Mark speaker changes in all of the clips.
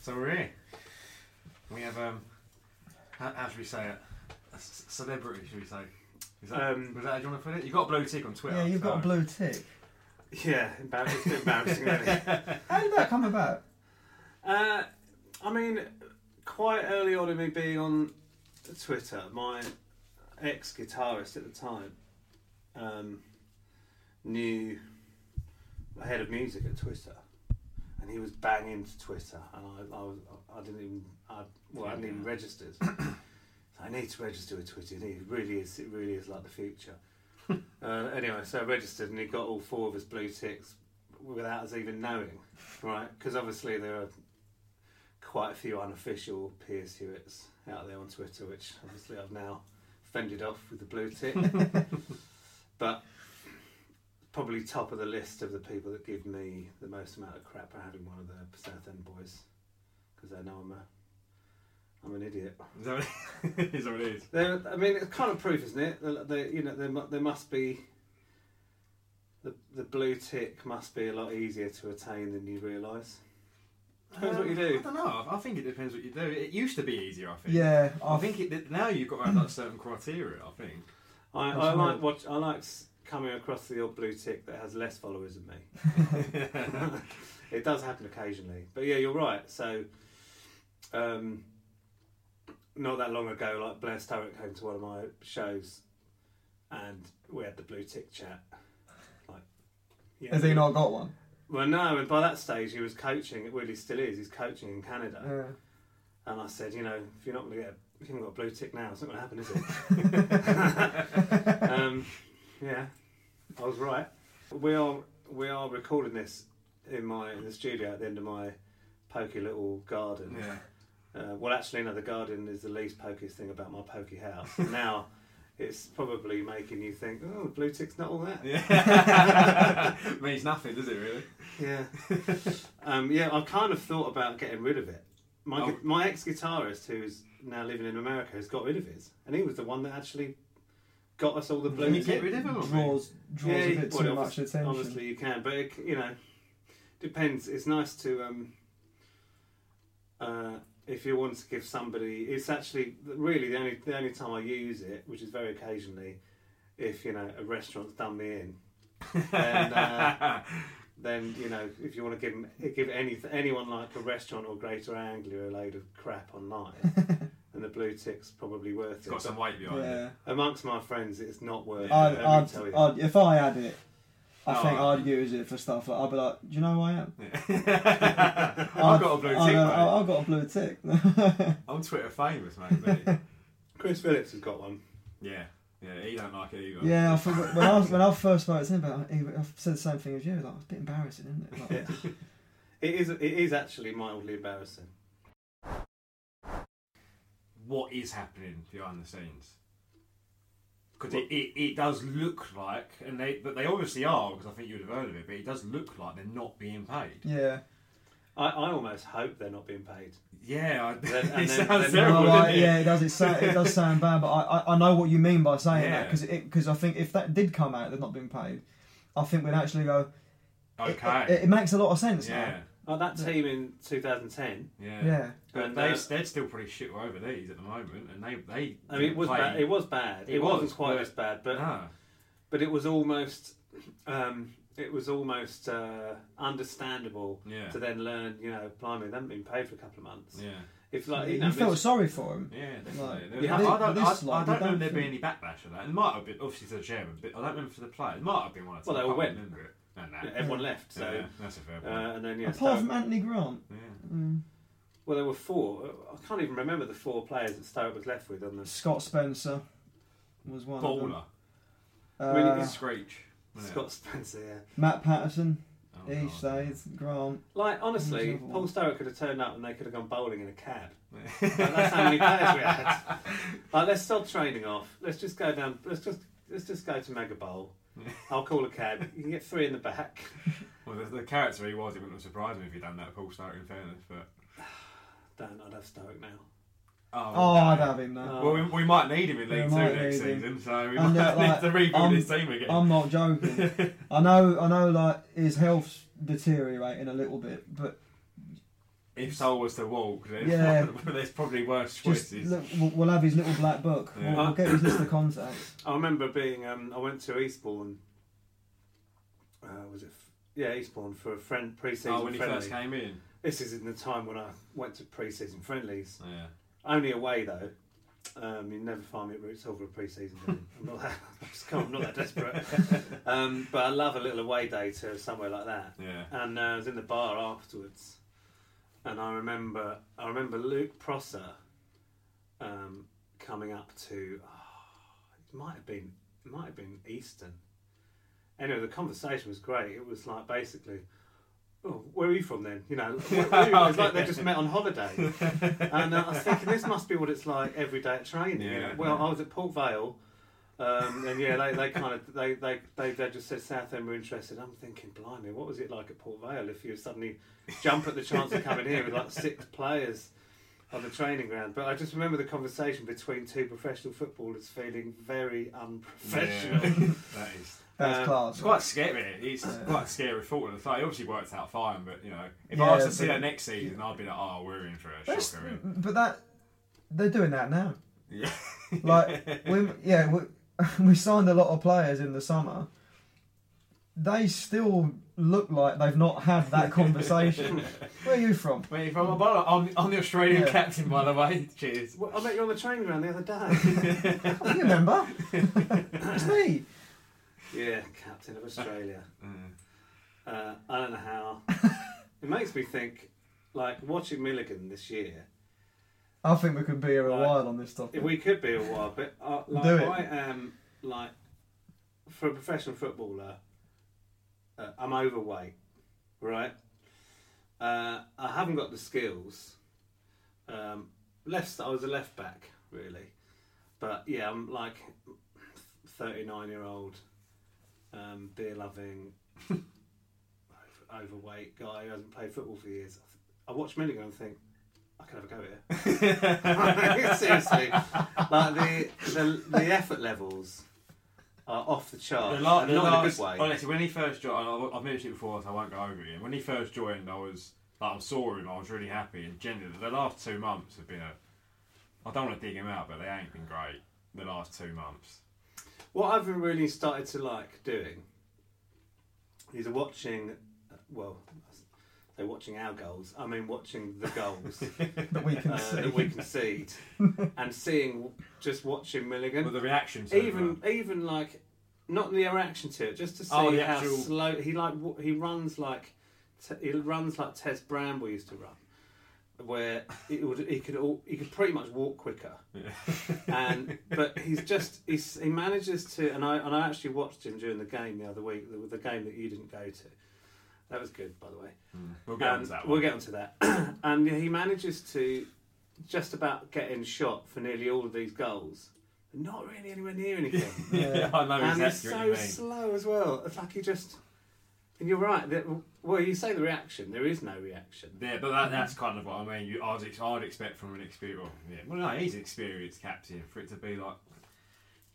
Speaker 1: So we're here. We have um, how, how should we say it? A c- celebrity, should we say? Is that,
Speaker 2: Um,
Speaker 1: was that how you want to put it? You got a blue tick on Twitter.
Speaker 3: Yeah, you've got
Speaker 1: so-
Speaker 3: a blue tick.
Speaker 2: Yeah, embar- it's a bit embarrassing, really.
Speaker 3: How did that come about?
Speaker 2: Uh, I mean, quite early on in me being on Twitter, my ex guitarist at the time um, knew the head of music at Twitter, and he was banging to Twitter, and I, I, was, I didn't even, I, well, I hadn't even registered. So I need to register with Twitter. and It really is, it really is like the future. uh, anyway, so I registered, and he got all four of us blue ticks without us even knowing, right? Because obviously there are quite a few unofficial Piers Hewitts out there on Twitter, which obviously I've now fended off with the blue tick. but probably top of the list of the people that give me the most amount of crap are having one of the South End boys because they know I'm a I'm an idiot.
Speaker 1: Is that what it is? that what it is?
Speaker 2: There, I mean, it's kind of proof, isn't it? There, there, you know, there, mu- there must be the the blue tick must be a lot easier to attain than you realise. Depends what you
Speaker 1: Um, I
Speaker 3: Um,
Speaker 2: do.
Speaker 1: don't know. I think it depends what you do. It used to be easier, I think.
Speaker 3: Yeah,
Speaker 1: I
Speaker 3: I-
Speaker 1: think it, now you've got to have that certain criteria. I think.
Speaker 2: I, I
Speaker 3: That's
Speaker 2: like
Speaker 3: right.
Speaker 2: watch. I like s- coming across the odd blue tick that has less followers than me. it does happen occasionally, but yeah, you're right. So, um, not that long ago, like Blair Sturrock came to one of my shows, and we had the blue tick chat. Like, yeah.
Speaker 3: Has he not got one?
Speaker 2: Well, no, and by that stage he was coaching. Well, he still is. He's coaching in Canada. And I said, you know, if you're not going to get, a, if you haven't got a blue tick now, it's not going to happen, is it? um, yeah, I was right. We are we are recording this in my in the studio at the end of my pokey little garden. Uh, well, actually, no, the garden is the least pokiest thing about my pokey house. now, it's probably making you think, oh, the blue tick's not all that.
Speaker 1: Yeah. Means nothing, does it really?
Speaker 2: Yeah. um, yeah, I kind of thought about getting rid of it. My, gu-
Speaker 1: Oh.
Speaker 2: my ex guitarist, who's now living in America, has got rid of his. And he was the one that actually got us all the blue.
Speaker 1: Can you get rid of it? or not?
Speaker 3: Draws, draws a bit too much attention.
Speaker 2: Obviously, you can, but it, c- you know, depends. It's nice to, um, uh, if you want to give somebody, it's actually really the only the only time I use it, which is very occasionally, if you know a restaurant's done me in, then, uh, then you know if you want to give 'em- give any anyone like a restaurant or Greater Anglia a load of crap online, then the blue tick's probably worth
Speaker 1: It's got
Speaker 2: it.
Speaker 1: some weight behind it.
Speaker 3: yeah.
Speaker 2: Amongst my friends, it's not worth
Speaker 3: I'd,
Speaker 2: it. let me
Speaker 3: I'd,
Speaker 2: tell
Speaker 3: I'd,
Speaker 2: you.
Speaker 3: if I had it, I
Speaker 1: Oh.
Speaker 3: think I'd use it for stuff like I'd be like, do you know who I am?
Speaker 1: I've got a blue tick.
Speaker 3: I,
Speaker 1: mate.
Speaker 3: I, I've got a blue tick.
Speaker 1: I'm Twitter famous, mate. really.
Speaker 2: Chris Phillips has got one.
Speaker 1: yeah, yeah. He don't like it either.
Speaker 3: yeah, I thought, when I was- when I first spoke to him about, it, I said the same thing as you. Like, it's a bit embarrassing, isn't it? Like,
Speaker 2: It is. It is actually mildly embarrassing.
Speaker 1: what is happening behind the scenes because it, it, it does look like and they but they obviously are because I think you would have heard of it but it does look like they're not being paid
Speaker 3: yeah,
Speaker 2: I, I almost hope they're not being paid.
Speaker 1: Yeah, I,
Speaker 2: Then- and
Speaker 1: it
Speaker 2: then-
Speaker 1: sounds
Speaker 2: then-
Speaker 1: terrible.
Speaker 3: Oh,
Speaker 2: Well,
Speaker 1: doesn't
Speaker 3: right,
Speaker 1: it?
Speaker 3: yeah, it does. It, sound, it does sound bad, but I, I, I know what you mean by saying
Speaker 1: Yeah.
Speaker 3: that because because I think if that did come out, they've not been paid. I think we'd actually go.
Speaker 1: Okay.
Speaker 3: It, it makes a lot of sense.
Speaker 1: yeah.
Speaker 2: Like Oh, that team in 2010.
Speaker 1: Yeah.
Speaker 3: Now. Yeah.
Speaker 1: But
Speaker 2: And,
Speaker 1: they,
Speaker 2: uh,
Speaker 1: they're still pretty shit over these at the moment, and they they.
Speaker 2: I mean, it was
Speaker 1: play-
Speaker 2: bad. It was bad. It,
Speaker 1: It was,
Speaker 2: wasn't quite
Speaker 1: but-
Speaker 2: as bad, but
Speaker 1: No.
Speaker 2: but it was almost um, it was almost uh, understandable
Speaker 1: Yeah.
Speaker 2: to then learn. You know, blimey, they haven't been paid for a couple of months.
Speaker 1: Yeah.
Speaker 2: If like
Speaker 3: You
Speaker 2: you know,
Speaker 3: felt
Speaker 2: this-
Speaker 3: sorry for him.
Speaker 1: Yeah,
Speaker 3: Like,
Speaker 1: definitely.
Speaker 2: you
Speaker 1: I,
Speaker 2: have-
Speaker 1: I don't, I,
Speaker 3: this lot,
Speaker 1: I don't
Speaker 3: you
Speaker 1: know
Speaker 3: don't
Speaker 1: if there'd be
Speaker 3: think-
Speaker 1: any backlash of that. It might have been, obviously, to the chairman, but I don't remember for the players. It might have been one or two.
Speaker 2: Well, they
Speaker 1: I
Speaker 2: all
Speaker 1: can't
Speaker 2: went.
Speaker 1: remember it. No, no.
Speaker 2: yeah, everyone left. So
Speaker 1: Yeah, that's a fair point.
Speaker 2: uh, and then yeah,
Speaker 3: Apart
Speaker 2: Stoke-
Speaker 3: from Anthony Grant,
Speaker 1: yeah.
Speaker 2: well, there were four. I can't even remember the four players that Stoke was left with on the
Speaker 3: Scott Spencer was one. Of them.
Speaker 1: Baller.
Speaker 3: Uh,
Speaker 2: We need to
Speaker 1: Screech. wasn't it?
Speaker 2: Scott Spencer. Yeah.
Speaker 3: Matt Patterson,
Speaker 1: Oh,
Speaker 3: he
Speaker 1: God.
Speaker 3: stays. Grant. Who's
Speaker 2: Like
Speaker 3: the
Speaker 2: honestly,
Speaker 3: other one?
Speaker 2: Paul Stowe could have turned up and they could have gone bowling in a cab. Like, that's how many players we had. Like let's stop trading off. Let's just go down. Let's just let's just go to Mega Bowl. I'll call a cab. You can get three in the back.
Speaker 1: Well, the, the character he was, it wouldn't have surprised me if he'd done that Paul Stoke, in fairness, but.
Speaker 2: Don't. I'd have Stoic now.
Speaker 1: Oh,
Speaker 3: Oh,
Speaker 1: no.
Speaker 3: I'd have him now.
Speaker 1: Well, we, we might need him in
Speaker 3: We
Speaker 1: League Two
Speaker 3: might
Speaker 1: next
Speaker 3: need him.
Speaker 1: season, so we
Speaker 3: And,
Speaker 1: might
Speaker 3: uh,
Speaker 1: need
Speaker 3: like,
Speaker 1: to rebuild
Speaker 3: I'm-
Speaker 1: his team again.
Speaker 3: I'm not joking. I know. I know. Like his health's deteriorating a little bit, but
Speaker 1: if Sol was to walk, then
Speaker 3: Yeah.
Speaker 1: there's probably worse
Speaker 3: just
Speaker 1: choices.
Speaker 3: look, we'll, we'll have his little black book.
Speaker 1: Yeah.
Speaker 3: We'll, we'll get his list of contacts.
Speaker 2: I remember being. Um, I went to Eastbourne. Uh, was it? F- yeah, Eastbourne for a friend pre-season
Speaker 1: oh, when he
Speaker 2: friendly.
Speaker 1: first came in.
Speaker 2: This is in the time when I went to pre-season friendlies.
Speaker 1: Yeah.
Speaker 2: Only away though. Um, you never find me at Roots Hill for a pre-season game. I'm not that. I just can't, I'm not that desperate. um, but I love a little away day to somewhere like that.
Speaker 1: Yeah.
Speaker 2: And uh, I was in the bar afterwards, and I remember I remember Luke Prosser um, coming up to. oh, it might have been it might have been Easton. Anyway, the conversation was great. It was like basically. Oh, where are you from then? You know, like, where- where are you from? it's like they just met on holiday. And uh, I was thinking, this must be what it's like every day at training. you know.
Speaker 1: Yeah.
Speaker 2: Well, I was at Port Vale, um, and yeah, they, they kind of they, they, they, they just said Southend were interested. I'm thinking, blimey, what was it like at Port Vale if you suddenly jump at the chance of coming here with like six players on the training ground? But I just remember the conversation between two professional footballers feeling very unprofessional.
Speaker 1: Yeah. that is.
Speaker 3: That's
Speaker 2: Um,
Speaker 3: class.
Speaker 1: Uh, It's quite scary. It's quite a scary thought. And so it obviously worked out fine, but you know, if
Speaker 3: Yeah,
Speaker 1: I was to see
Speaker 3: but-
Speaker 1: that next season, I'd be like, oh, we're in for a
Speaker 3: That's-
Speaker 1: shocker. in.
Speaker 3: but that they're doing that now.
Speaker 1: Yeah.
Speaker 3: Like we, yeah, we, we signed a lot of players in the summer. They still look like they've not had that conversation. Where are you from?
Speaker 1: Wait, from a bowler, I'm, I'm the Australian
Speaker 3: Yeah.
Speaker 1: captain, by the way. Cheers.
Speaker 2: Well, I met you on the training ground the other day.
Speaker 3: Oh, you remember? it's me.
Speaker 2: yeah, captain of Australia.
Speaker 3: Mm.
Speaker 2: Uh, I don't know how. it makes me think, like watching Milligan this year.
Speaker 3: I think we could be here a
Speaker 2: Right.
Speaker 3: while on this topic.
Speaker 2: We could be a while, but uh, like,
Speaker 3: Do it.
Speaker 2: I am like for a professional footballer, uh, I'm overweight, right? Uh, I haven't got the skills. Um, left, I was a left back really, but yeah, I'm like 39 year old, um, beer loving, overweight guy who hasn't played football for years. I watch Milligan and think. I could have a go here. Seriously, like the, the the effort levels are off the charts.
Speaker 1: The la-
Speaker 2: and
Speaker 1: the
Speaker 2: not
Speaker 1: last,
Speaker 2: in a good way.
Speaker 1: Honestly, when he first joined, I- I've mentioned it before, so I won't go over it again. When he first joined, I was like, I saw him, I was really happy, and generally, the last two months have been a. I don't want to dig him out, but they ain't been great. The last two months.
Speaker 2: What I've really started to like doing is watching. Well, they're watching our goals. I mean, watching the goals
Speaker 3: that we can
Speaker 2: uh,
Speaker 3: see.
Speaker 2: that we concede, and seeing just watching Milligan.
Speaker 1: But the reaction, to
Speaker 2: even even like not the reaction to it, just to see
Speaker 1: Oh, the
Speaker 2: how
Speaker 1: actual-
Speaker 2: slow he like w- he runs like te- he runs like Tess Bramble used to run, where it would, he could all, he could pretty much walk quicker, and but he's just he's, he manages to and I and I actually watched him during the game the other week the, the game that you didn't go to, that was good by the way.
Speaker 1: we'll get
Speaker 2: Um,
Speaker 1: onto that. One.
Speaker 2: We'll get onto that. and he manages to just about get in shot for nearly all of these goals. but Not really anywhere near anything.
Speaker 1: yeah, I know
Speaker 2: and
Speaker 1: exactly
Speaker 2: he's
Speaker 1: what you
Speaker 2: so
Speaker 1: mean.
Speaker 2: slow as well. It's like he just And you're right. That, well, you say the reaction. There is no reaction.
Speaker 1: Yeah, but that, that's kind of what I mean. You, I'd, ex- I'd expect from an experienced, well, yeah, well, no, he's an experienced captain for it to be like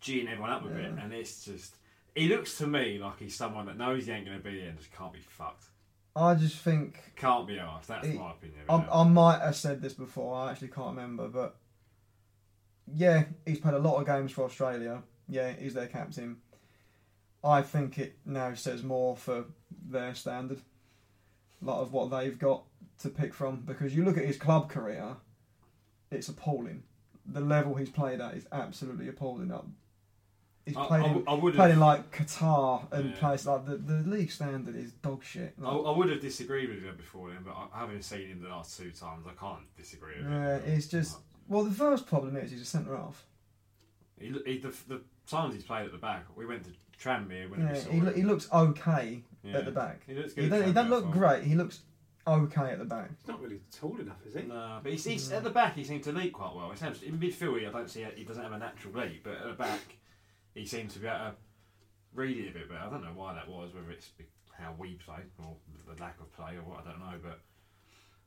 Speaker 1: geeing everyone up a bit, and it's just he looks to me like he's someone that knows he ain't going to be there and just can't be fucked,
Speaker 3: I just think
Speaker 1: can't be asked. That's
Speaker 3: He-
Speaker 1: my opinion.
Speaker 3: I,
Speaker 1: yeah.
Speaker 3: I might have said this before. I actually can't remember, but yeah, he's played a lot of games for Australia. Yeah, he's their captain. I think it now says more for their standard, lot of what they've got to pick from. Because you look at his club career, it's appalling. The level he's played at is absolutely appalling. Up, he's
Speaker 1: I-
Speaker 3: played,
Speaker 1: I
Speaker 3: in,
Speaker 1: w- I would've-
Speaker 3: played in like Qatar and
Speaker 1: Yeah.
Speaker 3: places like the, the league standard is dog shit.
Speaker 1: I,
Speaker 3: Like,
Speaker 1: I would have disagreed with him before then, but I, having seen him the last two times, I can't disagree with
Speaker 3: yeah,
Speaker 1: him.
Speaker 3: Uh, it's just well, the first problem is he's a centre half.
Speaker 1: he, he, the, the times he's played at the back. We went to Tranmere when
Speaker 3: Yeah,
Speaker 1: we saw
Speaker 3: he,
Speaker 1: him.
Speaker 3: loo- he looks okay
Speaker 1: Yeah.
Speaker 3: at the back.
Speaker 1: He looks good
Speaker 3: He
Speaker 1: at
Speaker 3: don't, he
Speaker 1: centre
Speaker 3: don't
Speaker 1: as
Speaker 3: look
Speaker 1: well.
Speaker 3: great. He looks okay at the back.
Speaker 2: He's not really tall enough, is he?
Speaker 1: No, Uh, but he's, he's at the back. He seems to leap quite well. He seems in midfield. he- I don't see he doesn't have a natural leap, but at the back, he seems to be able to read it a bit better. I don't know why that was. Whether it's be- how we play or the lack of play or what I don't know, but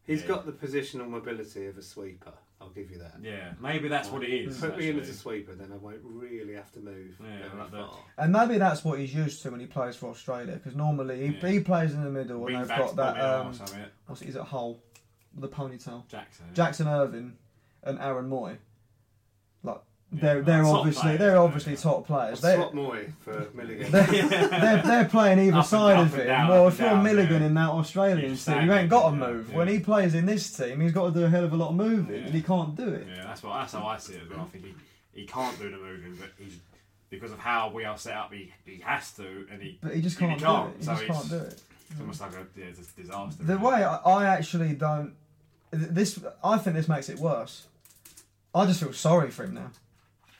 Speaker 2: He's
Speaker 1: Yeah.
Speaker 2: got the positional mobility of a sweeper. I'll give you that.
Speaker 1: yeah, maybe that's what it is.
Speaker 2: Put me in as
Speaker 1: actually.
Speaker 2: a sweeper, then I won't really have to move
Speaker 1: Yeah,
Speaker 2: very
Speaker 1: like that.
Speaker 2: far.
Speaker 3: And maybe that's what he's used to when he plays for Australia, because normally he,
Speaker 1: Yeah.
Speaker 3: he plays in the middle
Speaker 1: Wing
Speaker 3: and they've
Speaker 1: back's
Speaker 3: got that.
Speaker 1: Bobby
Speaker 3: Um,
Speaker 1: Arse, I mean,
Speaker 3: what's it? Is it Hull? The ponytail.
Speaker 1: Jackson.
Speaker 3: Jackson Irving and Aaron Moy. Like
Speaker 1: Yeah,
Speaker 3: they're
Speaker 1: like
Speaker 3: they're
Speaker 1: top
Speaker 3: obviously
Speaker 1: players,
Speaker 3: they're
Speaker 1: yeah.
Speaker 3: obviously top players. They,
Speaker 2: Swap Moy for Milligan.
Speaker 3: they're, they're, they're playing either
Speaker 1: Up and-
Speaker 3: side
Speaker 1: up
Speaker 3: of
Speaker 1: and
Speaker 3: him.
Speaker 1: down,
Speaker 3: well,
Speaker 1: up
Speaker 3: if
Speaker 1: and
Speaker 3: you're
Speaker 1: down,
Speaker 3: Milligan
Speaker 1: yeah.
Speaker 3: in that
Speaker 1: You're
Speaker 3: Australian
Speaker 1: just
Speaker 3: team, you
Speaker 1: stagnant,
Speaker 3: ain't got to
Speaker 1: yeah,
Speaker 3: move.
Speaker 1: yeah.
Speaker 3: When he plays in this team, he's got to do a hell of a lot of moving,
Speaker 1: Yeah.
Speaker 3: and he can't do it.
Speaker 1: Yeah, that's what that's how I see it. as well. I think he, he can't do the moving, but he's because of how we are set up, he, he has to, and he
Speaker 3: But he just
Speaker 1: and
Speaker 3: can't, do it. He
Speaker 1: so
Speaker 3: just
Speaker 1: it's,
Speaker 3: can't do it.
Speaker 1: it's almost like a, yeah, it's a disaster.
Speaker 3: The
Speaker 1: really.
Speaker 3: way I, I actually don't. th- This I think this makes it worse. I just feel sorry for him now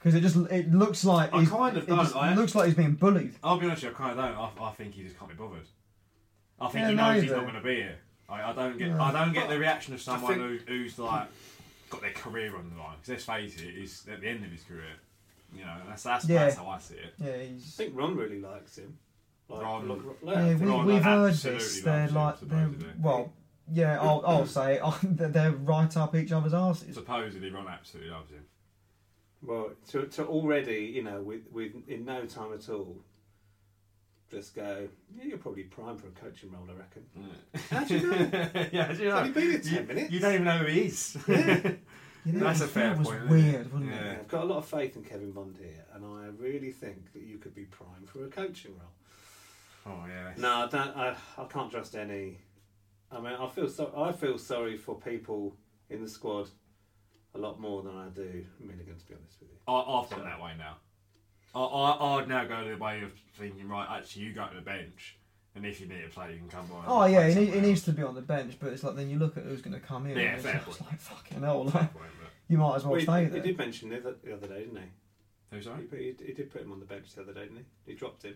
Speaker 3: because it just it looks like
Speaker 1: I
Speaker 3: he's-
Speaker 1: kind of
Speaker 3: it
Speaker 1: don't,
Speaker 3: just
Speaker 1: I-
Speaker 3: looks like he's being bullied.
Speaker 1: I'll be honest with you, I kind of don't. I, I think he just can't be bothered. I think
Speaker 3: Yeah,
Speaker 1: he
Speaker 3: no,
Speaker 1: knows
Speaker 3: you
Speaker 1: he's not
Speaker 3: do.
Speaker 1: going to be here. I, I don't get. I don't get the reaction of someone who, who's like got their career on the line. 'Cause let's face it, he's at the end of his career. You know, that's that's, that's
Speaker 3: Yeah.
Speaker 1: how I see it.
Speaker 3: Yeah,
Speaker 2: I
Speaker 3: he's,
Speaker 2: think Ron really likes him. Like,
Speaker 1: Ron-
Speaker 2: look, look,
Speaker 3: yeah.
Speaker 2: I
Speaker 3: We,
Speaker 2: think-
Speaker 1: Ron
Speaker 3: we've heard
Speaker 1: absolutely
Speaker 3: this. They're
Speaker 1: loves him,
Speaker 3: like they're,
Speaker 1: supposedly.
Speaker 3: well, yeah. I'll, I'll say it. they're- they're right up each other's asses.
Speaker 1: Supposedly, Ron absolutely loves him.
Speaker 2: Well, to, to already, you know, with, with in no time at all, just go. Yeah, you're probably prime for a coaching role, I reckon. How do you know?
Speaker 1: yeah, do you know?
Speaker 2: only been here 10
Speaker 1: you,
Speaker 2: minutes.
Speaker 1: you don't even know who he is.
Speaker 3: You know,
Speaker 1: That's a
Speaker 3: that
Speaker 1: fair
Speaker 3: was
Speaker 1: point, isn't it?
Speaker 3: Weird, wasn't
Speaker 1: Yeah.
Speaker 3: it?
Speaker 2: I've got a lot of faith in Kevin Bond here, and I really think that you could be prime for a coaching role.
Speaker 1: oh yeah.
Speaker 2: No, I don't. I, I can't trust any. I mean, I feel so. I feel sorry for people in the squad a lot more than I do Milligan. To be honest with you,
Speaker 1: I, I've gone that way now. I, I, I'd now go the way of thinking, right, actually, you go to the bench, and if you need a play, you can come by. and
Speaker 3: Oh
Speaker 1: play
Speaker 3: yeah, he, need-
Speaker 1: somewhere
Speaker 3: he needs
Speaker 1: else.
Speaker 3: to be on the bench, but it's like then you look at who's going to come in.
Speaker 1: Yeah,
Speaker 3: and it's
Speaker 1: fair
Speaker 3: just
Speaker 1: point.
Speaker 3: like fucking hell, like,
Speaker 1: Point, but-
Speaker 3: you might as well
Speaker 2: Well,
Speaker 3: stay
Speaker 2: he, he
Speaker 3: there.
Speaker 2: did mention the other, the other day, didn't he?
Speaker 1: Who's
Speaker 2: He,
Speaker 1: sorry?
Speaker 2: put, he? he did put him on the bench the other day, didn't he? He dropped him.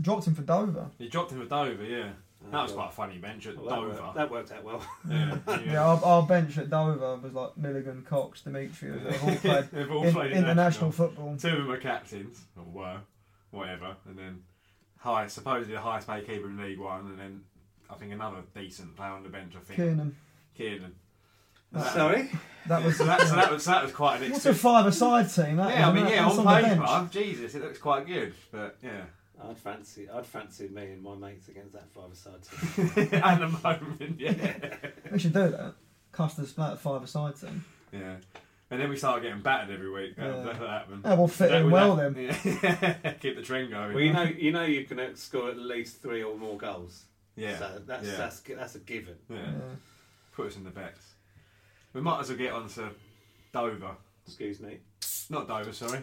Speaker 3: Dropped him for Dover.
Speaker 1: He dropped him at Dover, yeah. that was
Speaker 2: yeah.
Speaker 1: quite a funny bench at
Speaker 2: Well, that,
Speaker 1: Dover.
Speaker 2: worked, that worked out well.
Speaker 1: yeah, yeah.
Speaker 3: Yeah, our, our bench at Dover was like Milligan, Cox, Demetriou. They've all played,
Speaker 1: They've all
Speaker 3: in-
Speaker 1: played international.
Speaker 3: international football.
Speaker 1: Two of them are captains, or were, whatever, and then high, supposedly the highest paid keeper in League One, and then I think another decent player on the bench, I think.
Speaker 3: Kiernan.
Speaker 1: Kiernan.
Speaker 2: Sorry,
Speaker 3: That was
Speaker 1: So that, so that was that was quite an
Speaker 3: what's
Speaker 1: experience.
Speaker 3: a five-a-side team? That
Speaker 1: Yeah, I
Speaker 3: was,
Speaker 1: mean,
Speaker 3: that-
Speaker 1: yeah,
Speaker 3: that's
Speaker 1: on,
Speaker 3: on the bench.
Speaker 1: paper, Jesus, it looks quite good, but yeah,
Speaker 2: I'd fancy. I'd fancy me and my mates against that five-a-side team.
Speaker 1: at the moment, yeah,
Speaker 3: We should do that. Custer's that five-a-side team.
Speaker 1: yeah. And then we start getting battered every week. That'll,
Speaker 3: Yeah.
Speaker 1: that'll happen.
Speaker 3: Yeah, we'll fit
Speaker 1: That-
Speaker 3: in
Speaker 1: we-
Speaker 3: well
Speaker 1: that-
Speaker 3: then.
Speaker 1: Yeah. Keep the trend going.
Speaker 2: well, you know, you know, you can score at least three or more goals.
Speaker 1: yeah,
Speaker 2: so that's
Speaker 1: yeah.
Speaker 2: that's that's a given.
Speaker 1: yeah.
Speaker 3: Yeah.
Speaker 1: Put us in the bets. We might as well get on to Dover,
Speaker 2: Excuse me.
Speaker 1: not Dover, sorry,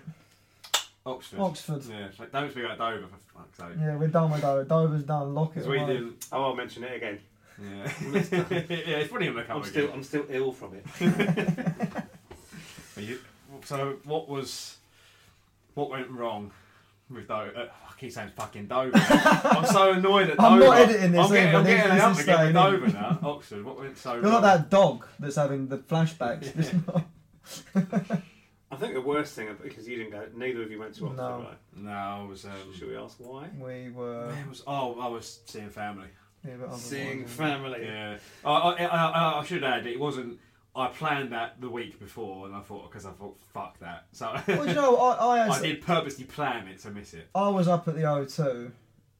Speaker 1: Oxford.
Speaker 3: Oxford.
Speaker 1: Yeah, it's like, don't speak about Dover for fuck's sake.
Speaker 3: Yeah, we're done with Dover. Dover's done. Lock it
Speaker 1: 'Cause we
Speaker 3: away.
Speaker 1: did.
Speaker 2: Oh, I'll mention it again.
Speaker 1: Yeah, yeah, it's probably gonna come
Speaker 2: I'm
Speaker 1: again.
Speaker 2: still, I'm still ill from it.
Speaker 1: Are you- so what was what went wrong with Dover? Uh, I keep saying fucking Dover. I'm so annoyed at Dover.
Speaker 3: I'm not editing this
Speaker 1: I'm getting, I'm
Speaker 3: either. This-
Speaker 1: getting
Speaker 3: this
Speaker 1: up
Speaker 3: is
Speaker 1: again with
Speaker 3: staying
Speaker 1: Dover
Speaker 3: in.
Speaker 1: now. Oxford. What went so
Speaker 3: You're
Speaker 1: wrong?
Speaker 3: like that dog that's having the flashbacks.
Speaker 1: Yeah.
Speaker 2: I think the worst thing because you didn't go. Neither of you went to Oxford.
Speaker 3: No.
Speaker 2: Right?
Speaker 1: No, I was. Um,
Speaker 2: Should we ask why?
Speaker 3: We were
Speaker 1: where was oh, I was seeing family.
Speaker 3: yeah, but otherwise-
Speaker 2: Seeing family.
Speaker 1: Yeah, I, I, I, I should add it wasn't. I planned that the week before, and I thought because I thought fuck that. So
Speaker 3: Well, you know, I, I,
Speaker 1: I
Speaker 3: I,
Speaker 1: did purposely plan it to miss it.
Speaker 3: was up at the O2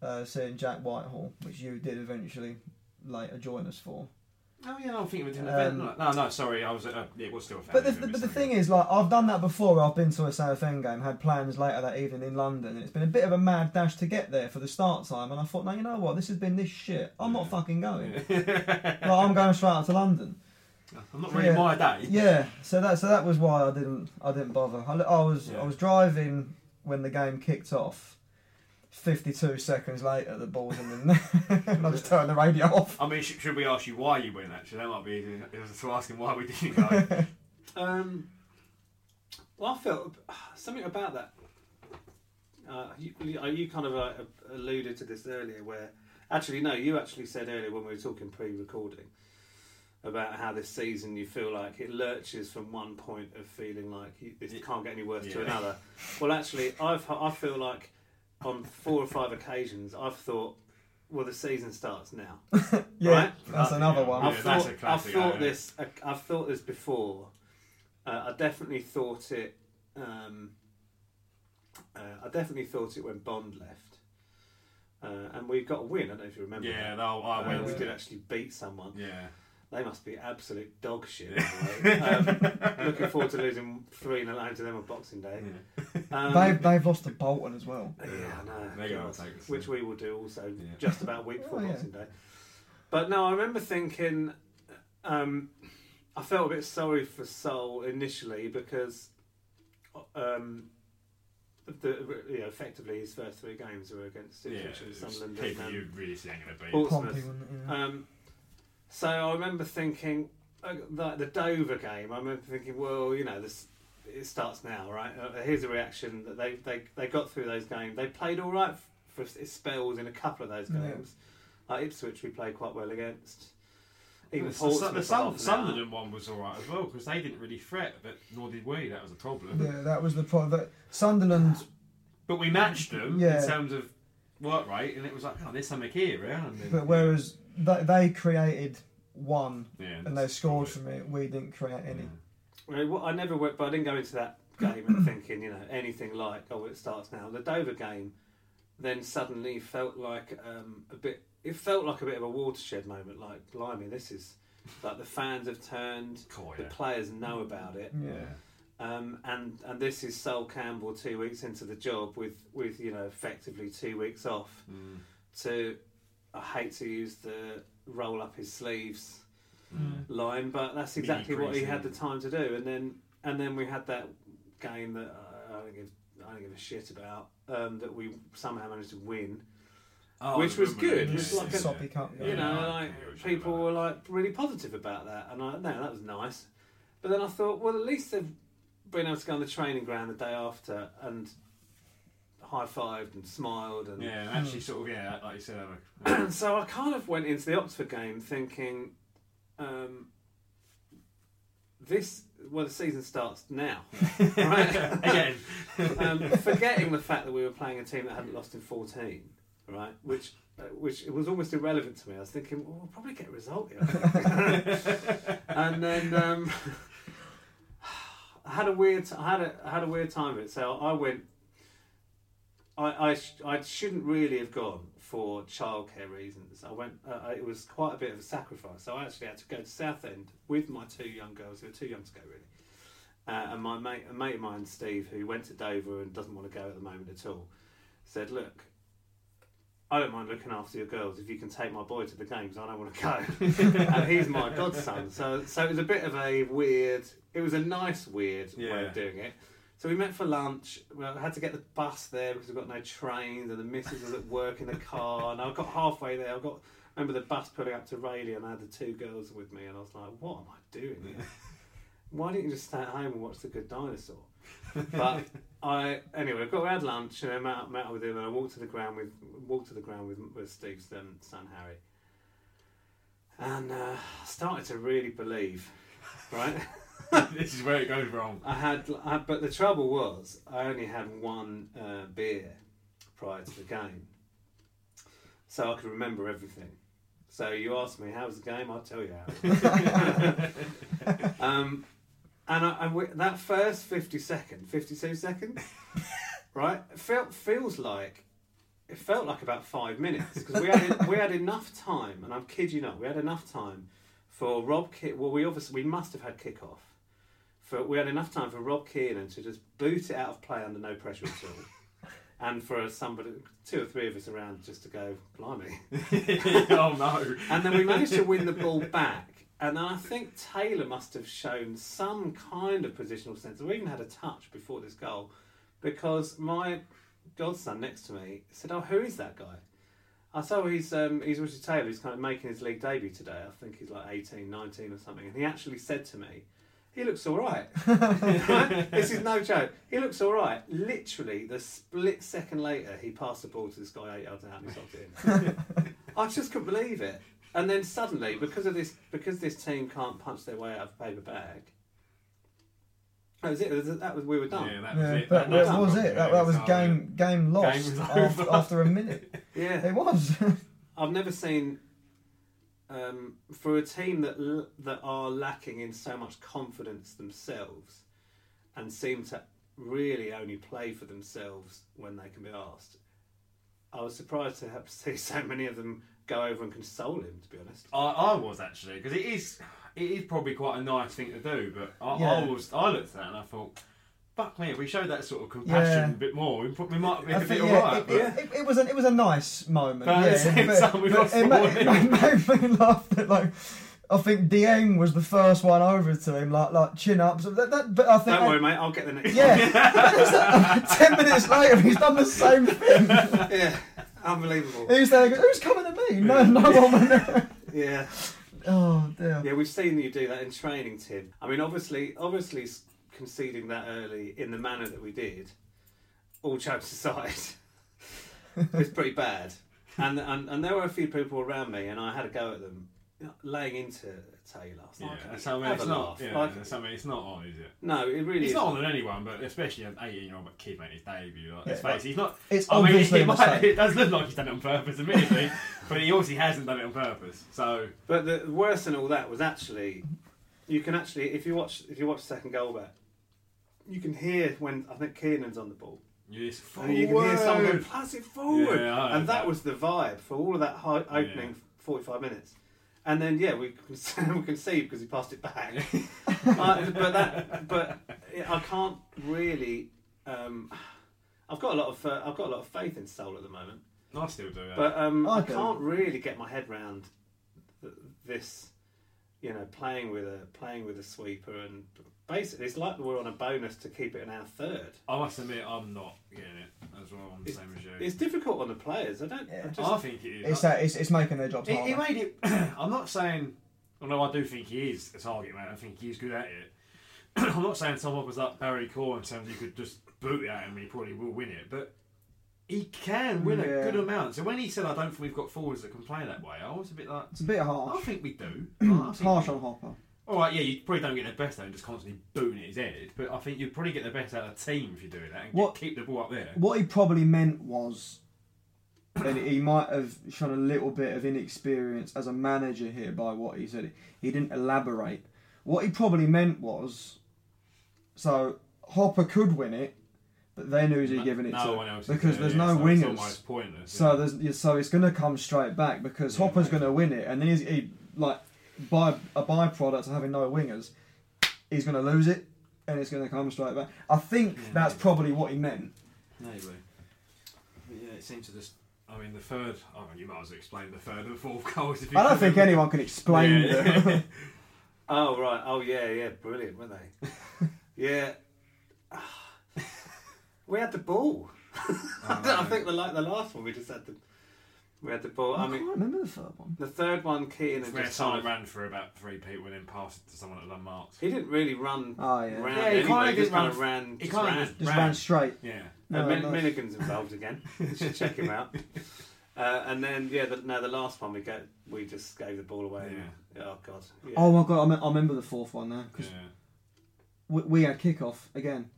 Speaker 3: uh, seeing Jack Whitehall, which you did eventually later join us for.
Speaker 1: Oh yeah, I'm thinking of an event. Um, No, no, sorry, I was. Uh, it was still a family.
Speaker 3: But the,
Speaker 1: event,
Speaker 3: but the
Speaker 1: missed
Speaker 3: thing
Speaker 1: it.
Speaker 3: is, like, I've done that before. where I've been to a Southend game, had plans later that evening in London, and it's been a bit of a mad dash to get there for the start time. And I thought, no, you know what? This has been this shit. I'm not fucking going. like, I'm going straight out to London.
Speaker 1: I'm not really
Speaker 3: yeah.
Speaker 1: my day.
Speaker 3: Yeah. So that so that was why I didn't I didn't bother. I, li- I was
Speaker 1: Yeah.
Speaker 3: I was driving when the game kicked off. Fifty-two seconds later, the ball's in the net, and I just turned the radio off.
Speaker 1: I mean, should, should we ask you why you went? Actually, that might be easy to ask him why we didn't go.
Speaker 2: Um, well, I felt something about that. Uh, you, you- you kind of uh, alluded to this earlier, where actually, no, you actually said earlier when we were talking pre recording about how this season you feel like it lurches from one point of feeling like you, this can't get any worse to
Speaker 1: Yeah.
Speaker 2: another. Well, actually, I've, I feel like on four or five occasions I've thought, well, the season starts now.
Speaker 3: Yeah,
Speaker 2: Right.
Speaker 3: that's another one.
Speaker 1: Oh, Yeah,
Speaker 2: I've
Speaker 1: that's
Speaker 2: thought,
Speaker 1: a classic,
Speaker 2: I've thought
Speaker 1: isn't it?
Speaker 2: this. uh, I- I've thought this before. Uh, I definitely thought it. Um, uh, I definitely thought it when Bond left, uh, and we got a win. I don't know if you remember.
Speaker 1: yeah,
Speaker 2: that.
Speaker 1: no, I
Speaker 2: Uh,
Speaker 1: went.
Speaker 2: we did actually beat someone.
Speaker 1: Yeah.
Speaker 2: They must be absolute dog shit. anyway. um, looking forward to losing three in a line to them on Boxing Day. Um,
Speaker 3: They've they've lost to Bolton as well.
Speaker 2: yeah, I know.
Speaker 1: They're gonna
Speaker 2: God.
Speaker 1: take us,
Speaker 2: Which
Speaker 1: yeah.
Speaker 2: we will do also
Speaker 1: Yeah.
Speaker 2: just about a week before
Speaker 3: Oh, yeah.
Speaker 2: Boxing Day. But no, I remember thinking, um, I felt a bit sorry for Sol initially because, um, the, you know, effectively his first three games were against
Speaker 1: Yeah,
Speaker 2: Ipswich
Speaker 1: it
Speaker 2: and
Speaker 1: was
Speaker 2: Sunderland and
Speaker 1: people
Speaker 2: um,
Speaker 1: you really see ain't gonna beat.
Speaker 2: Portsmouth.
Speaker 3: Pompey, wasn't it? Yeah.
Speaker 2: Um, so I remember thinking, uh, like the Dover game. I remember thinking, well, you know, this it starts now, right? Uh, here's a reaction that they, they they got through those games. They played all right for s- spells in a couple of those
Speaker 3: Yeah.
Speaker 2: games. Like Ipswich, we played quite well against. Even
Speaker 1: The, Sun-
Speaker 2: Portsmouth,
Speaker 1: the
Speaker 2: for half
Speaker 1: Sun-
Speaker 2: an hour.
Speaker 1: Sunderland one was all right as well because they didn't really threat, but nor did we. That was a problem.
Speaker 3: Yeah, that was the problem. That Sunderland,
Speaker 1: But we matched them
Speaker 3: Yeah.
Speaker 1: in terms of work rate, and it was like, oh, there's something here, yeah. And then-
Speaker 3: but whereas they, they created one
Speaker 1: Yeah,
Speaker 3: and they
Speaker 1: that's
Speaker 3: scored
Speaker 1: probably-
Speaker 3: from it, we didn't create any.
Speaker 2: I, mean, what- I never went, but I didn't go into that game and thinking, you know, anything like, oh, it starts now. The Dover game then suddenly felt like um, a bit. It felt like a bit of a watershed moment. Like, blimey, this is like the fans have turned.
Speaker 1: Cool,
Speaker 2: The
Speaker 1: yeah.
Speaker 2: players know about it,
Speaker 3: Yeah.
Speaker 2: um, and and this is Sol Campbell two weeks into the job with with you know effectively two weeks off. To I hate to use the roll up his sleeves line, but that's
Speaker 1: Mini
Speaker 2: exactly what he
Speaker 1: preseason.
Speaker 2: had the time to do. And then and then we had that game that I, I don't give I don't give a shit about um, that we somehow managed to win.
Speaker 1: Oh,
Speaker 2: Which
Speaker 1: the
Speaker 2: was
Speaker 1: Wimbledon,
Speaker 2: good,
Speaker 1: yeah,
Speaker 2: was like
Speaker 1: yeah,
Speaker 2: a-
Speaker 3: Soppy cup,
Speaker 1: yeah.
Speaker 2: you know,
Speaker 1: Yeah, I
Speaker 2: like
Speaker 1: hear what you're
Speaker 2: people
Speaker 1: saying
Speaker 2: were
Speaker 1: about
Speaker 2: like really positive about that, and I no, that was nice. But then I thought, well, at least they've been able to go on the training ground the day after and high fived and smiled, and
Speaker 1: that. Yeah, and actually, sort of, yeah, like you said, I'm a-
Speaker 2: and so I kind of went into the Oxford game thinking, um, this well, the season starts now, right?
Speaker 1: again,
Speaker 2: um, forgetting the fact that we were playing a team that hadn't lost in 14, right? Which uh, which was almost irrelevant to me. I was thinking, well, we'll probably get a result here. I think. and then um, I had a weird, t- I had a, I had a weird time of it. So I went. I, I, sh- I shouldn't really have gone for childcare reasons. I went. Uh, I- it was quite a bit of a sacrifice. So I actually had to go to Southend with my two young girls. who were too young to go really uh, and my mate, a mate of mine, Steve, who went to Dover and doesn't want to go at the moment at all, said, "Look, I don't mind looking after your girls if you can take my boy to the games. I don't want to go, and he's my godson." So, so it was a bit of a weird. It was a nice weird way
Speaker 1: Yeah.
Speaker 2: of doing it. So we met for lunch. Well, I had to get the bus there because we've got no trains, and the missus was at work in the car. And I got halfway there. I got remember the bus pulling up to Rayleigh, and I had the two girls with me, and I was like, "What am I doing here?" why don't you just stay at home and watch The Good Dinosaur? But I anyway, I got we had lunch and I met, met up with him and I walked to the ground with walked to the ground with, with Steve's um, son Harry, and uh, started to really believe, right?
Speaker 1: this is where it goes wrong.
Speaker 2: I had, I, but the trouble was, I only had one uh, beer prior to the game, so I could remember everything. So you asked me how was the game, I'll tell you how. it was. um, and I, I w- that first fifty second, fifty two seconds, right, it felt feels like it felt like about five minutes because we had we had enough time, and I'm kid you not, we had enough time for Rob. Ki- well, we obviously we must have had kick off. For we had enough time for Rob Keenan to just boot it out of play under no pressure at all. And for us, somebody, two or three of us around, just to go, blimey!
Speaker 1: oh no.
Speaker 2: And then we managed to win the ball back. And then I think Taylor must have shown some kind of positional sense. We even had a touch before this goal because my godson next to me said, Oh, who is that guy? I said, Oh, he's, um, he's Richard Taylor. He's kind of making his league debut today. I think he's like 18, 19 or something. And he actually said to me, He looks all right. Right? This is no joke. He looks all right. Literally, the split second later, he passed the ball to this guy eight yards out and he socked it in. I just couldn't believe it. And then suddenly, because of this, because this team can't punch their way out of a paper bag, that was it. That was, that was we were done.
Speaker 1: Yeah, that was
Speaker 3: Yeah,
Speaker 1: it.
Speaker 3: that, that was
Speaker 1: not
Speaker 3: it. That,
Speaker 1: good.
Speaker 3: that was
Speaker 1: So,
Speaker 3: game game lost
Speaker 1: was
Speaker 3: af-
Speaker 1: over.
Speaker 3: after a minute.
Speaker 2: Yeah.
Speaker 3: It was.
Speaker 2: I've never seen um, for a team that l- that are lacking in so much confidence themselves and seem to really only play for themselves when they can be asked. I was surprised to have to see so many of them go over and console him. To be honest,
Speaker 1: I, I was actually because it is it is probably quite a nice thing to do, but I,
Speaker 3: Yeah.
Speaker 1: I was I looked at that and I thought, fuck me, if we showed that sort of compassion
Speaker 3: Yeah.
Speaker 1: a bit more, we, probably might be
Speaker 3: I
Speaker 1: a bit
Speaker 3: think,
Speaker 1: alright.
Speaker 3: it, it, it, it was a, it was a nice moment.
Speaker 1: But at the
Speaker 3: yeah,
Speaker 1: same time, we lost
Speaker 3: it,
Speaker 1: the
Speaker 3: ma-
Speaker 1: win.
Speaker 3: it ma- made me laugh that like. I think Dieng was the first one over to him, like like chin ups. That, that, but I think
Speaker 2: don't worry, mate. I'll get the next.
Speaker 3: yeah. But it's like, Ten minutes later, he's done the same thing.
Speaker 2: one. yeah, unbelievable.
Speaker 3: He's there. Going, Who's coming to me? No, no one. will know."
Speaker 2: Yeah.
Speaker 3: Oh dear.
Speaker 2: Yeah, we've seen you do that in training, Tim. I mean, obviously, obviously, s- conceding that early in the manner that we did, all jokes aside, was pretty bad. And, and and there were a few people around me, and I had a go at them, you know, laying into Taylor. I was
Speaker 1: Yeah,
Speaker 2: like,
Speaker 1: that's how I mean,
Speaker 2: have
Speaker 1: it's
Speaker 2: a
Speaker 1: not.
Speaker 2: laugh.
Speaker 1: Yeah,
Speaker 2: Like,
Speaker 1: that's how I mean, it's not on, is it?
Speaker 2: no, it really
Speaker 1: It's
Speaker 2: is.
Speaker 1: not on anyone, but especially an 18 year old kid making his debut. Like, let's
Speaker 3: Yeah.
Speaker 1: face it, he's not.
Speaker 3: It's
Speaker 1: I mean,
Speaker 3: obviously
Speaker 1: it,
Speaker 3: a
Speaker 1: might,
Speaker 3: mistake.
Speaker 1: it does look like he's done it on purpose, admittedly, but he obviously hasn't done it on purpose. So,
Speaker 2: But the worse than all that was actually, you can actually, if you watch, if you watch second goal back, you can hear when I think Keenan's on the ball.
Speaker 1: yes,
Speaker 2: And Oh, you can hear someone go,
Speaker 1: forward.
Speaker 2: pass it forward.
Speaker 1: Yeah, I heard
Speaker 2: and that,
Speaker 1: that.
Speaker 2: was the vibe for all of that high opening
Speaker 1: Yeah.
Speaker 2: 45 minutes. And then, yeah, we can, we can see because he passed it back. Uh, but that, but I can't really. Um, I've got a lot of uh, I've got a lot of faith in Seoul at the moment,
Speaker 1: I still do that.
Speaker 2: but um, I,
Speaker 3: I do.
Speaker 2: can't really get my head round th- this. You know, playing with a playing with a sweeper, and basically, it's like we're on a bonus to keep it in our third.
Speaker 1: I must admit, I'm not getting it as well. I'm the
Speaker 2: It's,
Speaker 1: same as you.
Speaker 2: it's difficult on the players. I don't. I just,
Speaker 1: I think it is.
Speaker 3: It's, uh, it's it's making their jobs
Speaker 1: He,
Speaker 3: harder.
Speaker 1: he made it. I'm not saying. Although I do think he is a target man, I think he is good at it. I'm not saying someone was like Barry Core in terms you could just boot it at him, he probably will win it, but he can win a
Speaker 3: Yeah.
Speaker 1: good amount. So when he said, "I don't think we've got forwards that can play that way," I was a bit like,
Speaker 3: It's a bit
Speaker 1: "I
Speaker 3: harsh.
Speaker 1: think we do." I think
Speaker 3: Harsh
Speaker 1: we-
Speaker 3: on Hopper.
Speaker 1: All right, yeah, you probably don't get the best out of him just constantly booting at his head, but I think you'd probably get the best out of the team if you're doing that and
Speaker 3: What-
Speaker 1: keep the ball up there.
Speaker 3: What he probably meant was that he might have shown a little bit of inexperience as a manager here by what he said. He didn't elaborate. What he probably meant was so Hopper could win it, but then who's he giving it
Speaker 1: no
Speaker 3: to?
Speaker 1: one else is
Speaker 3: because
Speaker 1: there,
Speaker 3: there's
Speaker 1: yeah,
Speaker 3: no
Speaker 1: so It's
Speaker 3: wingers.
Speaker 1: almost pointless.
Speaker 3: So there's yeah, so it's going to come straight back because Hopper's going to win it, and then he's, he like by a byproduct of having no wingers, he's going to lose it, and it's going to come straight back. I think that's probably what he meant.
Speaker 1: Maybe. But yeah, it seemed to just. I mean, the third. I mean, you might as well explain the third and fourth goals. If you
Speaker 3: I don't
Speaker 1: can
Speaker 3: think
Speaker 1: remember.
Speaker 3: anyone can explain
Speaker 1: Yeah.
Speaker 3: that.
Speaker 2: Oh right. Oh yeah, yeah. Brilliant, weren't they? yeah. we had the ball. I think the like the last one we just had the we had the ball. I
Speaker 3: I
Speaker 2: mean
Speaker 3: can't remember the third one.
Speaker 2: the third one
Speaker 1: Oh,
Speaker 2: Keaton
Speaker 1: It's
Speaker 2: had
Speaker 1: Where
Speaker 2: just kind
Speaker 1: Simon
Speaker 2: of-
Speaker 1: ran for about three people and then passed it to someone at unmarked.
Speaker 2: he didn't really run
Speaker 3: Oh, yeah.
Speaker 2: round
Speaker 1: Yeah, he
Speaker 2: anyway,
Speaker 1: kinda
Speaker 2: he just
Speaker 1: didn't
Speaker 2: kind
Speaker 1: run-
Speaker 2: of ran
Speaker 1: he
Speaker 2: just
Speaker 1: kinda
Speaker 2: ran.
Speaker 1: just- Oh,
Speaker 3: Just
Speaker 1: Ran.
Speaker 3: ran, straight.
Speaker 1: Yeah.
Speaker 2: Uh,
Speaker 3: No,
Speaker 2: Min-
Speaker 3: no.
Speaker 2: Minigan's involved again. You should check him out. Uh, and then yeah, the, no, the last one we go, we just gave the ball away.
Speaker 1: Yeah.
Speaker 2: Oh god. Yeah.
Speaker 3: Oh my god, I, me- I remember the fourth one now.
Speaker 1: Yeah.
Speaker 3: 'cause we, we had kick-off again.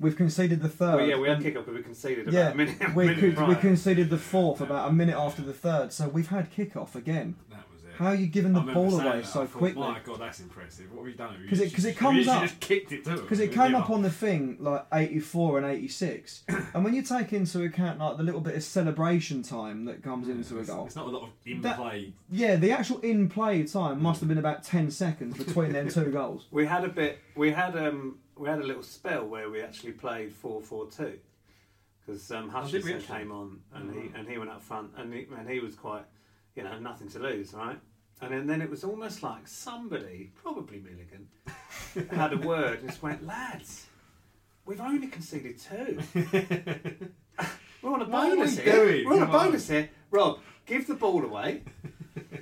Speaker 3: We've conceded the third.
Speaker 2: Well, yeah, we had
Speaker 3: and-
Speaker 2: kick off, but we conceded about
Speaker 3: yeah,
Speaker 2: a minute.
Speaker 3: we,
Speaker 2: minute
Speaker 3: could, we
Speaker 2: prior.
Speaker 3: conceded the fourth about a minute after the third, so we've had kick-off again.
Speaker 1: That was it.
Speaker 3: How are you giving
Speaker 1: I
Speaker 3: the
Speaker 1: remember
Speaker 3: ball
Speaker 1: saying
Speaker 3: away
Speaker 1: that,
Speaker 3: so
Speaker 1: I thought,
Speaker 3: quickly?
Speaker 1: My God, that's impressive. What have you done?
Speaker 3: 'Cause it- 'cause it
Speaker 1: you
Speaker 3: comes
Speaker 1: should
Speaker 3: up-
Speaker 1: just kicked it to
Speaker 3: Because it came up on the thing like 84 and 86. and when you take into account like the little bit of celebration time that comes into a goal.
Speaker 1: It's not a lot of in
Speaker 3: That-
Speaker 1: play.
Speaker 3: Yeah, the actual in play time must have been about 10 seconds between them two goals.
Speaker 2: We had a bit. We had um. We had a little spell where we actually played four four two, because um,
Speaker 1: did Oh, we
Speaker 2: Hutchinson
Speaker 1: actually? Oh.
Speaker 2: came on and he and he went up front and he, and he was quite, you know, nothing to lose, right? And then, then it was almost like somebody, probably Milligan, had a word and just went, lads, we've only conceded two. We're on a
Speaker 1: What are we
Speaker 2: bonus here.
Speaker 1: doing?
Speaker 2: We're on a
Speaker 1: Come on.
Speaker 2: bonus here. Rob, give the ball away.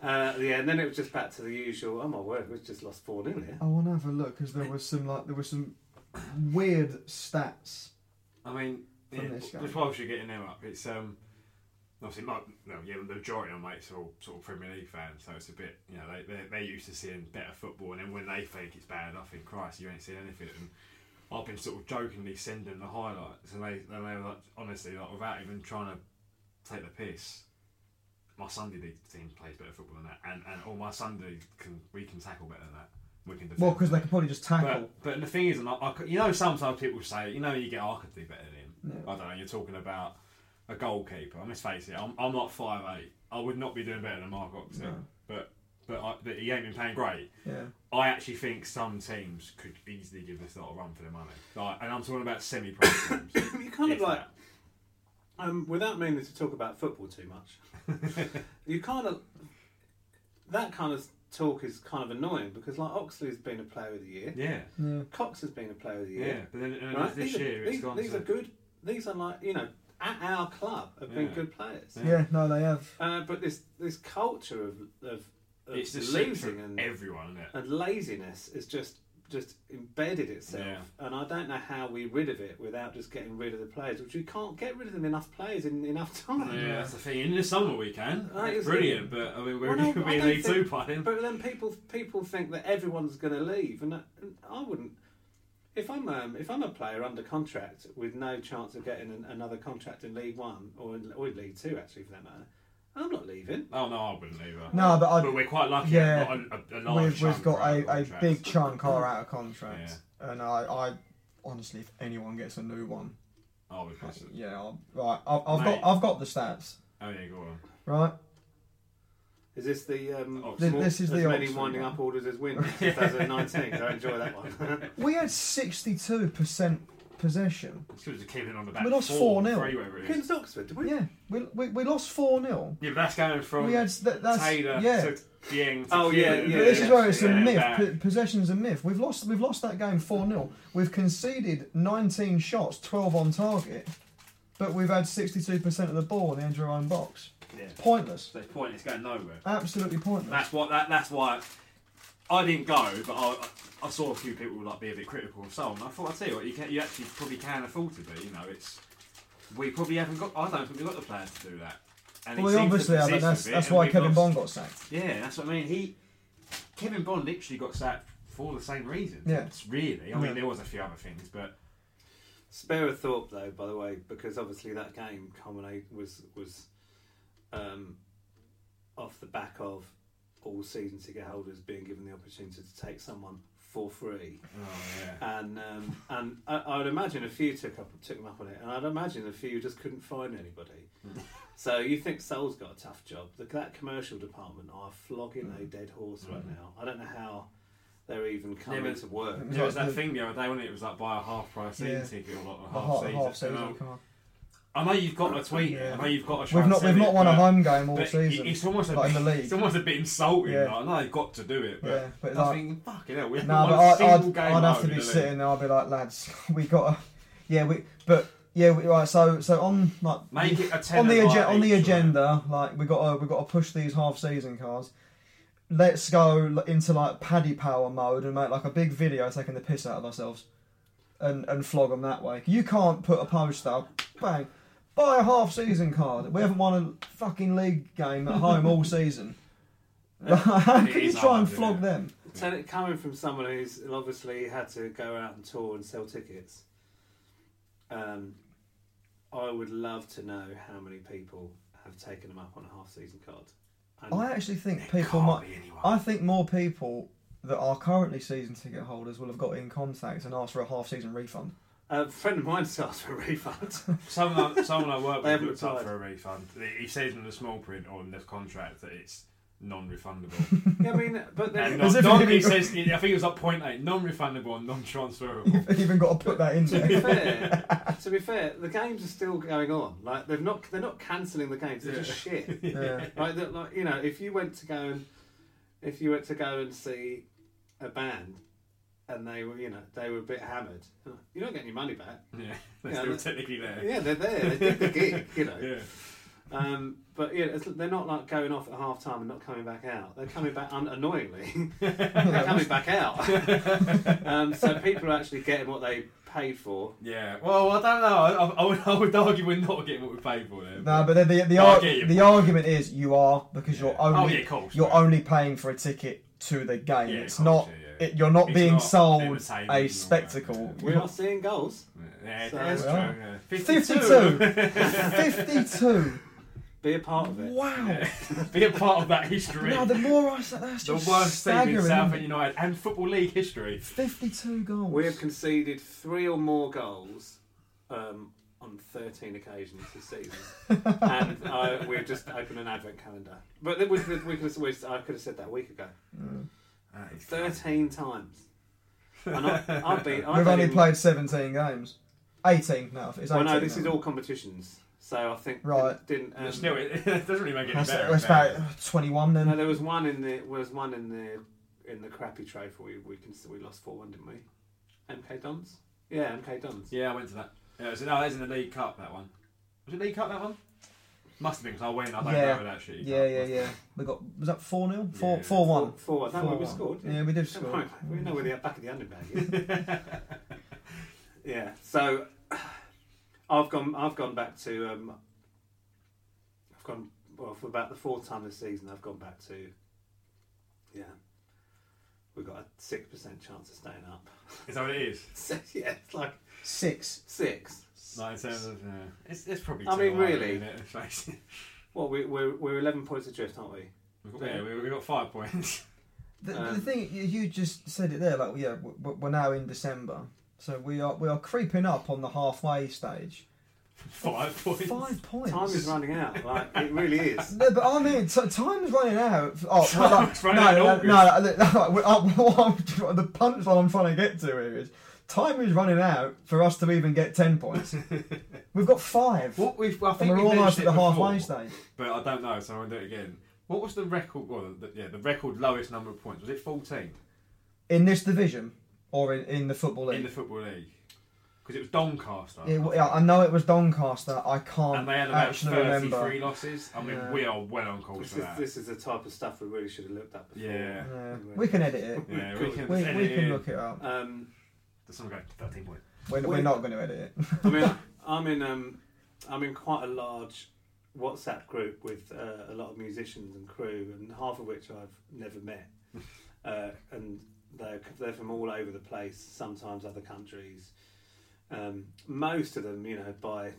Speaker 2: Uh, yeah, and then it was just back to the usual. Oh my word, we've just lost four 0 here.
Speaker 3: I want to have a look because there was some like there was some weird stats.
Speaker 1: I mean, yeah,
Speaker 3: From this guy.
Speaker 1: that's why we should get them up. It's um, obviously, my, no, yeah, the majority of my mates are all sort of Premier League fans, so it's a bit, you know, they they they're used to seeing better football, and then when they think it's bad, I think Christ, you ain't seen anything. And I've been sort of jokingly sending the highlights, and they and they were like, honestly, like without even trying to take the piss. My Sunday league team plays better football than that, and and all my Sunday league can we can tackle better than that. We can defend
Speaker 3: Well, because they could probably just tackle.
Speaker 1: but, but the thing is, and I, I, could- you know, sometimes people say, you know, you get, I could do better than him. I don't know, you're talking about a goalkeeper. And let's face it, I'm, I'm not 5'8. I would not be doing better than Mark Oxley. But, but, I, but he ain't been playing great.
Speaker 3: yeah.
Speaker 1: I actually think some teams could easily give this lot a run for their money. Like, and I'm talking about semi-pro teams.
Speaker 2: You kind of
Speaker 1: If
Speaker 2: like,
Speaker 1: that.
Speaker 2: um, without meaning to talk about football too much, you kind of that kind of talk is kind of annoying because like Oxley's been a player of the year,
Speaker 1: Yeah,
Speaker 2: Cox has been a player of the
Speaker 1: yeah.
Speaker 2: year.
Speaker 1: But then and
Speaker 2: Right?
Speaker 1: this
Speaker 2: these
Speaker 1: year,
Speaker 2: are,
Speaker 1: it's
Speaker 2: these,
Speaker 1: gone
Speaker 2: these
Speaker 1: to...
Speaker 2: are good. These are like you know at our club have been
Speaker 1: Yeah.
Speaker 2: good players.
Speaker 3: yeah, no, they have.
Speaker 2: Uh, but this this culture of of, of
Speaker 1: It's the
Speaker 2: losing
Speaker 1: losing
Speaker 2: and
Speaker 1: everyone, isn't it?
Speaker 2: and laziness is just just embedded itself
Speaker 1: Yeah.
Speaker 2: and I don't know how we rid of it without just getting rid of the players which we can't get rid of them enough players in enough time
Speaker 1: Yeah, that's the thing. In the summer we can.
Speaker 2: uh, That
Speaker 1: That's
Speaker 2: is-
Speaker 1: brilliant, but I mean, we're
Speaker 2: Well, no,
Speaker 1: going to
Speaker 2: I
Speaker 1: be in
Speaker 2: don't
Speaker 1: League Two
Speaker 2: think-
Speaker 1: by then.
Speaker 2: But then people people think that everyone's going to leave, and I, and I wouldn't. If I'm um, if I'm a player under contract with no chance of getting an, another contract in League One or in, or in League Two, actually for that matter, I'm not leaving.
Speaker 1: Oh no, I wouldn't either.
Speaker 3: No, but I,
Speaker 1: but we're quite lucky.
Speaker 3: Yeah,
Speaker 1: Yeah, a, a, a large
Speaker 3: we've, we've
Speaker 1: chunk
Speaker 3: got
Speaker 1: are out of
Speaker 3: a, a
Speaker 1: contracts.
Speaker 3: big chunk are out of contract, and I, I honestly, if anyone gets a new one,
Speaker 1: Oh, we've got some-
Speaker 3: yeah, I'll, right, I've, I've
Speaker 1: Mate.
Speaker 3: got I've got the stats,
Speaker 1: oh yeah, go on.
Speaker 3: right?
Speaker 2: Is this the um,
Speaker 1: Oxford.
Speaker 3: Th- this is
Speaker 2: as
Speaker 3: the
Speaker 2: many
Speaker 3: Oxford
Speaker 2: winding
Speaker 3: one.
Speaker 2: up orders as wins 2019? I enjoy that one.
Speaker 3: We had sixty-two percent possession.
Speaker 1: It's good to keep it on the back.
Speaker 3: We lost
Speaker 1: four,
Speaker 3: 4-0.
Speaker 1: three, whatever it is.
Speaker 2: Against Oxford, did we?
Speaker 3: Yeah, we we, we lost four 0
Speaker 1: Yeah, but that's going from
Speaker 3: We had s- that- that's-
Speaker 1: Taylor
Speaker 3: yeah.
Speaker 1: to Dieng to
Speaker 2: Oh, yeah,
Speaker 1: Keane.
Speaker 2: yeah,
Speaker 3: But this is where it's a
Speaker 1: Yeah,
Speaker 3: myth.
Speaker 1: back.
Speaker 3: P- possession's a myth. We've lost we've lost that game four 0 We've conceded nineteen shots, twelve on target, but we've had sixty-two percent of the ball in the end of our own box.
Speaker 1: Yeah.
Speaker 3: Pointless.
Speaker 1: So the point is going nowhere.
Speaker 3: Absolutely pointless.
Speaker 1: That's what. That, that's why I didn't go, but I, I- I saw a few people like be a bit critical of Sol, and I thought I tell you what, you, can, you actually probably can afford to be. You know, it's we probably haven't got. I don't think we've got the plans to do that. And it
Speaker 3: Well,
Speaker 1: seems
Speaker 3: they
Speaker 1: to persist a
Speaker 3: obviously have, but that's,
Speaker 1: bit,
Speaker 3: that's
Speaker 1: and
Speaker 3: why
Speaker 1: we've
Speaker 3: Kevin
Speaker 1: lost-
Speaker 3: Bond got sacked.
Speaker 1: Yeah, that's what I mean. He Kevin Bond literally got sacked for the same reason.
Speaker 3: Yeah.
Speaker 1: It's really. I mean,
Speaker 3: Yeah.
Speaker 1: there was a few other things, but
Speaker 2: Spare a thought, though, by the way, because obviously that game culminate was was um, off the back of all season ticket holders being given the opportunity to take someone for free,
Speaker 1: oh yeah.
Speaker 2: and um, and I, I would imagine a few took up took them up on it, and I'd imagine a few just couldn't find anybody. so you think Sol's got a tough job? The, that commercial department are flogging
Speaker 1: Mm.
Speaker 2: a dead horse right now. I don't know how they're even coming
Speaker 1: but-
Speaker 2: to work.
Speaker 1: There was
Speaker 3: like
Speaker 1: that
Speaker 3: the-
Speaker 1: thing the other day when it was like buy a half price season
Speaker 3: Yeah.
Speaker 1: ticket or like a
Speaker 3: The
Speaker 1: half,
Speaker 3: half,
Speaker 1: season.
Speaker 3: half season
Speaker 1: And I-
Speaker 3: card.
Speaker 1: I know you've got to tweet. it.
Speaker 3: Yeah.
Speaker 1: I know you've got to. try
Speaker 3: We've
Speaker 1: and
Speaker 3: not
Speaker 1: sell
Speaker 3: we've
Speaker 1: it,
Speaker 3: not won a
Speaker 1: but-
Speaker 3: home game all
Speaker 1: but
Speaker 3: season.
Speaker 1: It's almost a
Speaker 3: like
Speaker 1: bit,
Speaker 3: in the league.
Speaker 1: It's almost a bit insulting.
Speaker 3: Yeah.
Speaker 1: Like, I know you've got to do it, but,
Speaker 3: Yeah, but
Speaker 1: I
Speaker 3: like-
Speaker 1: think fucking hell, we haven't
Speaker 3: No,
Speaker 1: won a
Speaker 3: but I,
Speaker 1: single
Speaker 3: I'd,
Speaker 1: game
Speaker 3: I'd have
Speaker 1: home
Speaker 3: to
Speaker 1: in
Speaker 3: be
Speaker 1: the league.
Speaker 3: sitting there. I'd be like, lads, we got to, yeah, we, but yeah, we, right. So, so on like
Speaker 1: Make it a
Speaker 3: on
Speaker 1: tenner
Speaker 3: the
Speaker 1: like
Speaker 3: agen- on the
Speaker 1: each, right?
Speaker 3: agenda, like we got to we got to push these half season cards. Let's go l- into like paddy power mode and make like a big video taking the piss out of ourselves, and and flog them that way. You can't put a poster up, bang, buy a half season card. We haven't won a fucking league game at home all season. How
Speaker 1: It
Speaker 3: can you
Speaker 1: is
Speaker 3: try and
Speaker 1: hard,
Speaker 3: flog
Speaker 1: yeah.
Speaker 3: them?
Speaker 2: So it coming from someone who's obviously had to go out and tour and sell tickets, um, I would love to know how many people have taken them up on a half season card. And
Speaker 3: I actually think
Speaker 2: It
Speaker 3: people
Speaker 2: can't
Speaker 3: might.
Speaker 2: be anyone.
Speaker 3: I think more people that are currently season ticket holders will have got in contact and asked for a half season refund.
Speaker 2: a friend of mine's asked for a refund.
Speaker 1: Someone, I- someone I work
Speaker 2: They
Speaker 1: with
Speaker 2: haven't
Speaker 1: looks up
Speaker 2: replied.
Speaker 1: for a refund. He says in the small print or in the contract that it's non-refundable.
Speaker 2: yeah, I mean, but then
Speaker 1: And
Speaker 3: As
Speaker 1: non,
Speaker 3: if
Speaker 1: non,
Speaker 3: it-
Speaker 1: he says, I think it was up point eight, non-refundable and non-transferable.
Speaker 3: You've even got to put that in
Speaker 2: to be
Speaker 3: there.
Speaker 2: fair, to be fair, the games are still going on. Like they've not, they're not cancelling the games. They're just shit.
Speaker 3: Yeah.
Speaker 2: like, that, like you know, if you went to go and if you went to go and see a band and they were, you know, they were a bit hammered, you're not getting your money back.
Speaker 3: Hmm.
Speaker 1: yeah, they're
Speaker 2: Yeah,
Speaker 1: still
Speaker 2: that-
Speaker 1: technically there.
Speaker 2: Yeah, they're there. They did the gig, you know.
Speaker 1: Yeah.
Speaker 2: Um, but yeah, it's, they're not like going off at half time and not coming back out. They're coming back un- annoyingly. they're coming back out. um, so people are actually getting what they paid for.
Speaker 1: Yeah. Well, I don't know. I, I, I would, I would argue we're not getting what we paid for there.
Speaker 3: No, but then the the,
Speaker 1: No, I
Speaker 3: ar-
Speaker 1: get your
Speaker 3: the
Speaker 1: point.
Speaker 3: argument is you are because you're
Speaker 1: Yeah. Oh,
Speaker 3: only
Speaker 1: yeah, of course,
Speaker 3: you're
Speaker 1: yeah.
Speaker 3: only paying for a ticket to the game.
Speaker 1: Yeah,
Speaker 3: it's
Speaker 1: of
Speaker 3: not
Speaker 1: course, yeah, yeah.
Speaker 3: It, you're not
Speaker 1: It's
Speaker 3: being
Speaker 1: not
Speaker 3: sold
Speaker 1: entertainment and all
Speaker 3: a
Speaker 1: that,
Speaker 3: spectacle.
Speaker 2: We are seeing goals.
Speaker 1: Yeah,
Speaker 2: So-
Speaker 1: that's true.
Speaker 3: Well.
Speaker 1: Yeah.
Speaker 3: 52. 52.
Speaker 2: Be a part of it.
Speaker 3: Wow.
Speaker 1: Be a part of that history.
Speaker 3: No, the more I say, that's
Speaker 1: the
Speaker 3: just
Speaker 1: worst team in
Speaker 3: staggering.
Speaker 1: Southend United and Football League history.
Speaker 3: 52 goals.
Speaker 2: We have conceded three or more goals um, on 13 occasions this season, and uh, we've just opened an advent calendar. But then we, we, we could, we, I could have said that a week ago. 13 times. And I, I've been. I've
Speaker 3: We've
Speaker 2: been
Speaker 3: only
Speaker 2: in-
Speaker 3: played 17 games. 18 now. It's 18
Speaker 2: Well, no, this
Speaker 3: now.
Speaker 2: is all competitions. So I think
Speaker 3: Right.
Speaker 2: didn't. um,
Speaker 1: Still, it, it doesn't really make it any
Speaker 3: That's,
Speaker 1: better.
Speaker 3: that's about 21 then.
Speaker 2: no, there was one in the was one in the in the crappy trophy. We we, can, we lost four one, didn't we? MK Dons. Yeah, MK Dons.
Speaker 1: Yeah, I went to that. Yeah, so, no, that's in the League Cup, that one. Was it League Cup, that one? Must have been, because I went, I don't
Speaker 3: yeah.
Speaker 1: know that shit.
Speaker 3: yeah, yeah, yeah. We got was that 4 0? 4
Speaker 1: Yeah.
Speaker 3: 4 1.
Speaker 2: Four one. No, we- we
Speaker 3: 4-1.
Speaker 2: scored.
Speaker 3: Yeah, we did
Speaker 2: Don't
Speaker 3: score.
Speaker 2: worry, We know where the back of the underbag is. yeah. So I've gone. I've gone back to. Um, I've gone well for about the fourth time this season. I've gone back to. Yeah. We've got a six percent chance of staying up.
Speaker 1: Is that what it is?
Speaker 2: So, yeah, it's like
Speaker 3: 6.
Speaker 2: six.
Speaker 1: Like, in terms of, yeah. it's, it's probably
Speaker 2: I
Speaker 1: too
Speaker 2: mean,
Speaker 1: high,
Speaker 2: really.
Speaker 1: isn't it? Let's face it.
Speaker 2: Well, we, we're we're eleven points adrift, aren't we?
Speaker 1: We've got, yeah, we, we got five points.
Speaker 3: The, the
Speaker 2: Um,
Speaker 3: thing you- you just said it there, like yeah, w- w- we're now in December, so we are we are creeping up on the halfway stage.
Speaker 1: five points.
Speaker 3: Five points.
Speaker 2: Time is running out. Like it really is.
Speaker 3: No, but I mean, t- time's running out. Oh, well, like,
Speaker 1: Time's running
Speaker 3: no,
Speaker 1: out in
Speaker 3: no,
Speaker 1: August.
Speaker 3: no, no, no, like, we're- uh, what I'm tr- the punchline I'm trying to get to here is time is running out for us to even get ten points. We've got five,
Speaker 1: What we've, I
Speaker 3: and
Speaker 1: think
Speaker 3: we're
Speaker 1: we
Speaker 3: almost
Speaker 1: mentioned
Speaker 3: at the
Speaker 1: it
Speaker 3: halfway
Speaker 1: before,
Speaker 3: stage.
Speaker 1: But I don't know, so I won't do it again. What was the record? Well, the, yeah, the record lowest number of points was it fourteen
Speaker 3: In this division, or in, in the football league?
Speaker 1: in the football league? Because it was Doncaster,
Speaker 3: Yeah, well, yeah, I know it was Doncaster. I can't
Speaker 1: and they had about
Speaker 3: actually
Speaker 1: thirty-three
Speaker 3: remember.
Speaker 1: losses. I mean,
Speaker 3: Yeah.
Speaker 1: we are well on course
Speaker 2: This
Speaker 1: for
Speaker 2: is
Speaker 1: that.
Speaker 2: this is the type of stuff we really should have looked at before.
Speaker 1: yeah,
Speaker 3: Yeah, we can edit it.
Speaker 1: yeah, we can.
Speaker 3: We, we
Speaker 1: edit
Speaker 3: can
Speaker 1: it. Uh,
Speaker 3: look it up.
Speaker 2: Um,
Speaker 1: Does someone go thirteen points?
Speaker 3: We're, we're not going to edit it.
Speaker 2: I mean, I'm in um, I'm in quite a large WhatsApp group with uh, a lot of musicians and crew, and half of which I've never met, uh, and they're they're from all over the place. Sometimes other countries. Um, most of them, you know, by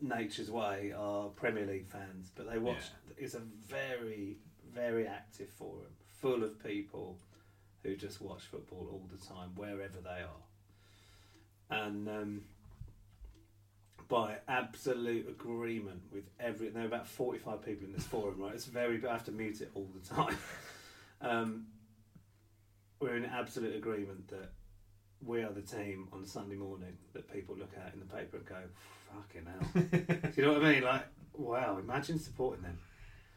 Speaker 2: nature's way, are Premier League fans, but they watch. It's a very very active forum full of people who just watch football all the time, wherever they are and um, by absolute agreement with every there are about 45 people in this forum right it's very i have to mute it all the time um, we're in absolute agreement that we are the team on sunday morning that people look at in the paper and go fucking hell do you know what i mean like wow imagine supporting them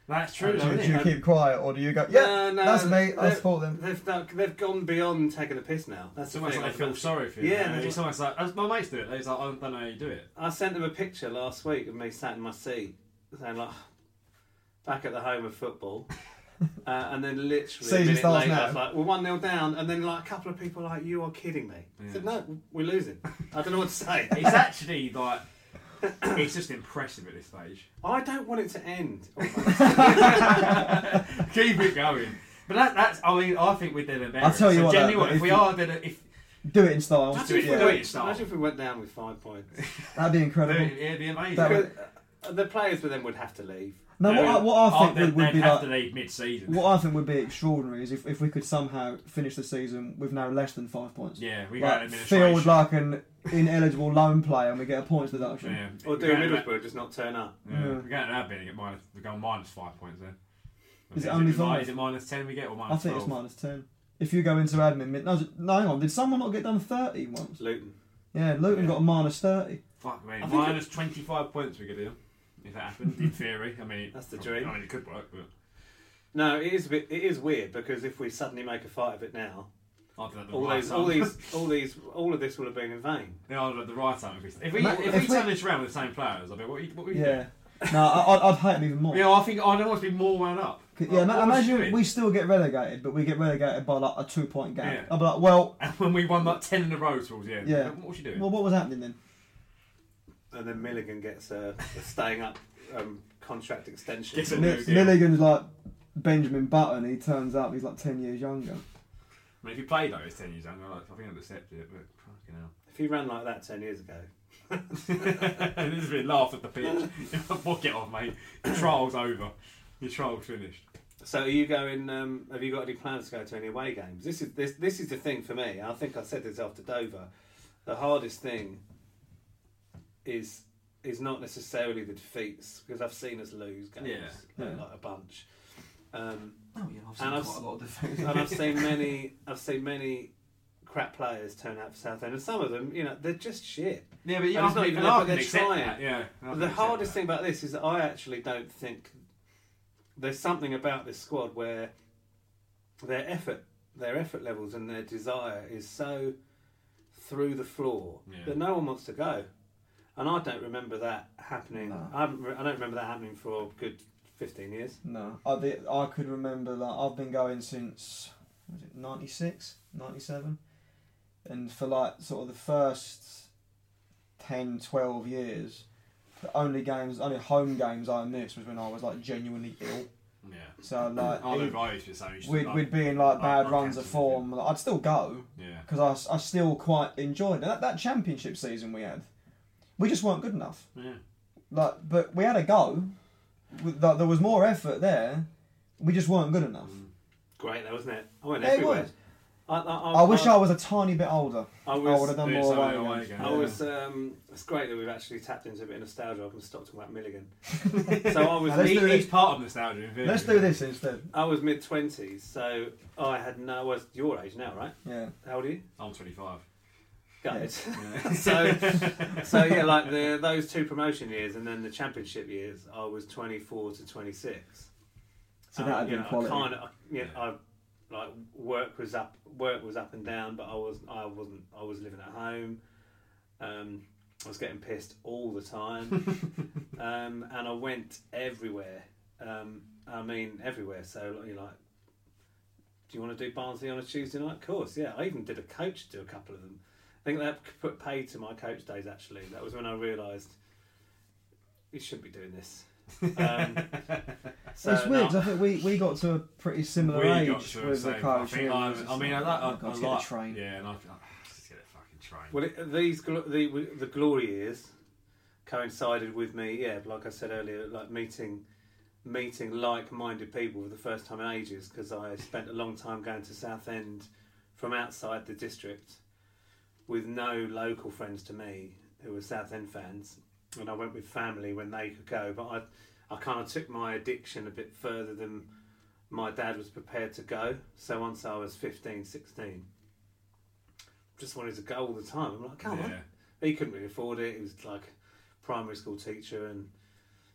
Speaker 1: That's true,
Speaker 3: do,
Speaker 1: isn't
Speaker 3: you- do you
Speaker 1: it?
Speaker 3: keep quiet or do you go? Yeah, that's me. I
Speaker 2: they've-
Speaker 3: support them.
Speaker 2: They've, they've, gone beyond taking a piss now. That's
Speaker 1: It's
Speaker 2: the
Speaker 1: almost
Speaker 2: thing.
Speaker 1: like they feel sorry for you.
Speaker 2: Yeah,
Speaker 1: you know?
Speaker 2: they-
Speaker 1: it's almost like as my mates do it. They're like, "Oh, I don't know how you do it.
Speaker 2: I sent them a picture last week of me sat in my seat, saying like, back at the home of football. Uh, and then literally
Speaker 3: Season
Speaker 2: a minute
Speaker 3: starts
Speaker 2: later, I was
Speaker 3: now.
Speaker 2: like, we're one 0 down, and then like a couple of people are like, you are kidding me. I said, no, we're losing. I don't know what to say.
Speaker 1: It's actually like it's just impressive at this stage.
Speaker 2: I don't want it to end. almost.
Speaker 1: Keep it going. But that, that's, I mean, I think we're dead and buried.
Speaker 3: I'll tell you
Speaker 1: so
Speaker 3: what, though,
Speaker 1: Genuinely,
Speaker 3: but
Speaker 1: if
Speaker 3: if
Speaker 1: we
Speaker 3: you-
Speaker 1: are dead, and- if
Speaker 3: Do it in style.
Speaker 1: Just
Speaker 2: Imagine if,
Speaker 1: do it.
Speaker 2: we
Speaker 1: Do it
Speaker 2: went,
Speaker 1: yourself.
Speaker 2: imagine if we went down with five points.
Speaker 3: That'd be incredible.
Speaker 1: it'd be amazing.
Speaker 3: That
Speaker 2: Because, uh, the players would then would have to leave.
Speaker 3: No, what I, what I think
Speaker 1: they'd,
Speaker 3: would, would be
Speaker 1: they'd have
Speaker 3: like,
Speaker 1: to leave mid-season.
Speaker 3: what I think would be extraordinary is if, if we could somehow finish the season with no less than five points.
Speaker 1: Yeah, we got
Speaker 3: like,
Speaker 1: an
Speaker 3: field
Speaker 1: administration.
Speaker 3: like an ineligible loan player and we get a points deduction.
Speaker 1: yeah.
Speaker 2: Or do
Speaker 1: We're going to-
Speaker 2: Middlesbrough, just not turn up.
Speaker 1: Yeah. We're going to that bit and get minus. We're going minus five points then.
Speaker 3: Is it
Speaker 1: it
Speaker 3: only
Speaker 1: mi-
Speaker 3: five?
Speaker 1: Is it minus ten we get or minus?
Speaker 3: I think it's
Speaker 1: 12?
Speaker 3: minus ten. If you go into admin, mid- no, no, hang on. Did someone not get done thirty once?
Speaker 2: Luton.
Speaker 3: Yeah, Luton got a minus thirty.
Speaker 1: Fuck me.
Speaker 2: think
Speaker 1: Minus twenty-five points we could do if that happened. In theory, I mean,
Speaker 2: That's the dream.
Speaker 1: I mean, it could work, but
Speaker 2: No, it is a bit. It is weird because if we suddenly make a fight of it now,
Speaker 1: I'd have the
Speaker 2: all
Speaker 1: right
Speaker 2: these, all
Speaker 1: time.
Speaker 2: these, all these, all of this will have been in vain.
Speaker 1: Yeah, I'd have the right time. If we if we,
Speaker 3: Mate,
Speaker 1: if
Speaker 3: if
Speaker 1: we
Speaker 3: we-
Speaker 1: turn this around with the same players, I mean, what, are you- what are you
Speaker 3: Yeah. No, I, I'd, I'd hate them even more.
Speaker 1: doing? Yeah, I think I'd almost be more wound up.
Speaker 3: Yeah,
Speaker 1: Like,
Speaker 3: ma-
Speaker 1: what was
Speaker 3: imagine
Speaker 1: doing?
Speaker 3: we still get relegated, but we get relegated by like a two point gap.
Speaker 1: Yeah.
Speaker 3: I'd be like, well,
Speaker 1: And when we won like ten in a row towards the end,
Speaker 3: yeah.
Speaker 1: what was she doing?
Speaker 3: Well, what was happening then?
Speaker 2: And then Milligan gets a, a staying up um, contract extension.
Speaker 1: Gets a-
Speaker 3: Mi-
Speaker 1: Yeah.
Speaker 3: Milligan's like Benjamin Button. He turns up, he's like ten years younger.
Speaker 1: I mean, if you played those ten years younger, like, I think I'd accept it. But fucking hell.
Speaker 2: If he ran like that ten years ago,
Speaker 1: and this has been laugh at the pitch. Fuck it off, mate. The trial's over. Your trial's finished.
Speaker 2: So are you going? Um, have you got any plans to go to any away games? This is this this is the thing for me. I think I said this after Dover. The hardest thing is is not necessarily the defeats because I've seen us lose games
Speaker 1: Yeah.
Speaker 2: like,
Speaker 3: Yeah.
Speaker 2: like a bunch. Um,
Speaker 4: Oh yeah,
Speaker 2: seen
Speaker 4: I've seen
Speaker 2: I've-
Speaker 4: quite a lot of
Speaker 2: and I've seen many I've seen many crap players turn out for Southend, and some of them, you know, they're just shit.
Speaker 1: Yeah, but
Speaker 2: yeah, I can- I can accept that,
Speaker 1: Yeah.
Speaker 2: The hardest thing about this is that I actually don't think there's something about this squad where their effort, their effort levels, and their desire is so through the floor
Speaker 1: Yeah.
Speaker 2: that no one wants to go. And I don't remember that happening. I, haven't re- I don't remember that happening for a good fifteen years.
Speaker 3: No, I did, I could remember like I've been going since was it 96, 97? and for like sort of the first 10, 12 years, the only games, only home games I missed was when I was like genuinely ill.
Speaker 1: Yeah.
Speaker 3: So like.
Speaker 1: I
Speaker 3: it-
Speaker 1: remember I used to say. you should,
Speaker 3: We'd,
Speaker 1: like-
Speaker 3: we'd be in like
Speaker 1: like,
Speaker 3: bad
Speaker 1: like
Speaker 3: runs of
Speaker 1: Hampton,
Speaker 3: form. Like, I'd still go
Speaker 1: Yeah.
Speaker 3: because I s- I, still quite enjoyed it. that that championship season we had. We just weren't good enough.
Speaker 1: Yeah.
Speaker 3: Like, but we had a go. With- like, There was more effort there. We just weren't good enough.
Speaker 1: Mm.
Speaker 2: Great, though, wasn't it? I went
Speaker 3: Yeah, it
Speaker 2: everywhere.
Speaker 3: was.
Speaker 2: I, I,
Speaker 3: I wish I was a tiny bit older.
Speaker 2: I
Speaker 3: I
Speaker 2: was-
Speaker 3: would have done
Speaker 1: Yeah,
Speaker 3: more
Speaker 1: so
Speaker 3: away
Speaker 1: away
Speaker 3: games.
Speaker 1: games.
Speaker 2: I
Speaker 1: Yeah.
Speaker 2: was. Um, it's great that we've actually tapped into a bit of nostalgia. I can stop talking about Milligan. so I was.
Speaker 3: Now, let's
Speaker 1: He-
Speaker 3: do
Speaker 1: he's
Speaker 3: this.
Speaker 1: part of nostalgia. in theory.
Speaker 3: Let's do this instead.
Speaker 2: I was mid twenties, so I had no. I was your age now, right?
Speaker 3: Yeah.
Speaker 2: How old are you?
Speaker 1: I'm 25.
Speaker 2: Guys. so, so yeah, like the those two promotion years and then the championship years, I was twenty four to twenty six.
Speaker 1: Uh,
Speaker 3: So that had
Speaker 2: Um, you
Speaker 3: been
Speaker 2: know,
Speaker 3: quality.
Speaker 2: I kind of, you know, I like work was up, work was up and down, but I was, I wasn't, I was living at home. Um, I was getting pissed all the time, um, and I went everywhere. Um, I mean, everywhere. So like, you're like, do you want to do Barnsley on a Tuesday night? Of course, yeah. I even did a coach to a couple of them. I think that put paid to my coach days. Actually, that was when I realised you shouldn't be doing this. Um, so,
Speaker 3: it's weird. 'cause
Speaker 2: no,
Speaker 3: I think we, we got to a pretty similar
Speaker 1: uh, We
Speaker 3: age
Speaker 1: got to
Speaker 3: with the
Speaker 1: same-
Speaker 3: coach.
Speaker 1: I, think
Speaker 3: yeah,
Speaker 1: I,
Speaker 3: it was just
Speaker 1: I mean, I like.
Speaker 3: like, oh,
Speaker 1: I,
Speaker 3: God,
Speaker 1: I
Speaker 3: to
Speaker 1: like
Speaker 3: get a train.
Speaker 1: Yeah, and I, think, oh, just get a fucking train.
Speaker 2: Well, it, these gl- the the glory years coincided with me. Yeah, like I said earlier, like meeting meeting like-minded people for the first time in ages because I spent a long time going to Southend from outside the district with no local friends to me who were Southend fans, and I went with family when they could go. But I I kind of took my addiction a bit further than my dad was prepared to go. So once I was 15, 16, just wanted to go all the time. I'm like, come on.
Speaker 1: Yeah.
Speaker 2: He couldn't really afford it. He was like a primary school teacher, and,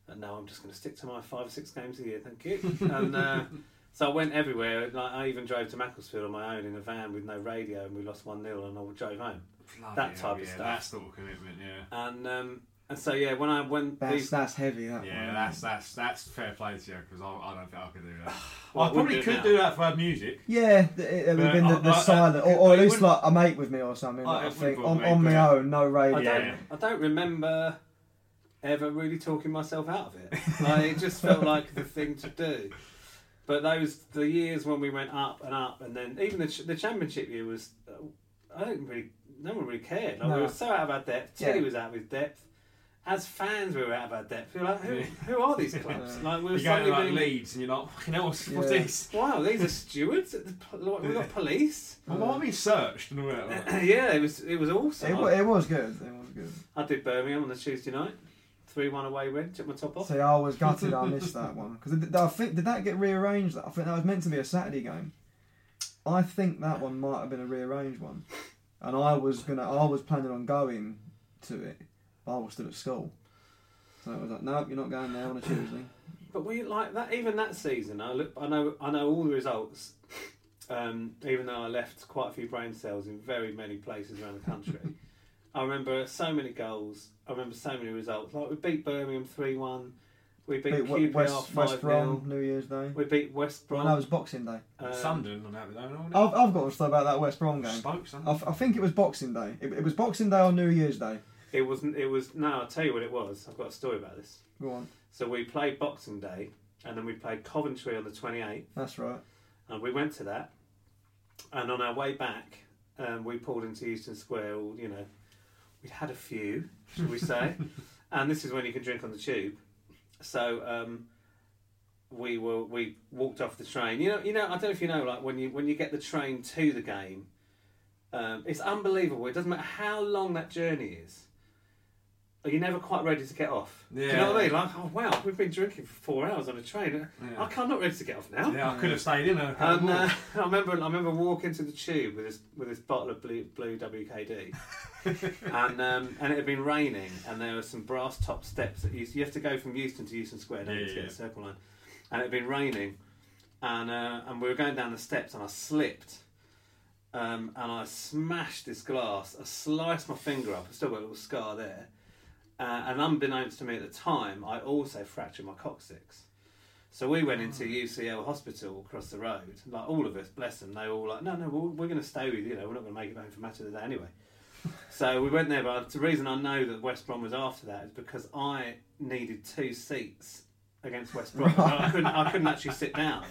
Speaker 2: and now I'm just going to stick to my five or six games a year. Thank you. and uh, so I went everywhere. Like I even drove to Macclesfield on my own in a van with no radio, and we lost one 0 and I drove home.
Speaker 1: Bloody
Speaker 2: that
Speaker 1: hell,
Speaker 2: type of
Speaker 1: yeah,
Speaker 2: stuff.
Speaker 1: That sort of commitment. Yeah.
Speaker 2: And um, and so yeah, when I when
Speaker 3: That's,
Speaker 2: these
Speaker 3: that's heavy, that
Speaker 1: Yeah,
Speaker 3: one.
Speaker 1: that's that's that's fair play to you because I, I don't think I could do that.
Speaker 2: Well,
Speaker 1: I
Speaker 2: I wouldn't
Speaker 1: probably
Speaker 2: do it
Speaker 1: could
Speaker 2: now.
Speaker 1: do that for music.
Speaker 3: Yeah, th- it, it would have been
Speaker 1: Uh,
Speaker 3: the, the
Speaker 1: uh, uh,
Speaker 3: silent, or, or at
Speaker 1: I
Speaker 3: least
Speaker 1: wouldn't-
Speaker 3: like a mate with me or something.
Speaker 1: I
Speaker 3: like, I,
Speaker 1: wouldn't
Speaker 3: think
Speaker 1: call
Speaker 3: on,
Speaker 1: mate,
Speaker 3: on my
Speaker 1: but-
Speaker 3: own, no radio.
Speaker 2: I
Speaker 1: Yeah.
Speaker 2: don't, I don't remember ever really talking myself out of it. Like it just felt like the thing to do. But those the years when we went up and up, and then even the, ch- the championship year was, uh, I don't really, no one really cared. Like, We
Speaker 3: No.
Speaker 2: were so out of our depth. Teddy
Speaker 3: Yeah.
Speaker 2: was out of his depth. As fans, we were out of our depth. We were like, who, who are these clubs? Like we were
Speaker 1: You go to
Speaker 2: suddenly
Speaker 1: like
Speaker 2: being,
Speaker 1: Leeds and you're like, fucking hell, what's, what's
Speaker 3: Yeah.
Speaker 1: this?
Speaker 2: wow, these are stewards. at the pol- Like, we got police.
Speaker 1: Well, why are we searched and all that? Like,
Speaker 2: yeah, it was it was awesome.
Speaker 3: It, wa- it was good. It was good.
Speaker 2: I did Birmingham on the Tuesday night, three one away win. Took my top off.
Speaker 3: See, I was gutted I missed that one because I think did that get rearranged? I think that was meant to be a Saturday game. I think that one might have been a rearranged one, and I was gonna, I was planning on going to it, but I was still at school, so it was like, nope, you're not going there on a Tuesday.
Speaker 2: But we like that. Even that season, I look. I know. I know all the results. Um, even though I left quite a few brain cells in very many places around the country, I remember so many goals. I remember so many results. Like we beat Birmingham three one. We beat,
Speaker 3: Beat
Speaker 2: QPR
Speaker 3: West, West,
Speaker 2: five
Speaker 3: West
Speaker 2: 0
Speaker 3: Brom New Year's Day.
Speaker 2: We beat West
Speaker 3: Well,
Speaker 2: Brom.
Speaker 3: no, it was Boxing Day.
Speaker 1: uh,
Speaker 2: um,
Speaker 1: Sunderland and that, but they don't know.
Speaker 3: I've, I've got to about that West Brom game.
Speaker 1: Stoke,
Speaker 3: I,
Speaker 1: Sunderland.
Speaker 3: f- I think it was Boxing Day. It, it was Boxing Day on New Year's Day.
Speaker 2: It wasn't. It was. No, I'll tell you what it was. I've got a story about this.
Speaker 3: Go on.
Speaker 2: So we played Boxing Day, and then we played Coventry on the twenty eighth.
Speaker 3: That's right.
Speaker 2: And we went to that, and on our way back, um, we pulled into Euston Square. All, you know, we'd had a few, shall we say? and this is when you can drink on the tube. So um, we were we walked off the train. You know, you know. I don't know if you know, like when you when you get the train to the game, um, it's unbelievable. It doesn't matter how long that journey is. You're never quite ready to get off. Do you know what I
Speaker 1: Yeah.
Speaker 2: mean? Like, oh wow, we've been drinking for four hours on a train. I can't, I'm not ready to get off now.
Speaker 1: Yeah, I could have stayed in. I could have
Speaker 2: And uh,
Speaker 1: walked.
Speaker 2: I remember, I remember walking to the tube with this with this bottle of blue, blue WKD, and um, and it had been raining, and there were some brass top steps that you, you have to go from Euston to Euston Square down
Speaker 1: Yeah,
Speaker 2: to
Speaker 1: yeah,
Speaker 2: get
Speaker 1: yeah.
Speaker 2: the Circle Line, and it had been raining, and uh, and we were going down the steps, and I slipped, um, and I smashed this glass. I sliced my finger up. I still got a little scar there, uh, and unbeknownst to me at the time, I also fractured my coccyx. So we went into UCL hospital across the road. Like all of us, bless them, they were all like, no, no, we're, we're going to stay with you. you know, we're not going to make it home for match of the day anyway. so we went there, but the reason I know that West Brom was after that is because I needed two seats against West Brom. I couldn't, I couldn't actually sit down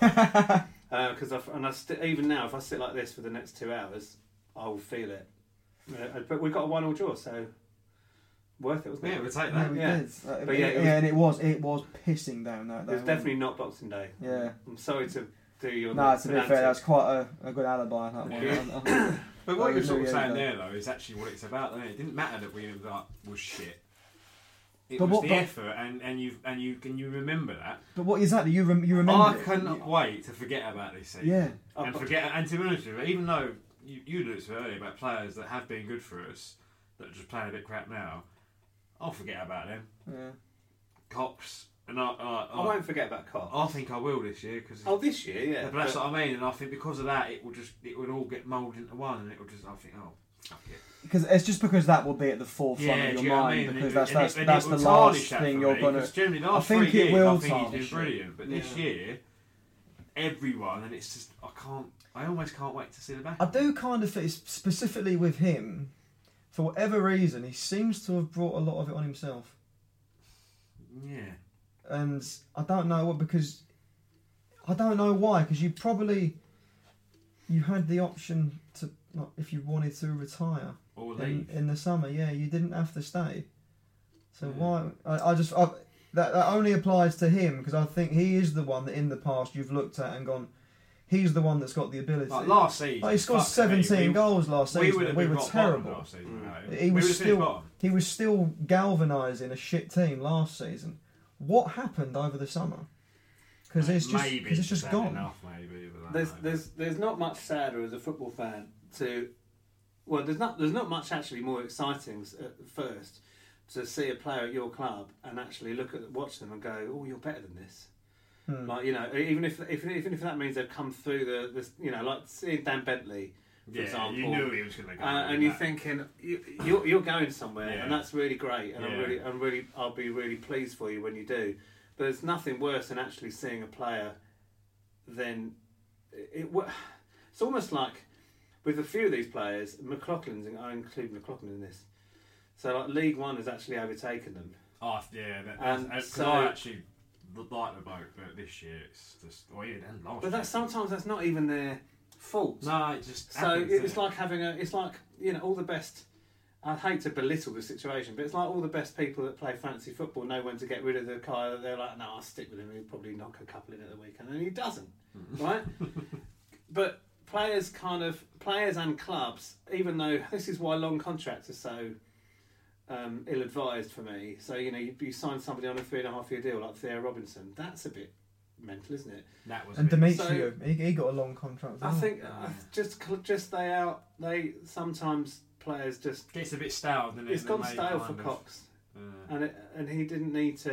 Speaker 2: because I and I st- even now, if I sit like this for the next two hours, I will feel it. Uh, but we got a one-all draw, so worth it, wasn't it?
Speaker 1: Yeah, we'll take
Speaker 3: Yeah,
Speaker 1: that.
Speaker 3: we
Speaker 2: Yeah.
Speaker 3: did. Uh,
Speaker 2: But yeah, it was-
Speaker 3: yeah, and it was it was pissing down that day.
Speaker 2: it was
Speaker 3: wasn't
Speaker 2: definitely not Boxing Day.
Speaker 3: Yeah.
Speaker 2: I'm sorry to do your.
Speaker 3: No, to be fair,
Speaker 2: pedantic.
Speaker 3: that's quite a, a good alibi. That one. I- I-
Speaker 1: But what
Speaker 3: Like,
Speaker 1: you're sort of
Speaker 3: yeah,
Speaker 1: saying there,
Speaker 3: yeah.
Speaker 1: though, is actually what it's about. Then it didn't matter that we ended up was shit. It
Speaker 3: But
Speaker 1: was
Speaker 3: what-
Speaker 1: the
Speaker 3: but-
Speaker 1: effort, and, and you and you can you remember that.
Speaker 3: but what exactly you rem- you remember?
Speaker 1: I
Speaker 3: it.
Speaker 1: cannot wait to forget about this season.
Speaker 3: Yeah.
Speaker 1: and
Speaker 2: Oh, but-
Speaker 1: forget. And to be honest with you, even though you, you looked earlier about players that have been good for us that are just playing a bit crap now, I'll forget about them.
Speaker 3: Yeah.
Speaker 1: Cox and I. I,
Speaker 2: I won't forget about Cox.
Speaker 1: I think I will this year because.
Speaker 2: Oh, this year, yeah.
Speaker 1: Oh. but that's what I mean, and I think because of that, it will just it will all get moulded into one, and it will just I think oh fuck it.
Speaker 3: Because it's just because that will be at the forefront
Speaker 1: Yeah,
Speaker 3: of
Speaker 1: do
Speaker 3: your
Speaker 1: you know what I mean?
Speaker 3: mind
Speaker 1: And
Speaker 3: because
Speaker 1: it-
Speaker 3: that's
Speaker 1: and it-
Speaker 3: that's,
Speaker 1: and it
Speaker 3: that's
Speaker 1: will
Speaker 3: the
Speaker 1: tarnish
Speaker 3: last
Speaker 1: that
Speaker 3: thing
Speaker 1: for
Speaker 3: you're
Speaker 1: me,
Speaker 3: gonna.
Speaker 1: 'cause Generally, the
Speaker 3: I
Speaker 1: last
Speaker 3: think
Speaker 1: three
Speaker 3: it
Speaker 1: years,
Speaker 3: will
Speaker 1: I think he's
Speaker 3: tarnish it.
Speaker 1: been brilliant, but this
Speaker 3: Yeah.
Speaker 1: year, everyone, and it's just I can't, I almost can't wait to see the back.
Speaker 3: I do kind of think specifically with him, for whatever reason, he seems to have brought a lot of it on himself,
Speaker 1: Yeah,
Speaker 3: and I don't know what because I don't know why because you probably you had the option to like, if you wanted to retire.
Speaker 1: or
Speaker 3: in,
Speaker 1: leave.
Speaker 3: in the summer. Yeah, you didn't have to stay. So why? I, I just I, that that only applies to him because I think he is the one that in the past you've looked at and gone. He's the one that's got the ability.
Speaker 1: Like last season,
Speaker 3: Like, he scored
Speaker 1: fuck me,
Speaker 3: 17
Speaker 1: we-
Speaker 3: goals last
Speaker 1: We
Speaker 3: season.
Speaker 1: would have
Speaker 3: We
Speaker 1: been
Speaker 3: were
Speaker 1: rock bottom
Speaker 3: terrible. Mm.
Speaker 1: last season. mate.
Speaker 3: he
Speaker 1: We
Speaker 3: was
Speaker 1: would have finished
Speaker 3: still
Speaker 1: bottom.
Speaker 3: he was still galvanising a shit team last season. What happened over the summer? Because it's just
Speaker 1: Maybe
Speaker 3: cause it's just
Speaker 1: sad
Speaker 3: gone.
Speaker 1: Enough, maybe, but I
Speaker 2: there's
Speaker 1: don't know.
Speaker 2: there's there's not much sadder as a football fan to well there's not there's not much actually more exciting s- at first to see a player at your club and actually look at watch them and go oh you're better than this
Speaker 1: Hmm.
Speaker 2: like you know e, even if, if even if that means they've come through the this you know like seeing Dan Bentley for
Speaker 1: yeah,
Speaker 2: example
Speaker 1: you knew he was going to go.
Speaker 2: uh,
Speaker 1: with
Speaker 2: and you're
Speaker 1: that.
Speaker 2: thinking you, you're, you're going somewhere,
Speaker 1: Yeah.
Speaker 2: and that's really great, and I'm
Speaker 1: Yeah.
Speaker 2: really, I'm really, I'll be really pleased for you when you do. But it's nothing worse than actually seeing a player. Than it, it wa- it's almost like with a few of these players, McLaughlin's, and I include McLaughlin in this. So like League One has actually overtaken them.
Speaker 1: Oh, yeah, that,
Speaker 2: And
Speaker 1: that's, that's 'cause
Speaker 2: so-
Speaker 1: I actually like the boat, but this year it's just. Or even and last
Speaker 2: But that's
Speaker 1: year.
Speaker 2: sometimes that's not even their fault.
Speaker 1: No, it just.
Speaker 2: So
Speaker 1: happens,
Speaker 2: it's
Speaker 1: innit?
Speaker 2: like having a. It's like you know all the best. I hate to belittle the situation, but it's like all the best people that play fancy football know when to get rid of the guy. They're like, no, I'll stick with him. He'll probably knock a couple in at the weekend, and he doesn't, right? but players kind of players and clubs, even though this is why long contracts are so um, ill-advised for me. So you know, you, you sign somebody on a three and a half year deal like Theo Robinson. That's a bit mental, isn't it?
Speaker 1: That was.
Speaker 3: And
Speaker 1: a bit-
Speaker 3: Demetrio, he, he got a long contract.
Speaker 2: I
Speaker 3: didn't he?
Speaker 2: think uh, just cl- just they out. They sometimes players just
Speaker 1: Gets a bit stale, doesn't it?
Speaker 2: it's
Speaker 1: and then
Speaker 2: gone
Speaker 1: they
Speaker 2: stale
Speaker 1: kind
Speaker 2: for
Speaker 1: of-
Speaker 2: Cox,
Speaker 1: Yeah.
Speaker 2: and it, and he didn't need to.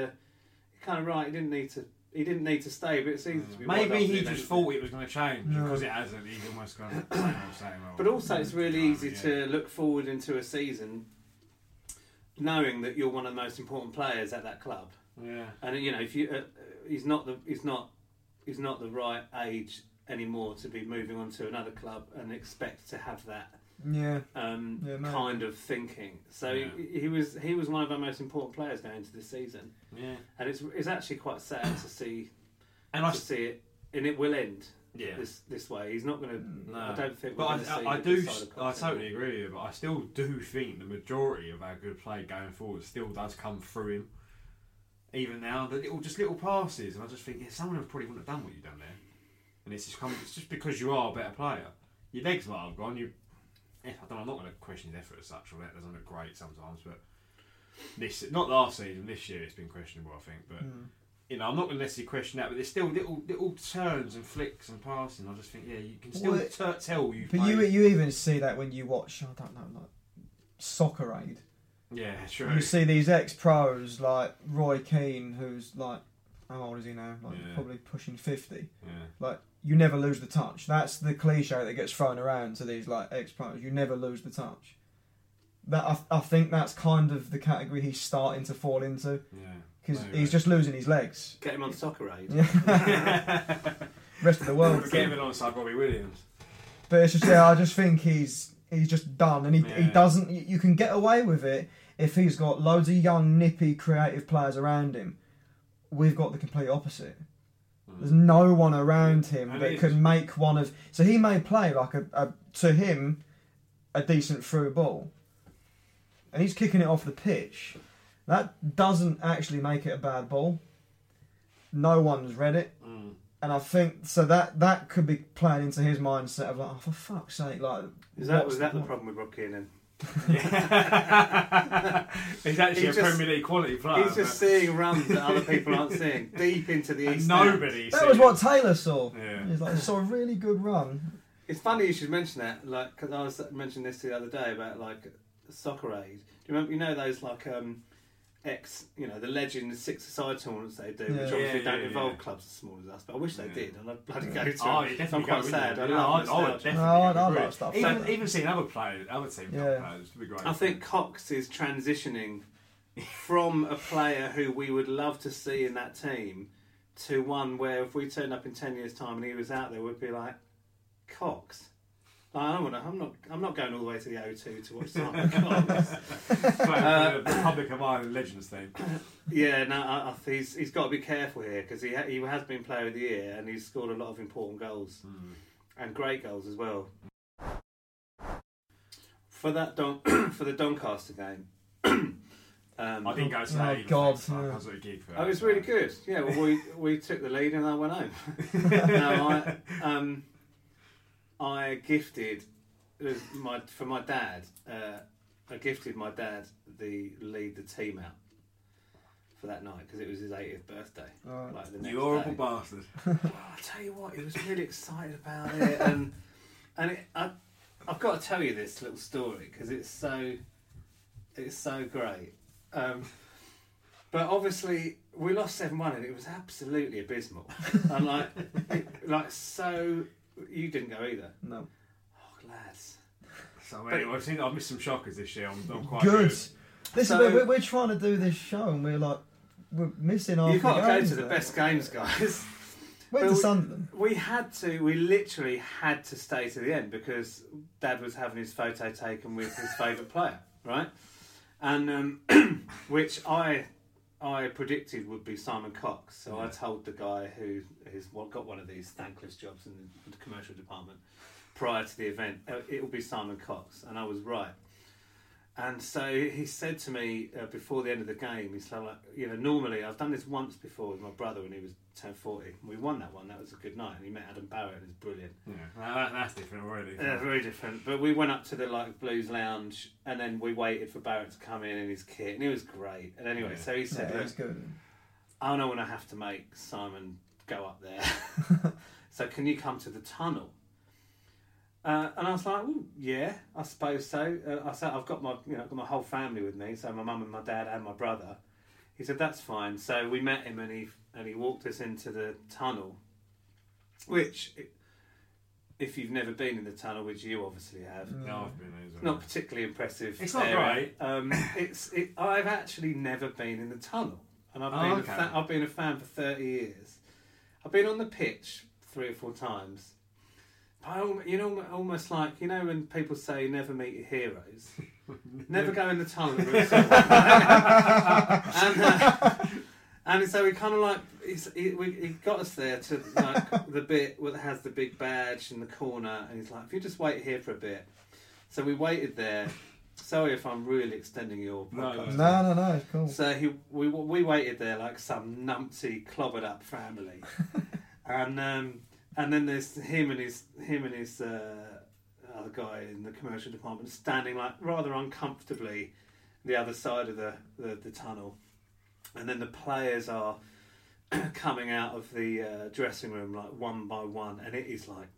Speaker 2: You're kind of right. He didn't need to. He didn't need to stay, but it's easy to be. wound up
Speaker 1: Maybe he
Speaker 2: with
Speaker 1: just
Speaker 2: it.
Speaker 1: thought it was going to change
Speaker 3: No.
Speaker 1: because it hasn't. He's almost gone same old, same old.
Speaker 2: But also, it's really
Speaker 1: Mm, Yeah.
Speaker 2: easy to look forward into a season, knowing that you're one of the most important players at that club.
Speaker 1: Yeah.
Speaker 2: And you know, if you, uh, uh, he's not the he's not he's not the right age anymore to be moving on to another club and expect to have that
Speaker 3: Yeah,
Speaker 2: um,
Speaker 3: Yeah, maybe.
Speaker 2: kind of thinking. So
Speaker 1: Yeah.
Speaker 2: he, he was he was one of our most important players going into this season,
Speaker 1: Yeah.
Speaker 2: and it's it's actually quite sad to see
Speaker 1: And I
Speaker 2: to see it, and it will end
Speaker 1: Yeah.
Speaker 2: this this way. He's not going
Speaker 3: Mm.
Speaker 2: to.
Speaker 1: No.
Speaker 2: I don't think.
Speaker 1: But
Speaker 2: we're
Speaker 1: I,
Speaker 2: gonna see
Speaker 1: I, I
Speaker 2: the
Speaker 1: do.
Speaker 2: side of
Speaker 1: I
Speaker 2: Cox anymore.
Speaker 1: totally agree with you. But I still do think the majority of our good play going forward still does come through him. Even now, the little just little passes, and I just think yeah, someone else probably wouldn't have done what you've done there. And it's just come. It's just because you are a better player. Your legs might have gone. You. eh, I don't. know, I'm not going to question his effort as such. Well, that doesn't look great sometimes, but this not last season. This year, it's been questionable. I think, but.
Speaker 3: Hmm.
Speaker 1: You know, I'm not going to necessarily question that, but there's still little little turns and flicks and passing. I just think, yeah, you can still
Speaker 3: Well, it-
Speaker 1: tur- tell you.
Speaker 3: but you you even see that when you watch I don't know like Soccer Aid.
Speaker 1: Yeah, true.
Speaker 3: You see these ex pros like Roy Keane, who's like how old is he now? Like
Speaker 1: Yeah.
Speaker 3: probably pushing fifty.
Speaker 1: Yeah.
Speaker 3: Like you never lose the touch. That's the cliche that gets thrown around to these like ex pros. You never lose the touch. That I, I think that's kind of the category he's starting to fall into
Speaker 1: Yeah.
Speaker 3: because
Speaker 1: Maybe.
Speaker 3: he's just losing his legs.
Speaker 2: get him on soccer aid.
Speaker 3: Rest of the world.
Speaker 1: We're getting alongside Robbie Williams.
Speaker 3: But it's just yeah, I just think he's he's just done, and he, he
Speaker 1: Yeah.
Speaker 3: doesn't. You you can get away with it if he's got loads of young, nippy, creative players around him. We've got the complete opposite. There's no one around him
Speaker 1: Mm. And
Speaker 3: that
Speaker 1: he's-
Speaker 3: can make one of. So he may play like a, a to him a decent through ball, and he's kicking it off the pitch. That doesn't actually make it a bad ball. No one's read it.
Speaker 2: Mm.
Speaker 3: And I think so that that could be playing into his mindset of like, oh, for fuck's sake, like
Speaker 2: Is that
Speaker 3: what's
Speaker 2: was that the
Speaker 3: point?
Speaker 2: problem with Rob Keenan?
Speaker 1: He's actually
Speaker 2: He
Speaker 1: a
Speaker 2: just-
Speaker 1: Premier League quality player.
Speaker 2: He's just seeing runs that other people aren't seeing deep into the
Speaker 1: but
Speaker 2: east. end.
Speaker 1: nobody.
Speaker 3: That
Speaker 1: sees
Speaker 3: was
Speaker 1: it.
Speaker 3: what Taylor saw.
Speaker 1: Yeah.
Speaker 3: He's like, saw a really good run.
Speaker 2: It's funny you should mention that, like, because I was mentioning this the other day about like soccer aid. Do you remember? You know those like um, ex, you know, the legend six-a-side tournaments they do,
Speaker 3: Yeah.
Speaker 2: which obviously
Speaker 1: Yeah,
Speaker 2: don't
Speaker 1: yeah,
Speaker 2: involve
Speaker 1: yeah.
Speaker 2: clubs as small as us. But I wish they
Speaker 1: Yeah.
Speaker 2: did, and I'd bloody go to.
Speaker 1: Oh, you
Speaker 2: them. so I'm
Speaker 1: definitely
Speaker 2: quite
Speaker 1: go,
Speaker 2: sad. I
Speaker 1: wouldn't you?
Speaker 2: love
Speaker 1: Yeah, I, I would definitely.
Speaker 2: nostalgia.
Speaker 1: go
Speaker 3: No, I'd- I'd
Speaker 1: for
Speaker 3: like
Speaker 1: it.
Speaker 3: stuff like
Speaker 1: Even
Speaker 3: that.
Speaker 1: even seeing other players, other team
Speaker 3: Yeah.
Speaker 1: players, would be great.
Speaker 2: I think Cox is transitioning from a player who we would love to see in that team to one where if we turned up in ten years' time and he was out there, we'd be like, Cox. Like, I don't want to. I'm not. I'm not going all the way to the O2 to watch Simon
Speaker 1: Playing
Speaker 2: Cox.
Speaker 3: Uh,
Speaker 1: for uh, the Republic of Ireland Legends team.
Speaker 2: Yeah, no. I, I, think he's he's got to be careful here because he ha- he has been Player of the Year and he's scored a lot of important goals and great goals as well. For that Don for the Doncaster game, um,
Speaker 1: I didn't go to
Speaker 3: Oh,
Speaker 1: that. either,
Speaker 3: God,
Speaker 1: so
Speaker 3: yeah.
Speaker 1: I was at a gig for Uh,
Speaker 2: Oh,
Speaker 1: that.
Speaker 2: it was
Speaker 1: so-
Speaker 2: really good. Yeah, well, we we took the lead and I went home. no, I um, I gifted it was my for my dad. Uh, I gifted my dad the lead the team out for that night because it was his 80th birthday.
Speaker 3: Right.
Speaker 2: Like the next
Speaker 1: You horrible
Speaker 2: day.
Speaker 1: bastard.
Speaker 2: I Oh, tell you what, he was really excited about it, and and it, I, I've got to tell you this little story because it's so it's so great. Um, but obviously, we lost seven one, and it was absolutely abysmal. and like, it- like so, you didn't go either.
Speaker 3: No,
Speaker 2: Oh, lads.
Speaker 1: So anyway, I've seen. I've missed some shockers this year. I'm, I'm quite
Speaker 3: good.
Speaker 1: good.
Speaker 3: Listen,
Speaker 2: So-
Speaker 3: we're, we're trying to do this show and we're like, we're missing half
Speaker 2: You've got
Speaker 3: the
Speaker 2: to go
Speaker 3: games
Speaker 2: to the
Speaker 3: there.
Speaker 2: best games, guys.
Speaker 3: Went to
Speaker 2: Well,
Speaker 3: Sunderland.
Speaker 2: We had to. We literally had to stay to the end because Dad was having his photo taken with his favourite player, right? And um, which I I predicted would be Simon Cox. So I told the guy who who's what got one of these thankless jobs in the, the commercial department prior to the event, "Oh, it will be Simon Cox, and I was right. And so he said to me uh, before the end of the game, he's like, you know, normally I've done this once before with my brother when he was 10, 40. We won that one. That was a good night. And he met Adam Barrett, and it was brilliant.
Speaker 1: Yeah, that, that- that's different already.
Speaker 2: Yeah, very different. But we went up to the like blues lounge, and then we waited for Barrett to come in in his kit, and it was great. And anyway, so he said,
Speaker 3: Yeah,
Speaker 2: "Look,
Speaker 3: it's good.
Speaker 2: I don't want to have to make Simon go up there. so can you come to the tunnel? Uh, and I was like, well, yeah, I suppose so. Uh, I said, I've got my, you know, I've got my whole family with me, so my mum and my dad and my brother. He said, that's fine. So we met him and he and he walked us into the tunnel, which, i- if you've never been in the tunnel, which you obviously have,
Speaker 1: No, I've been there as well.
Speaker 2: not particularly impressive.
Speaker 1: It's not
Speaker 2: area.
Speaker 1: great.
Speaker 2: Um, it's. It, I've actually never been in the tunnel, and I've
Speaker 1: Oh,
Speaker 2: been.
Speaker 1: okay.
Speaker 2: A fa- I've been a fan for thirty years. I've been on the pitch three or four times. But I, al- you know, almost like you know when people say never meet your heroes. Never go in the tunnel. We're sort of- and, uh, and so we kind of like he's, he, we, he got us there to like the bit that has the big badge in the corner, and he's like, "If you just wait here for a bit." So we waited there. Sorry if I'm really extending your
Speaker 1: No,
Speaker 2: podcast.
Speaker 3: No, no, no, it's cool.
Speaker 2: So he, we we waited there like some numpty clobbered up family, and um, and then there's him and his him and his uh, other guy in the commercial department standing like rather uncomfortably the other side of the, the, the tunnel, and then the players are coming out of the uh, dressing room like one by one, and it is like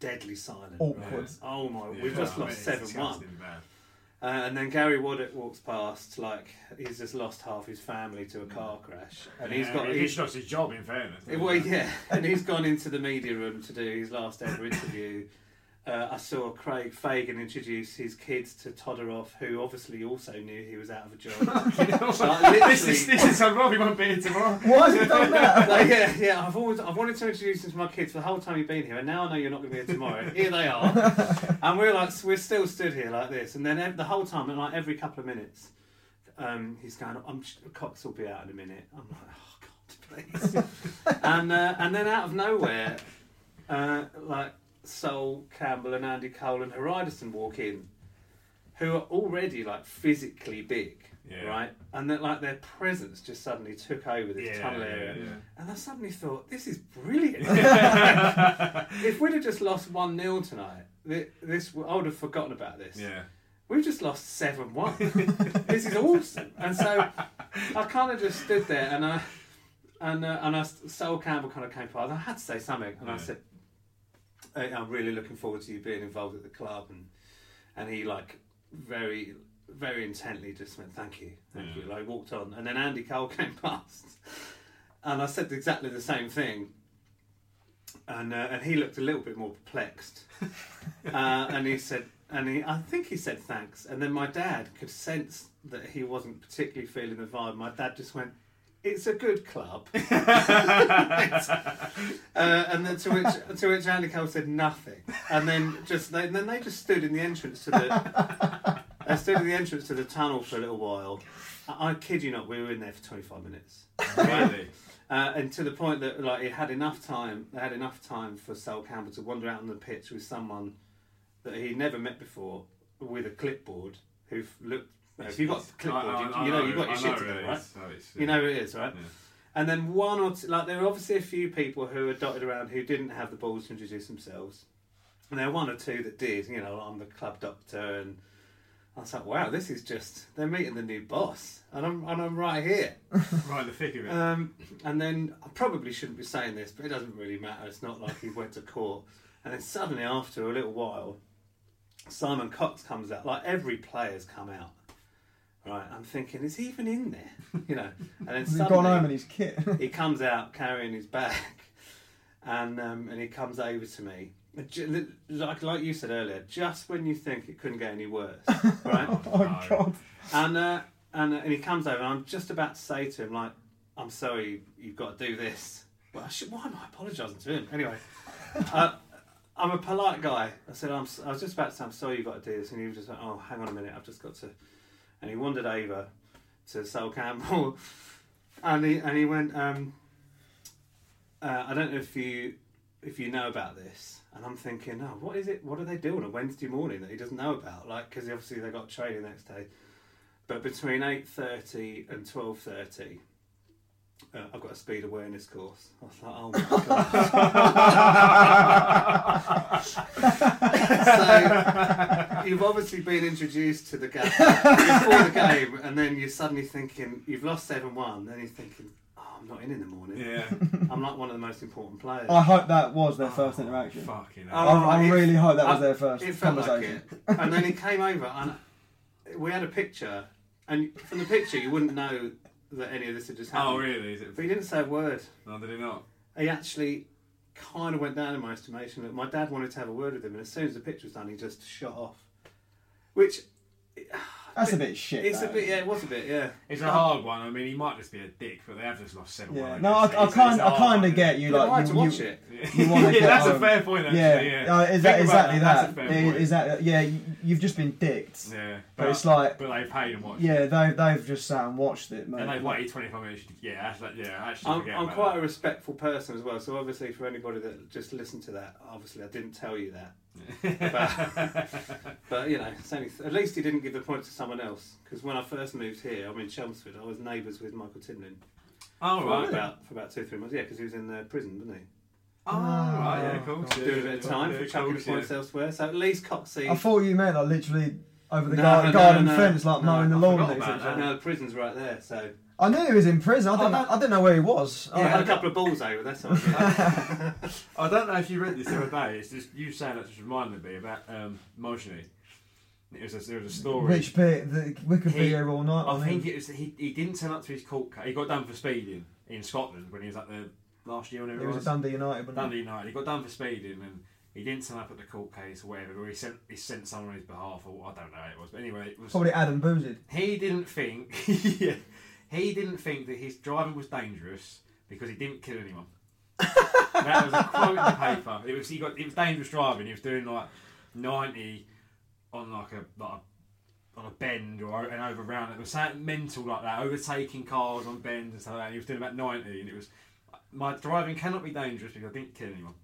Speaker 2: deadly silent.
Speaker 3: Awkward.
Speaker 2: Oh my!
Speaker 1: Yeah,
Speaker 2: we've just
Speaker 1: I mean,
Speaker 2: lost
Speaker 1: it's
Speaker 2: seven one.
Speaker 1: disgusting bad.
Speaker 2: Uh, and then Gary Waddick walks past, like he's just lost half his family to a car crash, and he's
Speaker 1: Yeah,
Speaker 2: got
Speaker 1: I mean,
Speaker 2: he's,
Speaker 1: he's lost his job in fairness.
Speaker 2: well, yeah, and he's gone into the media room to do his last ever interview. Uh, I saw Craig Fagan introduce his kids to Todorov, who obviously also knew he was out of a job. Like,
Speaker 1: this is this is how Robbie won't be here tomorrow.
Speaker 3: Why has he done that?
Speaker 2: Like, yeah, yeah. I've always I've wanted to introduce him to my kids for the whole time you've been here, and now I know you're not going to be here tomorrow. here they are, and we're like we're still stood here like this, and then ev- the whole time, and like every couple of minutes, um, he's going, "I'm sh- Cox will be out in a minute." I'm like, "Oh God, please!" and uh, and then out of nowhere, uh, like Sol Campbell and Andy Cole and Horizon walk in, who are already like physically big.
Speaker 1: Yeah.
Speaker 2: Right, and that like their presence just suddenly took over this
Speaker 1: Yeah,
Speaker 2: tunnel
Speaker 1: yeah,
Speaker 2: area,
Speaker 1: yeah.
Speaker 2: and I suddenly thought, this is brilliant. if we'd have just lost 1 0 tonight, thi- this I would have forgotten about this.
Speaker 1: Yeah.
Speaker 2: We've just lost 7 1. this is awesome. And so I kind of just stood there and I. And, uh, and I, Sol Campbell kind of came past. I had to say something, and I
Speaker 1: Yeah.
Speaker 2: said, "Hey, "I'm really looking forward to you being involved at the club." And and he like very, very intently just went, "Thank you, thank you." Like walked on, and then Andy Cole came past, and I said exactly the same thing. And uh, and he looked a little bit more perplexed, uh, and he said, and he, I think he said thanks. And then my dad could sense that he wasn't particularly feeling the vibe. My dad just went, "It's a good club." Uh, and then to which to which Andy Cole said nothing, and then just they, then they just stood in the entrance to the they stood in the entrance to the tunnel for a little while. I, I kid you not, we were in there for twenty five minutes,
Speaker 1: Really?
Speaker 2: uh, and to the point that like it had enough time they had enough time for Sol Campbell to wander out on the pitch with someone that he'd never met before with a clipboard who f- looked. If you got a clipboard,
Speaker 1: I- I-
Speaker 2: you, you know
Speaker 1: I
Speaker 2: you got your
Speaker 1: I
Speaker 2: shit
Speaker 1: know
Speaker 2: together,
Speaker 1: it
Speaker 2: right?
Speaker 1: is, so it's-
Speaker 2: You know who it is, right?
Speaker 1: Yeah.
Speaker 2: And then one or two, like there were obviously a few people who were dotted around who didn't have the balls to introduce themselves, and there were one or two that did. You know, I'm the club doctor, and I was like, wow, this is just they're meeting the new boss, and I'm and I'm right here.
Speaker 1: Right in the thick of it.
Speaker 2: Um, and then I probably shouldn't be saying this, but it doesn't really matter. It's not like he went to court. And then suddenly, after a little while, Simon Cox comes out. Like every player's come out. Right, I'm thinking, is he even in there? You know, and then
Speaker 3: He's Oh
Speaker 2: suddenly,
Speaker 3: gone home in his kit.
Speaker 2: he comes out carrying his bag, and um, and he comes over to me. Ju- Like like you said earlier, just when you think it couldn't get any worse, right?
Speaker 3: oh God.
Speaker 2: and uh, and uh, and he comes over, and I'm just about to say to him, like, I'm sorry, you've got to do this. Well, I should, why am I apologising to him anyway? uh, I'm a polite guy. I said, I'm, s- I was just about to say, I'm sorry, you've got to do this, and he was just like, oh, hang on a minute, I've just got to. And he wandered over to Sol Campbell. and he and he went. Um, uh, I don't know if you if you know about this, and I'm thinking, oh, what is it? What do they do on a Wednesday morning that he doesn't know about? Like, because obviously they got training the next day. But between eight thirty and twelve thirty, uh, I've got a speed awareness course. I was like, oh my god. so you've obviously been introduced to the game before the game, and then you're suddenly thinking you've lost seven one. Then you're thinking, oh, I'm not in in the morning.
Speaker 1: Yeah.
Speaker 2: I'm like one of the most important players.
Speaker 3: I hope that was their first interaction.
Speaker 1: Fucking
Speaker 2: Oh,
Speaker 1: hell.
Speaker 3: I, I
Speaker 2: it-
Speaker 3: really hope that
Speaker 2: I-
Speaker 3: was their first
Speaker 2: it felt like
Speaker 3: conversation.
Speaker 2: it. and then he came over, and we had a picture, and from the picture you wouldn't know that any of this had just happened.
Speaker 1: Oh, really? Is it?
Speaker 2: But he didn't say a word.
Speaker 1: No, did he not?
Speaker 2: He actually kind of went down in my estimation. That my dad wanted to have a word with him, and as soon as the picture was done, he just shot off. Which
Speaker 3: That's a bit shit.
Speaker 2: it's a
Speaker 3: though.
Speaker 2: bit, yeah, it was a bit, yeah.
Speaker 1: It's a hard one. I mean, he might just be a dick, but they have just lost seven.
Speaker 3: Yeah.
Speaker 1: one,
Speaker 3: No,
Speaker 1: guess.
Speaker 3: I, I
Speaker 1: It's-
Speaker 3: kind
Speaker 1: it's a
Speaker 3: I
Speaker 1: hard
Speaker 3: kind of
Speaker 1: one.
Speaker 3: get you
Speaker 2: But
Speaker 3: like
Speaker 2: I had
Speaker 3: you,
Speaker 2: to watch
Speaker 3: you,
Speaker 2: it.
Speaker 3: you want to
Speaker 1: yeah,
Speaker 3: get
Speaker 1: that's a
Speaker 3: home.
Speaker 1: fair point. Actually,
Speaker 3: Yeah,
Speaker 1: yeah.
Speaker 3: Uh, is that,
Speaker 1: Think about
Speaker 3: exactly
Speaker 1: That's
Speaker 3: that.
Speaker 1: a fair
Speaker 3: It-
Speaker 1: point.
Speaker 3: Is that yeah? you- You've just been dicked.
Speaker 1: Yeah,
Speaker 3: But it's like-
Speaker 1: but they paid and watched. it.
Speaker 3: Yeah, they they've just sat and watched it, mate.
Speaker 1: and they waited twenty five minutes. to- Yeah, that's like, yeah, I actually,
Speaker 2: I'm,
Speaker 1: forget
Speaker 2: I'm
Speaker 1: about
Speaker 2: quite a
Speaker 1: that.
Speaker 2: respectful person as well, so obviously for anybody that just listened to that, obviously I didn't tell you that. but, but, you know, it's only- at least he didn't give the point to someone else. Because when I first moved here, I'm in Chelmsford. I was neighbours with Michael Tinlin
Speaker 1: Oh
Speaker 2: for
Speaker 1: right,
Speaker 2: about for about two three months. Yeah, because he was in the prison, wasn't he?
Speaker 1: oh right, yeah, of course. yeah,
Speaker 2: Doing a bit of time
Speaker 1: yeah,
Speaker 2: for
Speaker 1: of
Speaker 2: chucking the
Speaker 1: course, yeah.
Speaker 2: points elsewhere. So at least Coxey.
Speaker 3: I thought you meant like literally over the
Speaker 2: No,
Speaker 3: gar-
Speaker 2: no, no,
Speaker 3: garden
Speaker 2: no,
Speaker 3: fence, like
Speaker 2: no,
Speaker 3: mowing the
Speaker 2: I
Speaker 3: lawn.
Speaker 1: forgot
Speaker 3: and
Speaker 1: about
Speaker 3: things.
Speaker 1: that.
Speaker 2: No, the prison's right there. So
Speaker 3: I knew he was in prison. I didn't.
Speaker 1: that-
Speaker 3: I didn't know where he was.
Speaker 2: I
Speaker 3: I,
Speaker 2: had a couple of balls over. That's all.
Speaker 1: I don't know if you read this the other day. It's just you saying that just reminded me about um, Mojini. It was a, there was a story.
Speaker 3: Rich Pete, the Wikipedia all night.
Speaker 1: I
Speaker 3: on
Speaker 1: think
Speaker 3: him.
Speaker 1: it was he, he didn't turn up to his court case. He got done for speeding in Scotland when he was at the last year. Whenever
Speaker 3: It was at Dundee United. Wasn't
Speaker 1: Dundee United. He got done for speeding and he didn't turn up at the court case or whatever. Or he sent he sent someone on his behalf or I don't know how it was. But anyway, it was
Speaker 3: it? Probably Adam Boozed.
Speaker 1: he didn't think yeah, he didn't think that his driving was dangerous because he didn't kill anyone. that was a quote in the paper. It was he got it was dangerous driving. He was doing like ninety on like a like a on a bend or an over round. It was something mental like that, overtaking cars on bends and stuff like that. He was doing about ninety, and it was my driving cannot be dangerous because I didn't kill anyone.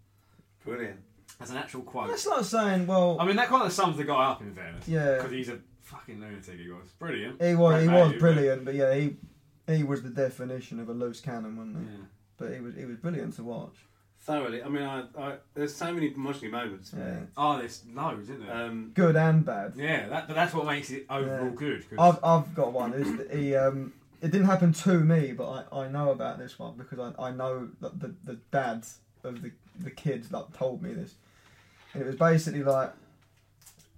Speaker 2: Brilliant.
Speaker 1: That's an actual quote.
Speaker 3: That's like saying, well,
Speaker 1: I mean, that kind of sums the guy up in fairness.
Speaker 3: Yeah.
Speaker 1: because he's a fucking lunatic. He was brilliant.
Speaker 3: he was
Speaker 1: Great
Speaker 3: he was
Speaker 1: value, but-
Speaker 3: brilliant, but yeah, he he was the definition of a loose cannon, wasn't he?
Speaker 1: Yeah.
Speaker 3: But he was he was brilliant to watch.
Speaker 2: Thoroughly. I mean, I, I there's so many Mojini moments.
Speaker 3: Yeah.
Speaker 1: Oh, there's loads, isn't there?
Speaker 2: Um,
Speaker 3: Good and bad.
Speaker 1: yeah, that, but that's what makes it overall
Speaker 3: Yeah.
Speaker 1: good. 'cause-
Speaker 3: I've, I've got one. It's, he, um, it didn't happen to me, but I, I know about this one because I, I know that the, the dad of the, the kid that told me this. And it was basically like,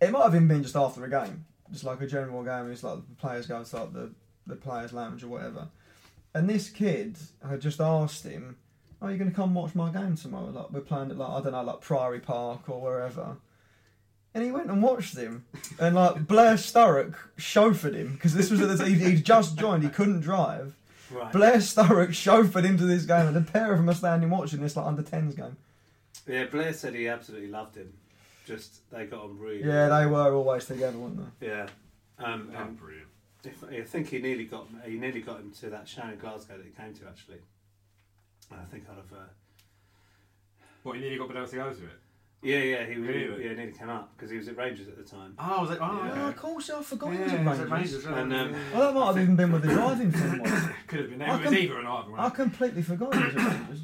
Speaker 3: it might have even been just after a game, just like a general game. It's like the players go to like the, the players' lounge or whatever. And this kid had just asked him, Are you going to come watch my game tomorrow? Like, we're playing at like, I don't know, like Priory Park or wherever. And he went and watched him. And like Blair Sturrock chauffeured him because this was at the, he, he just joined. He couldn't drive.
Speaker 2: Right.
Speaker 3: Blair Sturrock chauffeured him to this game, and the pair of them are standing watching this like under tens game.
Speaker 2: Yeah, Blair said he absolutely loved him. Just they got on really.
Speaker 3: Yeah, they were always together, weren't they?
Speaker 2: they. Yeah, um,
Speaker 1: Oh,
Speaker 2: and
Speaker 1: brilliant.
Speaker 2: if, I think he nearly got he nearly got him to that show in Glasgow that he came to actually. And I think I'd have. Uh,
Speaker 1: What, you nearly got Bedell to go to it?
Speaker 2: yeah, yeah, he
Speaker 1: Really?
Speaker 2: yeah nearly came up because he was at Rangers at the time.
Speaker 1: Oh, was it? Oh,
Speaker 3: Oh,
Speaker 1: yeah.
Speaker 3: of course, I forgot
Speaker 1: Yeah,
Speaker 3: he was at
Speaker 1: it was at
Speaker 3: Rangers.
Speaker 1: Rangers, wasn't
Speaker 2: And,
Speaker 1: it?
Speaker 2: um,
Speaker 1: Yeah.
Speaker 3: Well, that might have even been with the driving team. wasn't it?
Speaker 1: Could have been.
Speaker 3: I
Speaker 1: It was
Speaker 3: can-
Speaker 1: either or neither.
Speaker 3: I
Speaker 1: wasn't
Speaker 3: completely forgot he was at Rangers.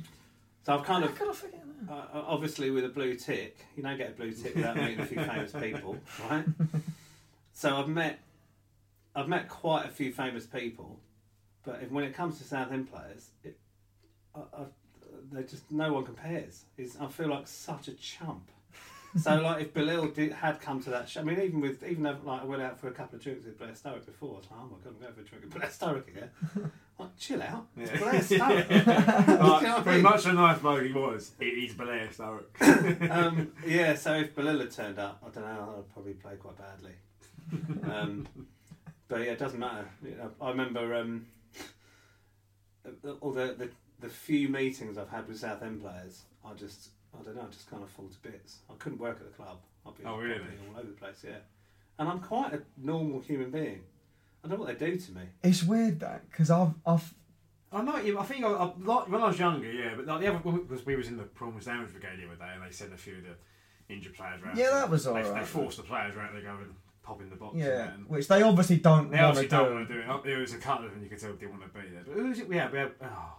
Speaker 2: So I've kind
Speaker 3: How
Speaker 2: of
Speaker 3: could I forget that?
Speaker 2: uh, uh, obviously with a blue tick, you don't get a blue tick without meeting a few famous people, right? So I've met, I've met quite a few famous people, but if, when it comes to Southend players, it, I, I, they just no one compares. It's, I feel like such a chump. So like if Belil did, had come to that show, I mean even with even though like I went out for a couple of drinks with Blair Sturrock before, I was like, oh my god, I'm going for a drink with Blair Sturrock again. Like chill out, it's
Speaker 1: Yeah.
Speaker 2: Blair
Speaker 1: it?
Speaker 2: Sturrock. Do you know what I
Speaker 1: Like, pretty
Speaker 2: mean?
Speaker 1: much a nice bloke he was. It is Blair Sturrock.
Speaker 2: um, yeah, so if Belilla turned up, I don't know, I'd probably play quite badly. Um, but yeah, it doesn't matter. You know, I remember um, all the, the the few meetings I've had with South End players. I just, I don't know, I just kind of fall to bits. I couldn't work at the club. I'd be,
Speaker 1: Oh,
Speaker 2: I'd
Speaker 1: really?
Speaker 2: be all over the place, yeah. And I'm quite a normal human being. I don't know what they do to me.
Speaker 3: It's weird that because I've I've
Speaker 1: I know. you- I think I, I, like, when I was younger, yeah. But like the other because we was in the Promise Damage Brigade the other day, and they sent a few of the injured players around.
Speaker 3: Yeah, that was
Speaker 1: They, they
Speaker 3: alright.
Speaker 1: forced the players around. They go and pop in the box.
Speaker 3: Yeah,
Speaker 1: And,
Speaker 3: which they obviously don't
Speaker 1: they
Speaker 3: want to
Speaker 1: obviously
Speaker 3: do.
Speaker 1: don't want to do it. There was a couple of them you could tell didn't want to be there. But who was it? We had. We had oh,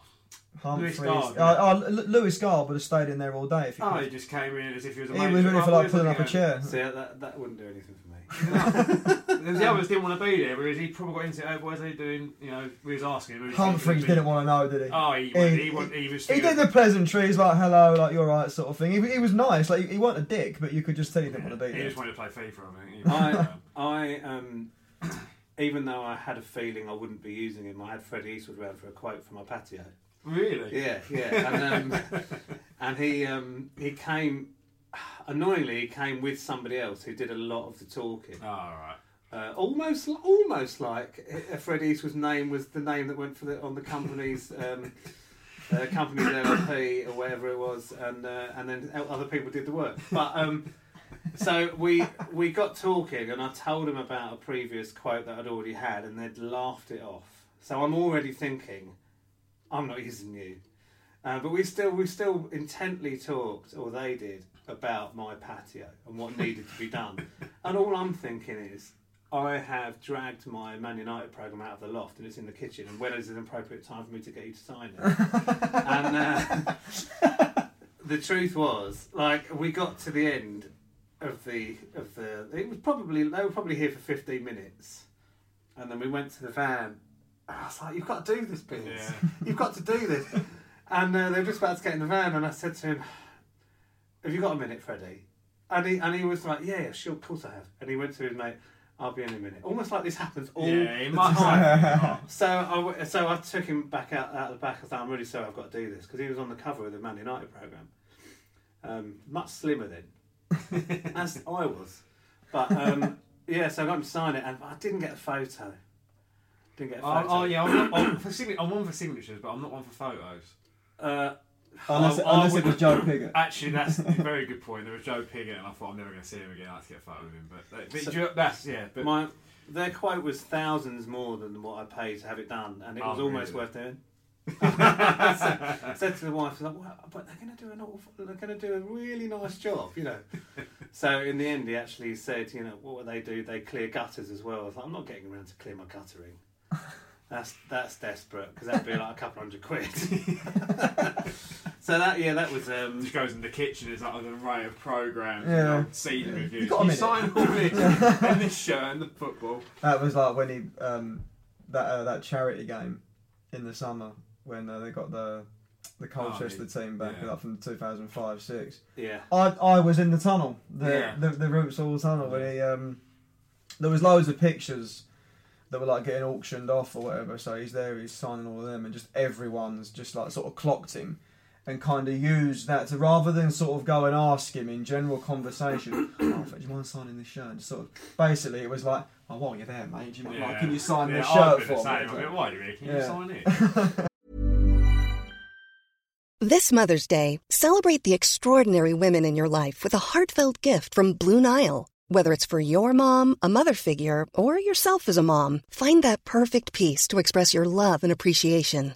Speaker 3: Humphreys.
Speaker 1: Lewis Gard.
Speaker 3: Uh, oh, L- Lewis Gard would have stayed in there all day if he
Speaker 1: oh,
Speaker 3: could.
Speaker 1: he just came in as if he was. A
Speaker 3: He
Speaker 1: manager.
Speaker 3: was ready for
Speaker 1: Oh,
Speaker 3: like
Speaker 1: where's
Speaker 3: pulling
Speaker 1: the
Speaker 3: up a
Speaker 1: guy?
Speaker 3: chair.
Speaker 2: See, that, that wouldn't do anything for me.
Speaker 1: The others didn't want to be there, whereas he probably got into it. Why is he doing? You know, we was asking him.
Speaker 3: Humphreys didn't want to know, did he?
Speaker 1: Oh, he, he, he, wa- he was.
Speaker 3: he
Speaker 1: thinking-
Speaker 3: did the pleasantries like "hello," like "you're right," sort of thing. He, he was nice, like he, he wasn't a dick, but you could just tell he didn't want to be
Speaker 1: He
Speaker 3: there.
Speaker 1: just wanted to play FIFA. I think. He-
Speaker 2: I, I um, even though I had a feeling I wouldn't be using him, I had Freddie Eastwood round for a quote from my patio.
Speaker 1: really?
Speaker 2: Yeah, yeah, and, um, and he um, he came. Annoyingly, he came with somebody else who did a lot of the talking.
Speaker 1: Oh, all right.
Speaker 2: Uh, almost, li- almost like uh, Fred Eastwood's name was the name that went for the on the company's um, uh, company's LLP or whatever it was, and uh, and then o- other people did the work. But um, so we we got talking, and I told him about a previous quote that I'd already had, and they'd laughed it off. So I'm already thinking, I'm not using you. Uh, but we still we still intently talked, or they did, about my patio and what needed to be done. And all I'm thinking is, I have dragged my Man United program out of the loft and it's in the kitchen. And when is an appropriate time for me to get you to sign it? and uh, the truth was, like, we got to the end of the of the. It was probably they were probably here for 15 minutes, and then we went to the van. And I was like, "You've got to do this, Biz.
Speaker 1: Yeah.
Speaker 2: You've got to do this." and uh, they were just about to get in the van, and I said to him, "Have you got a minute, Freddie?" And he and he was like, "Yeah, yeah, sure, of course I have." And he went to his mate. I'll be in a minute. Almost like this happens all
Speaker 1: Yeah, it
Speaker 2: the
Speaker 1: might
Speaker 2: time.
Speaker 1: happen.
Speaker 2: So I, w- so I took him back out, out the back. I thought, I'm really sorry I've got to do this because he was on the cover of the Man United programme. Um, much slimmer then, as I was. But um, yeah, so I got him to sign it and I didn't get a photo. Didn't get a
Speaker 1: Oh,
Speaker 2: photo.
Speaker 1: oh, yeah, I'm, not, I'm, for signa- I'm one for signatures, but I'm not one for photos.
Speaker 2: Uh,
Speaker 3: Unless,
Speaker 1: "Oh, I- I
Speaker 3: unless it
Speaker 1: would-
Speaker 3: was Joe Piggott.
Speaker 1: Actually, that's a very good point. There was Joe Piggott, and I thought I'm never going to see him again. I had to get a photo of him, but, that- but you- that's yeah. But
Speaker 2: my, their quote was thousands more than what I paid to have it done and it was
Speaker 1: Oh,
Speaker 2: almost
Speaker 1: really?
Speaker 2: worth doing. I said- said to the wife, like, well, but they're going to do an awful, they're going to do a really nice job, you know. So in the end, he actually said, you know, what would they do? They clear gutters as well. I was like, I'm not getting around to clear my guttering. That's that's desperate because that'd be like a couple hundred quid. so that yeah, that was
Speaker 1: it
Speaker 2: um,
Speaker 1: just goes in the kitchen. It's like an array of programs,
Speaker 3: Yeah.
Speaker 1: and season reviews.
Speaker 3: got a
Speaker 1: you
Speaker 3: minute.
Speaker 1: sign all this, and this shirt, and the football.
Speaker 3: That was like when he um, that uh, that charity game in the summer when uh, they got the the Colchester team back
Speaker 1: Oh, yeah.
Speaker 3: like, from 2005 six.
Speaker 2: yeah.
Speaker 3: I I was in the tunnel, the
Speaker 1: Yeah.
Speaker 3: the, the Rootsall tunnel when he um, there was loads of pictures that were like getting auctioned off or whatever. So he's there, he's signing all of them, and just everyone's just like sort of clocked him. And kind of used that to rather than sort of go and ask him in general conversation, oh, do you mind signing this shirt? And sort of basically, it was like, oh, while you're there, mate, do you mind, like, can you sign
Speaker 1: yeah,
Speaker 3: this
Speaker 1: I
Speaker 3: shirt
Speaker 1: was
Speaker 3: for
Speaker 1: gonna
Speaker 3: me?
Speaker 1: say, I mean, Why do you mean? Can you
Speaker 3: Yeah.
Speaker 1: sign it?
Speaker 4: This Mother's Day, celebrate the extraordinary women in your life with a heartfelt gift from Blue Nile. Whether it's for your mom, a mother figure, or yourself as a mom, find that perfect piece to express your love and appreciation.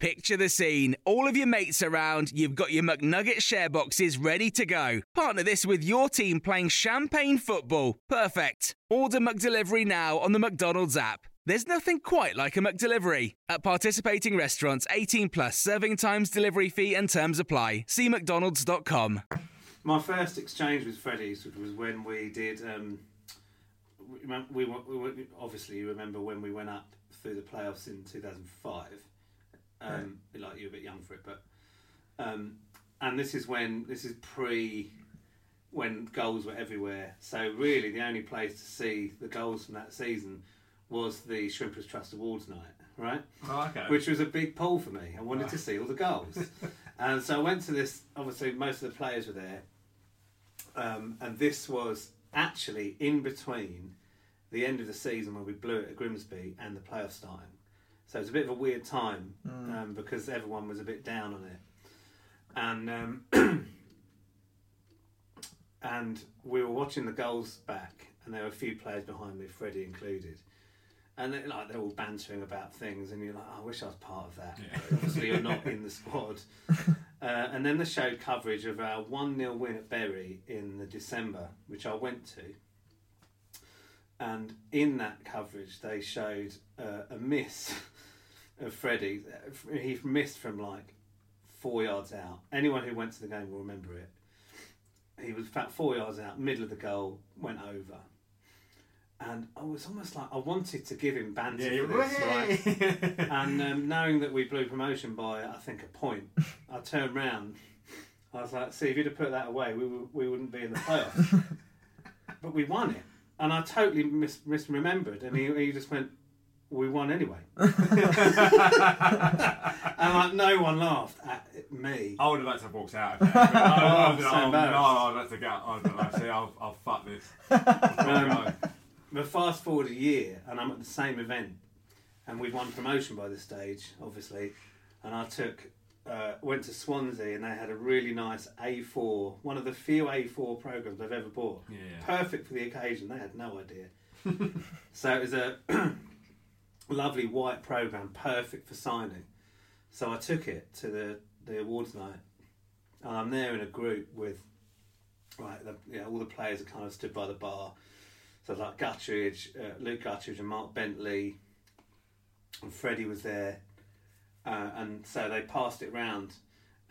Speaker 5: Picture the scene. All of your mates around, you've got your McNugget share boxes ready to go. Partner this with your team playing champagne football. Perfect. Order McDelivery now on the McDonald's app. There's nothing quite like a McDelivery. At participating restaurants, 18 plus serving times, delivery fee, and terms apply. See McDonald's.com.
Speaker 2: My first exchange with Freddie's was when we did. Um, we, remem- we, went- we went- obviously you remember when we went up through the playoffs in two thousand five. Um, Like you're a bit young for it, but um, and this is when this is pre when goals were everywhere. So really, the only place to see the goals from that season was the Shrimpers Trust Awards night, right?
Speaker 1: Oh, okay.
Speaker 2: which was a big pull for me. I wanted to see all the goals, and so I went to this. Obviously, most of the players were there, um, and this was actually in between the end of the season where we blew it at Grimsby and the playoffs starting. So it was a bit of a weird time
Speaker 1: Hmm.
Speaker 2: um, because everyone was a bit down on it, and um, and we were watching the goals back, and there were a few players behind me, Freddie included. And they, like they're all bantering about things, and you're like, "Oh, I wish I was part of that. Obviously, you're not in the squad. Uh, and then they showed coverage of our 1 0 win at Bury in the December, which I went to. And in that coverage, they showed uh, a miss of Freddie. He missed from like four yards out. Anyone who went to the game will remember it. He was about four yards out, middle of the goal, went over. And I was almost like I wanted to give him banter
Speaker 1: Yeah,
Speaker 2: for this, right?
Speaker 1: right.
Speaker 2: And um, knowing that we blew promotion by, I think, a point, I turned round. I was like, see, if you'd have put that away, we, w- we wouldn't be in the playoffs. but we won it. And I totally mis- misremembered. And he, he just went, we won anyway. and like, no one laughed at me.
Speaker 1: I would have liked to have walked out of there. But I
Speaker 2: I'm
Speaker 1: would
Speaker 2: so
Speaker 1: have oh, no,
Speaker 2: embarrassed.
Speaker 1: I'd like to go. I don't know. See, I'll, I'll fuck this. I'll go.
Speaker 2: But fast forward a year, and I'm at the same event, and we'd won promotion by this stage, obviously. And I took, uh, went to Swansea, and they had a really nice A4, one of the few A4 programs I've ever bought.
Speaker 1: Yeah.
Speaker 2: Perfect for the occasion. They had no idea. so it was a lovely white program, perfect for signing. So I took it to the, the awards night, and I'm there in a group with, right, the, you know, all the players are kind of stood by the bar. So like Guttridge, uh, Luke Guttridge and Mark Bentley, and Freddie was there, uh, and so they passed it round,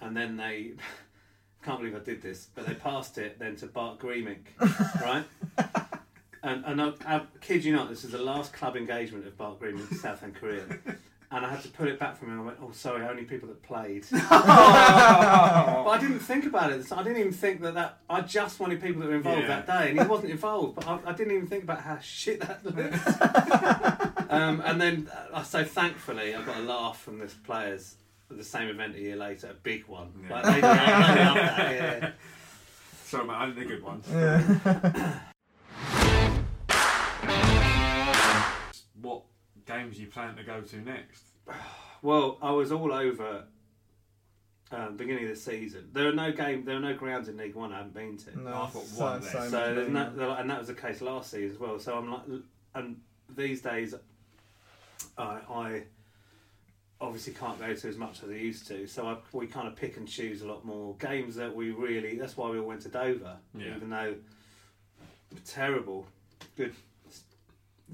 Speaker 2: and then they, can't believe I did this, but they passed it then to Bart Greenink, right? And, and I, I kid you not, this is the last club engagement of Bart Greenwick's Southend career. And I had to put it back from him. I went, oh, sorry, only people that played. but I didn't think about it. I didn't even think that that. I just wanted people that were involved
Speaker 1: Yeah.
Speaker 2: that day, and he wasn't involved. But I, I didn't even think about how shit that looks. um, and then, uh, so thankfully, I got a laugh from the players at the same event a year later, a big one. Like, they, they loved that, yeah.
Speaker 1: Sorry, man. I did the good ones. what games you plan to go to next?
Speaker 2: Well, I was all over um, beginning of the season. There are no game, there are no grounds in League One I haven't been to.
Speaker 3: No,
Speaker 1: I've got
Speaker 3: so-
Speaker 1: one there.
Speaker 3: so much
Speaker 2: So there's
Speaker 3: better.
Speaker 2: no, there- and that was the case last season as well. So I'm like, l- and these days, I, I obviously can't go to as much as I used to. So I, we kind of pick and choose a lot more games that we really. That's why we all went to Dover,
Speaker 1: Yeah.
Speaker 2: even though terrible. Good s-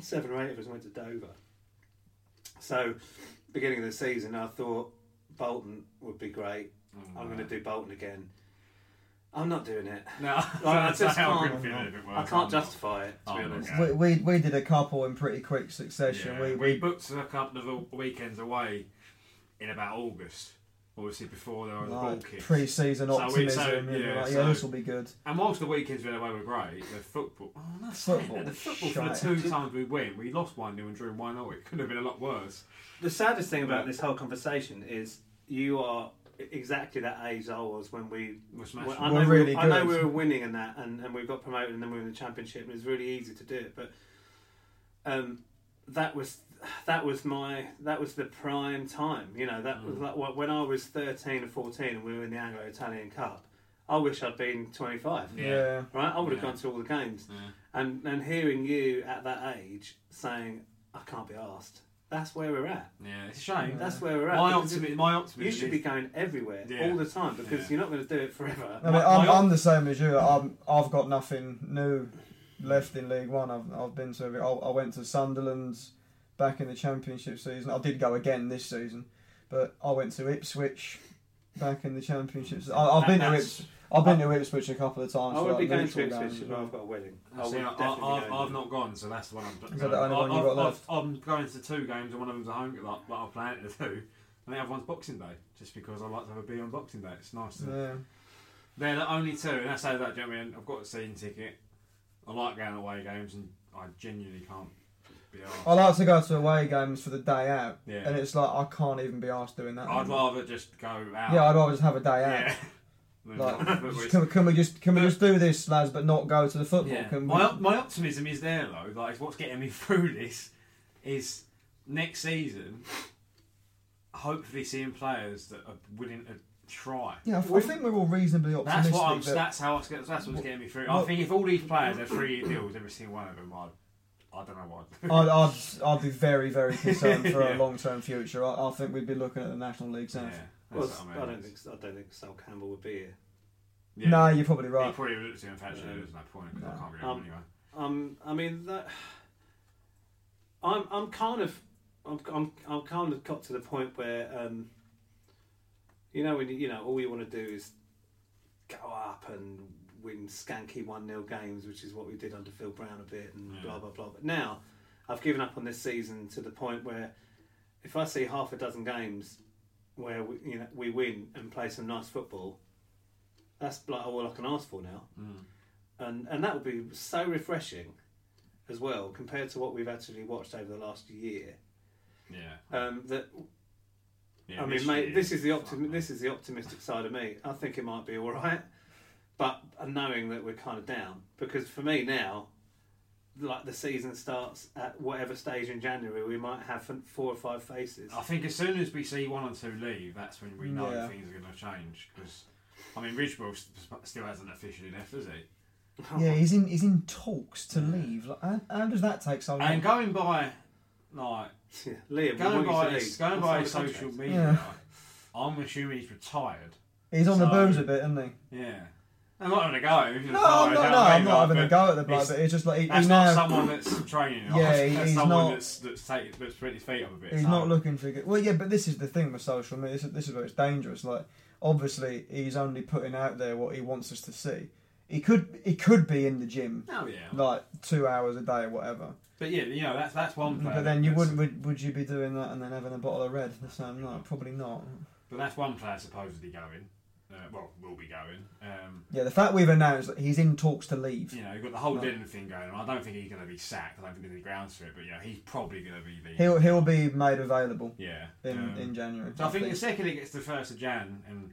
Speaker 2: seven or eight of us went to Dover. So beginning of the season, I thought Bolton would be great.
Speaker 1: Oh,
Speaker 2: I'm going to do Bolton again. I'm not doing it.
Speaker 1: No,
Speaker 2: I
Speaker 1: that's
Speaker 2: just
Speaker 1: how
Speaker 2: can't-
Speaker 1: I'm feeling a bit worse.
Speaker 2: I
Speaker 1: I'm not.
Speaker 2: can't justify it, to be
Speaker 1: I'm not
Speaker 2: honest.
Speaker 1: going.
Speaker 3: We, we, we did a couple in pretty quick succession.
Speaker 1: Yeah,
Speaker 3: we,
Speaker 1: we,
Speaker 3: we,
Speaker 1: booked a couple of weekends away in about August, obviously before there was a ball
Speaker 3: like
Speaker 1: kick.
Speaker 3: pre-season
Speaker 1: So we- so,
Speaker 3: optimism. and
Speaker 1: yeah,
Speaker 3: like, yeah,
Speaker 1: so-
Speaker 3: this will be good.
Speaker 1: and whilst the weekends we went away were great, the football, oh, no,
Speaker 3: Football,
Speaker 1: the football for the
Speaker 3: shite.
Speaker 1: two times we win, we lost one new and drew one 0 It could have been a lot worse.
Speaker 2: The saddest thing about this whole conversation is you are exactly that age I was when we.
Speaker 1: We're
Speaker 2: Well,
Speaker 1: smashing.
Speaker 2: I,
Speaker 1: it.
Speaker 2: know
Speaker 3: We're really
Speaker 2: we, I know
Speaker 3: good.
Speaker 2: we were winning and that, and, and we got promoted, and then we were in the championship, and it was really easy to do it. But um, that was that was my that was the prime time. You know, that was
Speaker 1: Mm.
Speaker 2: like wh- when I was thirteen or fourteen, and we were in the Anglo-Italian Cup. I wish I'd been twenty-five.
Speaker 3: Yeah.
Speaker 2: right? I would have
Speaker 1: Yeah.
Speaker 2: gone to all the games. And and hearing you at that age saying, I can't be asked. That's where we're at.
Speaker 1: yeah, it's a shame.
Speaker 2: That's where we're at.
Speaker 1: my
Speaker 2: Because
Speaker 1: optimism. My
Speaker 2: You
Speaker 1: optimism.
Speaker 2: should
Speaker 1: is-
Speaker 2: be going everywhere
Speaker 1: Yeah.
Speaker 2: all the time because
Speaker 1: Yeah.
Speaker 2: you're not going to do it forever.
Speaker 3: I mean, I'm, I'm the same as you. I'm, I've got nothing new left in League One. I've, I've been to every. I, I went to Sunderland's back in the Championship season. I did go again this season, but I went to Ipswich back in the Championship. se- I, I've been to
Speaker 2: That's-
Speaker 3: Ipswich. I've been to Ipswich a couple of times.
Speaker 2: I
Speaker 3: for,
Speaker 2: would
Speaker 3: like,
Speaker 2: be going to
Speaker 3: neutral
Speaker 2: Ipswich
Speaker 3: games
Speaker 2: as well. I've got a wedding. I
Speaker 1: See,
Speaker 2: would
Speaker 1: I,
Speaker 2: definitely
Speaker 1: I, I've,
Speaker 2: go.
Speaker 1: I've not gone, so that's the one I'm.
Speaker 3: Is that the only one you've
Speaker 1: I've-
Speaker 3: got left?
Speaker 1: I've- I'm going to two games, and one of them's a home that that I'm planning to do. And the other one's Boxing Day, just because I like to have a beer on Boxing Day. It's nice. To,
Speaker 3: Yeah.
Speaker 1: They're the only two, and I say that, do you know what I mean? I've got a season ticket. I like going away games, and I genuinely can't be asked.
Speaker 3: I like to go to away games for the day out,
Speaker 1: Yeah.
Speaker 3: and it's like I can't even be asked doing that.
Speaker 1: I'd rather just go out.
Speaker 3: yeah, I'd rather just have a day out.
Speaker 1: Yeah.
Speaker 3: Like,
Speaker 1: But
Speaker 3: just,
Speaker 1: we-
Speaker 3: can, we- can we just can we just do this, lads, but not go to the football?
Speaker 1: Yeah.
Speaker 3: Can we?
Speaker 1: My, my optimism is there though. Like what's getting me through this is next season. Hopefully, seeing players that are willing to try.
Speaker 3: yeah, I, I think we're all reasonably
Speaker 1: That's
Speaker 3: optimistic.
Speaker 1: what I'm.
Speaker 3: that-
Speaker 1: That's how. I was get- That's what's getting me through. I
Speaker 3: Well-
Speaker 1: think if all these players had three-year deals, every single one of them, I'd, I don't know what. I'd do.
Speaker 3: I'd, I'd, I'd be very, very concerned for our long term future. I, I think we'd be looking at the National League
Speaker 1: Yeah,
Speaker 3: South.
Speaker 1: that's
Speaker 2: Well,
Speaker 1: what
Speaker 2: I,
Speaker 1: I mean.
Speaker 2: don't think I don't think Sol Campbell would be here.
Speaker 1: Yeah.
Speaker 3: No, you're probably
Speaker 1: He
Speaker 3: right.
Speaker 1: probably would have looked at him "Oh, there's no point because I can't really
Speaker 2: Um,
Speaker 1: anyway.
Speaker 2: Um, I mean that. I'm I'm kind of I'm I'm, I'm kind of got to the point where um, you know when you, you know all you want to do is go up and win skanky one 0 games, which is what we did under Phil Brown a bit and blah blah blah. But now I've given up on this season to the point where if I see half a dozen games where we, you know we win and play some nice football, that's like all I can ask for now and and that would be so refreshing as well compared to what we've actually watched over the last year.
Speaker 1: Yeah.
Speaker 2: Um, that
Speaker 1: yeah
Speaker 2: I mean, mate, this is the optim- this is the optimistic side of me. I think it might be all right, but knowing that we're kind of down because for me now, like the season starts at whatever stage in January, we might have four or five faces.
Speaker 1: I think as soon as we see one or two leave, that's when we know
Speaker 3: Yeah.
Speaker 1: things are going to change. Because I mean, Ridgewell s- s- still hasn't officially left, has he?
Speaker 3: Yeah, he's in he's in talks to leave. Like, how, how does that take so long?
Speaker 1: And going by, like
Speaker 2: Yeah, Liam, we
Speaker 1: going
Speaker 2: want you to
Speaker 1: by
Speaker 2: leave.
Speaker 1: his, going
Speaker 2: I'll
Speaker 1: by
Speaker 2: sign
Speaker 1: his
Speaker 2: the contract.
Speaker 1: social media, I'm assuming he's retired.
Speaker 3: he's on the
Speaker 1: so-
Speaker 3: booze a bit, isn't he?
Speaker 1: Yeah. I'm not having a go. if he's
Speaker 3: No,
Speaker 1: retired,
Speaker 3: I'm
Speaker 1: you know
Speaker 3: not. No,
Speaker 1: what I
Speaker 3: I'm
Speaker 1: mean?
Speaker 3: not
Speaker 1: Like,
Speaker 3: having a go at the bloke,
Speaker 1: it's-
Speaker 3: but it's just like he,
Speaker 1: That's
Speaker 3: he's
Speaker 1: not
Speaker 3: now
Speaker 1: someone that's training.
Speaker 3: Yeah,
Speaker 1: that's,
Speaker 3: he-
Speaker 1: that's
Speaker 3: he's
Speaker 1: someone
Speaker 3: not-
Speaker 1: that's that's, take, that's putting his feet up a bit.
Speaker 3: he's
Speaker 1: so-
Speaker 3: not looking for. Good. Well, yeah, but this is the thing with social media. This is, this is where it's dangerous. Like, obviously, he's only putting out there what he wants us to see. He could he could be in the gym
Speaker 1: Oh yeah.
Speaker 3: like two hours a day or whatever.
Speaker 1: But yeah, you know that's that's one. Player
Speaker 3: But then you
Speaker 1: that's-
Speaker 3: wouldn't. Would, would you be doing that and then having a bottle of red the same night? Probably not.
Speaker 1: But that's one player supposedly going. Uh, well, will be going. Um,
Speaker 3: Yeah, the fact we've announced that he's in talks to leave.
Speaker 1: you know, you've got the whole Dylan thing going on. I don't think he's going to be sacked. I don't think there's any grounds for it. But you know, he's probably going to be the.
Speaker 3: He'll he'll be made available
Speaker 1: yeah.
Speaker 3: in,
Speaker 1: um,
Speaker 3: in January.
Speaker 1: so I think the second it gets to the first of Jan, and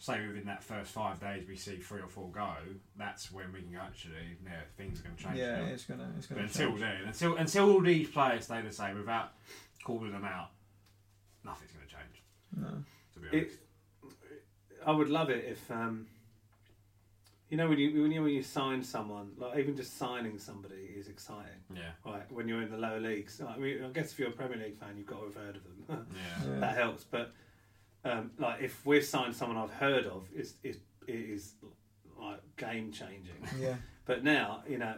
Speaker 1: say within that first five days we see three or four go, that's when we can go, actually. Yeah, things are going to change.
Speaker 3: yeah,
Speaker 1: now.
Speaker 3: it's gonna it's
Speaker 1: But
Speaker 3: gonna
Speaker 1: until
Speaker 3: change.
Speaker 1: then, until until all these players stay the same without calling them out, nothing's going to change. No. To be honest.
Speaker 2: It, I would love it if um, you know when you when you when you sign someone, like even just signing somebody is exciting.
Speaker 1: yeah.
Speaker 2: Right, when you're in the lower leagues, I mean, I guess if you're a Premier League fan, you've got to have heard of them.
Speaker 1: Yeah.
Speaker 2: that helps. But um, like if we've signed someone I've heard of, it's it, it is like game changing.
Speaker 3: Yeah.
Speaker 2: But now you know,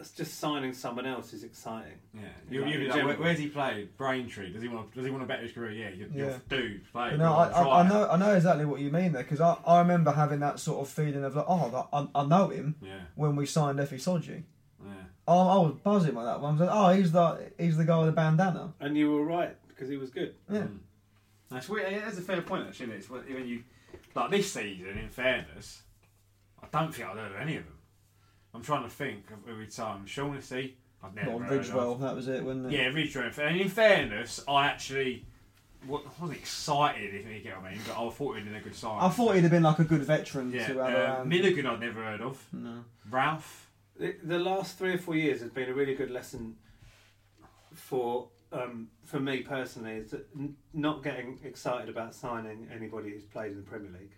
Speaker 2: it's just signing someone else is exciting.
Speaker 1: Yeah, you,
Speaker 2: Like,
Speaker 1: you,
Speaker 2: in
Speaker 1: like,
Speaker 2: general.
Speaker 1: where, where's he played? Braintree. Does he want? Does he want to better his career? Yeah, you,
Speaker 3: Yeah.
Speaker 1: will do play.
Speaker 3: You know,
Speaker 1: you'll
Speaker 3: I, I,
Speaker 1: try.
Speaker 3: I know I know exactly what you mean there because I, I remember having that sort of feeling of like oh I, I know him
Speaker 1: Yeah.
Speaker 3: when we signed Effie Sodgy.
Speaker 1: Yeah,
Speaker 3: I, I was buzzing by that one. I was like, oh he's the he's the guy with the bandana.
Speaker 2: And you were right because he was good.
Speaker 3: Yeah.
Speaker 1: that's weird. That's a fair point actually. It's when when you like this season. In fairness, I don't think I've heard of any of them. I'm trying to think of every time Shaughnessy. I've never
Speaker 3: Well,
Speaker 1: heard
Speaker 3: Ridgewell,
Speaker 1: Of.
Speaker 3: that was it when the,
Speaker 1: Yeah, Ridgewell. And in fairness, I actually wa- wasn't excited if you get what I mean. But I thought he'd been a good sign.
Speaker 3: I thought he'd have been like a good veteran
Speaker 1: yeah,
Speaker 3: to have around.
Speaker 1: uh, Milligan. I'd never heard of. No. Ralph.
Speaker 2: The, the last three or four years has been a really good lesson for um, for me personally. Is that n- not getting excited about signing anybody who's played in the Premier League.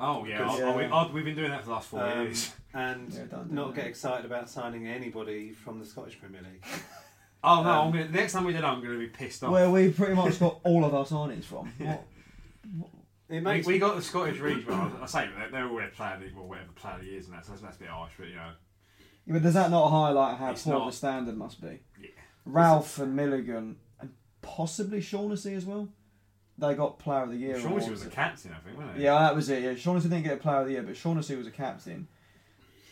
Speaker 1: Oh yeah,
Speaker 2: Because-
Speaker 1: I, I, we, I, we've been doing that for the last four
Speaker 2: Um,
Speaker 1: years.
Speaker 2: and
Speaker 3: Yeah, don't do
Speaker 2: not
Speaker 3: that.
Speaker 2: get excited about signing anybody from the Scottish Premier League.
Speaker 1: Oh no! I'm gonna, next time we do that, I'm going to be pissed off.
Speaker 3: Where we pretty much got all of our signings from. What-
Speaker 2: It
Speaker 1: we,
Speaker 2: makes
Speaker 1: we got the Scottish Reach. Well, I say that they're all their player of the well, whatever player of the years, and that's that's, that's a bit harsh, but you know,
Speaker 3: Yeah, but does that not highlight how
Speaker 1: It's
Speaker 3: poor
Speaker 1: not.
Speaker 3: the standard must be?
Speaker 1: Yeah.
Speaker 3: Ralph and Milligan and possibly Shaughnessy as well. They got Player of the Year.
Speaker 1: Shaughnessy was
Speaker 3: awards.
Speaker 1: the captain, I think, wasn't he?
Speaker 3: Yeah, that was it. Yeah, Shaughnessy didn't get a Player of the Year, but Shaughnessy was a captain.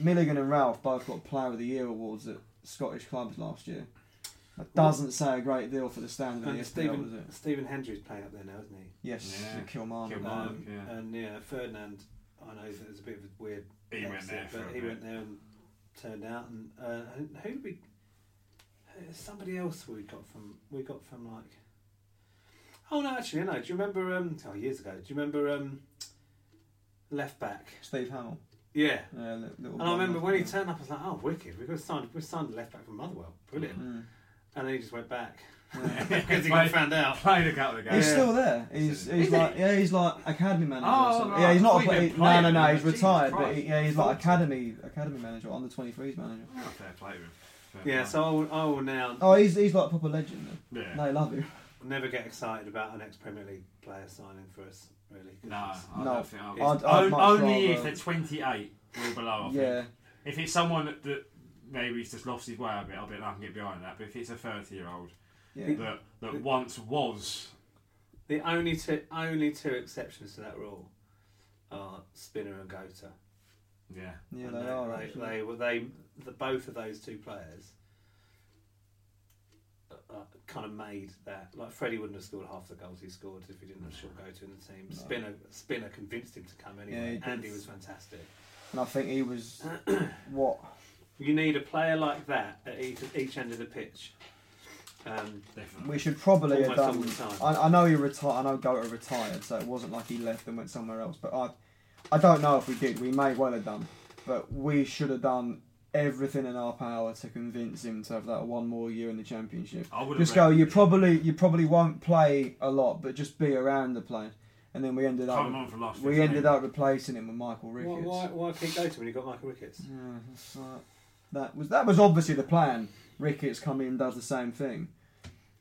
Speaker 3: Milligan and Ralph both got Player of the Year awards at Scottish clubs last year. That doesn't say a great deal for the standard of the
Speaker 2: and
Speaker 3: SPL, does
Speaker 2: Stephen
Speaker 3: it?
Speaker 2: Stephen Hendry's playing up there now, isn't he?
Speaker 3: Yes,
Speaker 1: Yeah.
Speaker 3: the Kilmarnock.
Speaker 1: Kilmarnock.
Speaker 2: Um,
Speaker 1: yeah.
Speaker 2: And yeah, Ferdinand. I know that was a bit of a weird.
Speaker 1: He went there for
Speaker 2: but
Speaker 1: a
Speaker 2: he
Speaker 1: bit.
Speaker 2: went there and turned out. And uh, and who did we? uh, Somebody else we got from we got from like. Oh no, actually no. Do you remember? Um, oh, years ago. Do you remember? Um, left back.
Speaker 3: Steve Hamill.
Speaker 2: Yeah.
Speaker 3: Yeah, li- little
Speaker 2: And I remember
Speaker 3: blonde
Speaker 2: when he
Speaker 3: guy.
Speaker 2: turned up, I was like, "Oh, wicked! We've got signed. We've signed a left back from Motherwell. Brilliant." And then he just went back because he got found out.
Speaker 1: Played a couple of
Speaker 3: He's
Speaker 1: games.
Speaker 3: still there. He's, he's
Speaker 1: Uh, Is he?
Speaker 3: like yeah, he's like academy manager.
Speaker 1: Oh,
Speaker 3: or something.
Speaker 1: right.
Speaker 3: Yeah, he's not
Speaker 1: I
Speaker 3: a
Speaker 1: thought he'd
Speaker 3: play,
Speaker 1: been
Speaker 3: no no
Speaker 1: playing.
Speaker 3: no. He's
Speaker 1: Jesus
Speaker 3: retired, but
Speaker 1: Christ.
Speaker 3: he, yeah, he's like academy academy manager, under twenty threes manager.
Speaker 1: Oh, fair play to him. Fair
Speaker 2: Yeah.
Speaker 1: play.
Speaker 2: So I will, I will now
Speaker 3: Oh, he's he's like a proper legend. Though.
Speaker 1: Yeah.
Speaker 3: They love him.
Speaker 2: never get excited about an ex-Premier League player signing for us. Really. 'cause
Speaker 1: No,
Speaker 2: it's-
Speaker 1: I
Speaker 3: No.
Speaker 1: don't think I would.
Speaker 3: I'd- I'd
Speaker 1: On-
Speaker 3: much
Speaker 1: only
Speaker 3: rather-
Speaker 1: if they're 28 or below, I think.
Speaker 3: Yeah.
Speaker 1: If it's someone that, that maybe he's just lost his way a bit, I'll be like, I can get behind that. But if it's a 30 year old
Speaker 3: Yeah.
Speaker 1: that, that once was.
Speaker 2: The only two only two exceptions to that rule are Spinner and Gota.
Speaker 1: Yeah.
Speaker 3: Yeah,
Speaker 2: And
Speaker 3: they are
Speaker 2: They,
Speaker 3: actually.
Speaker 2: they were they the both of those two players uh, uh, kind of made that. Like Freddie wouldn't have scored half the goals he scored if he didn't have Sean Gota in the team. Spinner Spinner convinced him to come anyway,
Speaker 3: he
Speaker 2: and
Speaker 3: did.
Speaker 2: he was fantastic.
Speaker 3: And I think he was what
Speaker 2: You need a player like that at each, each end of the pitch. Um,
Speaker 1: Definitely.
Speaker 3: we should probably have
Speaker 2: Almost all
Speaker 3: done.
Speaker 2: the time.
Speaker 3: I, I know he retired. I know Goethe retired, so it wasn't like he left and went somewhere else. But I, I don't know if we did. We may well have done, but we should have done everything in our power to convince him to have that one more year in the championship.
Speaker 1: I would have
Speaker 3: just go.
Speaker 1: reckoned-
Speaker 3: You probably you probably won't play a lot, but just be around the players. And then we ended up.
Speaker 1: Come on for last
Speaker 3: we
Speaker 1: 15.
Speaker 3: ended up replacing him with Michael
Speaker 2: why,
Speaker 3: Ricketts.
Speaker 2: why, why keep Gota when you got Michael Ricketts?
Speaker 3: Yeah, that's right. That was that was obviously the plan. Ricketts come in, does the same thing,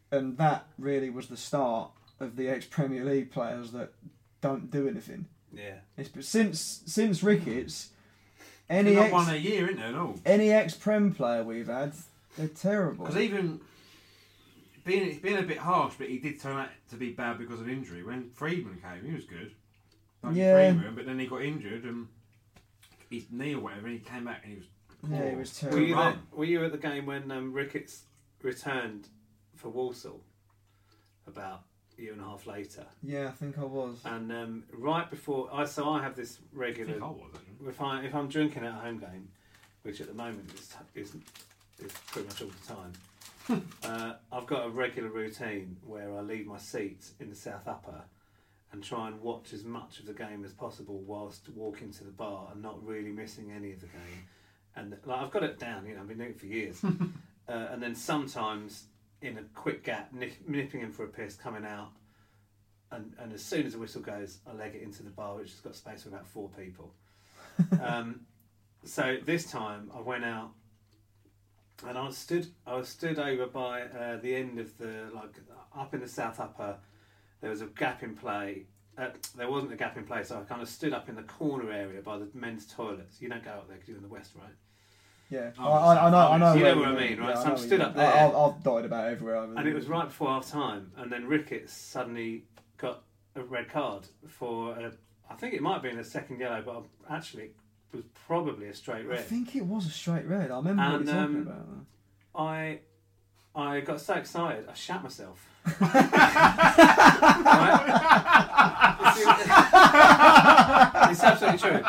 Speaker 3: and that really was the start of the ex Premier League players that don't do anything.
Speaker 2: Yeah.
Speaker 3: It's, but since since Ricketts,
Speaker 1: They've
Speaker 3: any
Speaker 1: not won a
Speaker 3: ex,
Speaker 1: year, isn't there, and all?
Speaker 3: any ex Prem player we've had, they're terrible.
Speaker 1: Because even being it's been a bit harsh, but he did turn out to be bad because of injury. When Friedman came, he was good. Like
Speaker 3: Yeah.
Speaker 1: Friedman, but then he got injured and his knee or whatever, and he came back and he was.
Speaker 3: Yeah, he
Speaker 1: poor.
Speaker 3: was
Speaker 2: Were you,
Speaker 3: terrible.
Speaker 2: there,
Speaker 1: Run.
Speaker 2: were you at the game when um, Ricketts returned for Walsall about a year and a half later?
Speaker 3: Yeah, I think I was.
Speaker 2: And um, right before, I so I have this
Speaker 1: I think I
Speaker 2: regular.
Speaker 1: was. actually.
Speaker 2: If I if I'm drinking at a home game, which at the moment is is, is pretty much all the time, uh, I've got a regular routine where I leave my seat in the south upper. And try and watch as much of the game as possible whilst walking to the bar and not really missing any of the game. And like I've got it down, you know, I've been doing it for years. uh, and then sometimes in a quick gap, nip, nipping in for a piss, coming out, and, and as soon as the whistle goes, I leg it into the bar, which has got space for about four people. um, so this time I went out, and I was stood I was stood over by uh, the end of the like up in the south upper. There was a gap in play. Uh, there wasn't a gap in play, so I kind of stood up in the corner area by the men's toilets. You don't go up there because you're in the west, right?
Speaker 3: Yeah, I,
Speaker 1: Oh,
Speaker 3: I, I know. I know.
Speaker 2: you
Speaker 3: where
Speaker 2: know what I
Speaker 3: were.
Speaker 2: mean, right?
Speaker 3: Yeah,
Speaker 2: So
Speaker 3: I
Speaker 2: I'm
Speaker 3: know where you
Speaker 2: stood
Speaker 3: were.
Speaker 2: up there.
Speaker 3: I, I've, I've dotted about everywhere. I've
Speaker 2: And
Speaker 3: been.
Speaker 2: it was right before half time, and then Ricketts suddenly got a red card for a, I think it might have been a second yellow, but actually it was probably a straight
Speaker 3: I
Speaker 2: red.
Speaker 3: think it was a straight red. I remember what
Speaker 2: And,
Speaker 3: you're talking
Speaker 2: um,
Speaker 3: about.
Speaker 2: I I got so excited, I shat myself. Right? it's, it's absolutely true.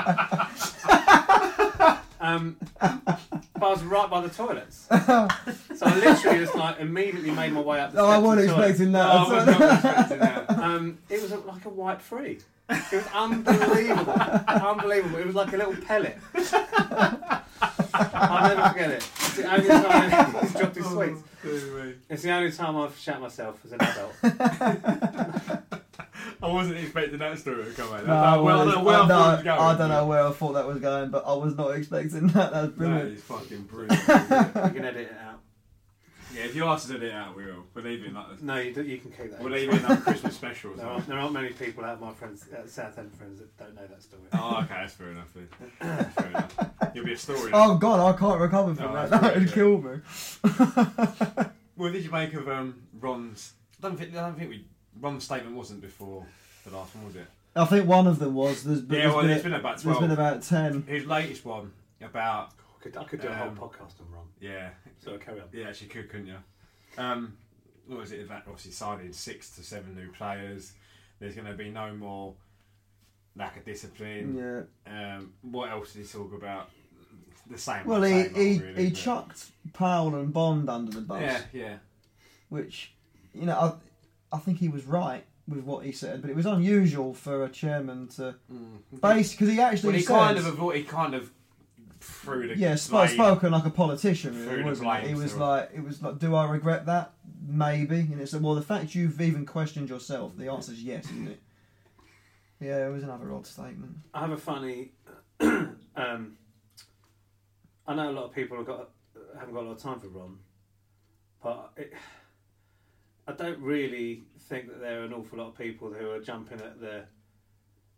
Speaker 2: Um, but I was right by the toilets, so I literally just like immediately made my way up. The
Speaker 3: No, Oh, I
Speaker 2: steps
Speaker 3: wasn't
Speaker 2: to the toilet.
Speaker 3: expecting that.
Speaker 1: I was not expecting that.
Speaker 2: Um, it was a, like a white free. It was unbelievable, unbelievable. It was like a little pellet. I'll never forget it. It's the only time he's dropped his sweets. It's the only time I've shat myself as an adult.
Speaker 1: I wasn't expecting that story to come out.
Speaker 3: No, I
Speaker 1: I don't- Uh, well,
Speaker 3: was-
Speaker 1: no, well,
Speaker 3: I,
Speaker 1: thought it was
Speaker 3: don't,
Speaker 1: going.
Speaker 3: I don't know where I thought that was going, but I was not expecting that. That's
Speaker 1: That
Speaker 3: brilliant.
Speaker 1: is fucking brilliant. yeah,
Speaker 2: You can edit it out.
Speaker 1: if you ask us to edit it out, we will. We'll leave it in like this.
Speaker 2: No, you, do, you can keep that.
Speaker 1: We'll leave it in like a Christmas special or
Speaker 2: There, aren't,
Speaker 1: something.
Speaker 2: there aren't many people out of my friends, uh, South End friends, that don't know that story.
Speaker 1: Oh, okay, that's fair enough. Then. That's fair enough. You'll be a story. now.
Speaker 3: oh god, I can't recover from
Speaker 1: Oh,
Speaker 3: that.
Speaker 1: that's
Speaker 3: That would
Speaker 1: brilliant.
Speaker 3: kill me.
Speaker 1: What did you make of um, Ron's? I don't think I don't think we Ron's statement wasn't before the last one, was it?
Speaker 3: I think one of them was. There's been,
Speaker 1: Yeah, well, there's been about
Speaker 3: There's
Speaker 1: 12.
Speaker 3: been about ten.
Speaker 1: His latest one about
Speaker 2: I could, I could do a
Speaker 1: Um,
Speaker 2: whole podcast on Ron.
Speaker 1: yeah,
Speaker 2: So carry on.
Speaker 1: yeah, actually could, couldn't you? Um, what was it? That obviously signing six to seven new players. There's going to be no more lack of discipline.
Speaker 3: Yeah.
Speaker 1: Um, what else did he talk about? The same.
Speaker 3: Well,
Speaker 1: the
Speaker 3: he
Speaker 1: same
Speaker 3: he,
Speaker 1: old, really,
Speaker 3: he
Speaker 1: but-
Speaker 3: chucked Powell and Bond under the bus,
Speaker 1: Yeah, yeah.
Speaker 3: which you know I, I think he was right with what he said, but it was unusual for a chairman to base because he actually
Speaker 1: Mm. Well, he
Speaker 3: said,
Speaker 1: kind of avo- he kind of threw the
Speaker 3: yeah, sp-
Speaker 1: blame.
Speaker 3: spoken like a politician.
Speaker 1: Through
Speaker 3: Really,
Speaker 1: the
Speaker 3: wasn't it?
Speaker 1: blame
Speaker 3: He was
Speaker 1: through.
Speaker 3: like, it was like, do I regret that? Maybe. And it said, well, the fact you've even questioned yourself, the answer's yes, isn't it? Yeah, it was another odd statement.
Speaker 2: I have a funny. um, I know a lot of people have got haven't got a lot of time for Ron, but it, I don't really think that there are an awful lot of people who are jumping at the,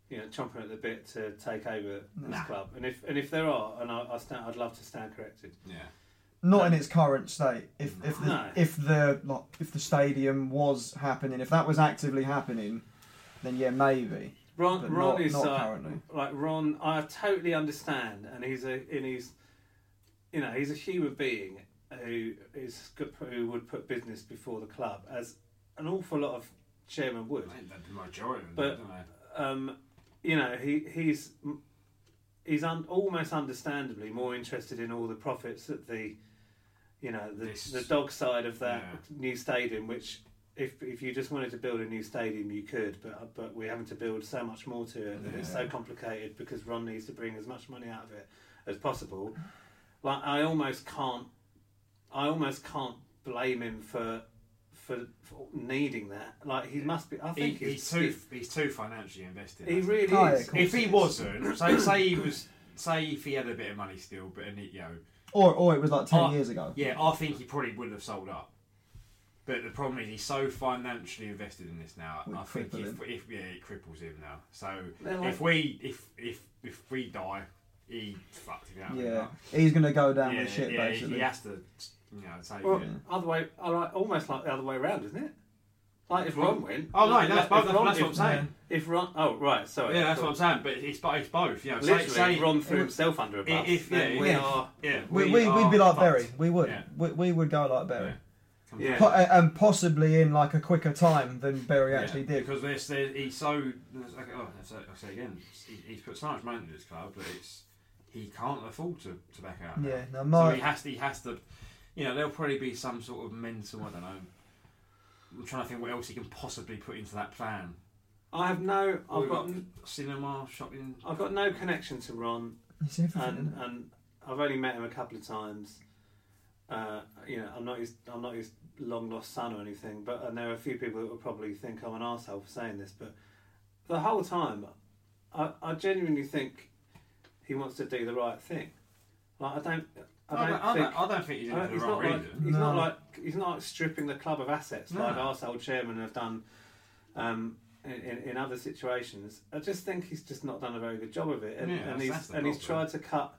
Speaker 2: you know, chomping at the bit to take over this club. And if and if there are, and I, I stand, I'd love to stand corrected.
Speaker 1: Yeah.
Speaker 3: Not in its current state. If if the,
Speaker 2: No.
Speaker 3: if the like, if the stadium was happening, if that was actively happening, then yeah, maybe.
Speaker 2: Ron,
Speaker 3: But
Speaker 2: Ron
Speaker 3: not-
Speaker 2: is
Speaker 3: not
Speaker 2: like,
Speaker 3: currently.
Speaker 2: like Ron. I totally understand, and he's a and he's, you know, he's a human being who is good- who would put business before the club, as an awful lot of chairman would.
Speaker 1: I think that the majority of them,
Speaker 2: But-
Speaker 1: didn't they?
Speaker 2: Um, you know, he he's he's un, almost understandably more interested in all the profits that the, you know, the
Speaker 1: This-
Speaker 2: the dog side of that
Speaker 1: Yeah.
Speaker 2: new stadium, which. If, if you just wanted to build a new stadium, you could, but but we're having to build so much more to it that it's so complicated because Ron needs to bring as much money out of it as possible. Like I almost can't, I almost can't blame him for for, for needing that. Like he must be. I
Speaker 1: He,
Speaker 2: think
Speaker 1: he's too he's too financially invested.
Speaker 2: he
Speaker 1: that's it.
Speaker 2: really
Speaker 3: Oh, yeah,
Speaker 2: is.
Speaker 3: of course
Speaker 1: If he wasn't, say say he was, say if he had a bit of money still, but and he, you know,
Speaker 3: Or or it was like ten
Speaker 1: I-
Speaker 3: years ago.
Speaker 1: Oh, Yeah, I think he probably would have sold up. But the problem is he's so financially invested in this now.
Speaker 3: Would
Speaker 1: I think
Speaker 3: cripple
Speaker 1: if, if yeah, it cripples him now. So
Speaker 2: They're like-
Speaker 1: if we if if if we die, he fucked it out.
Speaker 3: Yeah, he's gonna go down
Speaker 1: yeah,
Speaker 3: with shit
Speaker 1: yeah, he-
Speaker 3: basically.
Speaker 1: He has to, you know, take
Speaker 2: Well,
Speaker 1: it.
Speaker 2: other way, I like- almost like the other way around, isn't it? Like if Ron went.
Speaker 1: Oh no,
Speaker 2: like,
Speaker 1: that's
Speaker 2: if
Speaker 1: both. That's,
Speaker 2: Ron-
Speaker 1: that's what
Speaker 2: if-
Speaker 1: I'm saying.
Speaker 2: If Ron, oh right, sorry.
Speaker 1: Yeah, that's
Speaker 2: Cool.
Speaker 1: what I'm saying. But it's but it's both. You know, say-
Speaker 2: Literally,
Speaker 1: say-
Speaker 2: if Ron threw himself under a bus.
Speaker 1: if, if- yeah,
Speaker 2: then we
Speaker 1: yeah,
Speaker 2: are.
Speaker 1: yeah,
Speaker 3: we, we,
Speaker 1: are
Speaker 3: we'd be like
Speaker 1: fucked.
Speaker 3: Berry. We would.
Speaker 1: Yeah.
Speaker 3: We, we would go like Berry.
Speaker 2: Yeah.
Speaker 3: Po- a- and possibly in like a quicker time than Berry actually
Speaker 1: Yeah,
Speaker 3: did.
Speaker 1: Because there's, there, he's so. there's- okay, oh, I'll say, I'll say again. He, he's put so much money into this club that it's he can't afford to, to back out. now.
Speaker 3: Yeah, no,
Speaker 1: so
Speaker 3: my-
Speaker 1: he has to. He has to. You know, there'll probably be some sort of mental. I don't know. I'm trying to think what else he can possibly put into that plan.
Speaker 2: I have no. I've
Speaker 1: We've
Speaker 2: got.
Speaker 1: got cinema, shopping.
Speaker 2: I've got no connection to Ron,
Speaker 3: It's everything.
Speaker 2: and and I've only met him a couple of times. Uh, you know, I'm not his. I'm not his long lost son or anything. But and there are a few people that will probably think I'm an asshole for saying this, but the whole time, I, I genuinely think he wants to do the right thing. Like I don't. I
Speaker 1: I
Speaker 2: don't
Speaker 1: don't, I,
Speaker 2: think.
Speaker 1: don't, I don't think he's in
Speaker 2: I
Speaker 1: it
Speaker 2: don't-
Speaker 1: for
Speaker 2: Uh, he's
Speaker 1: the wrong reason.
Speaker 2: not like he's not
Speaker 3: No.
Speaker 2: like he's not stripping the club of assets
Speaker 1: No.
Speaker 2: like our old chairman have done um, in, in, in other situations. I just think he's just not done a very good job of it, and,
Speaker 1: Yeah,
Speaker 2: and
Speaker 1: that's- that's
Speaker 2: he's
Speaker 1: the
Speaker 2: and he's
Speaker 1: problem.
Speaker 2: tried to cut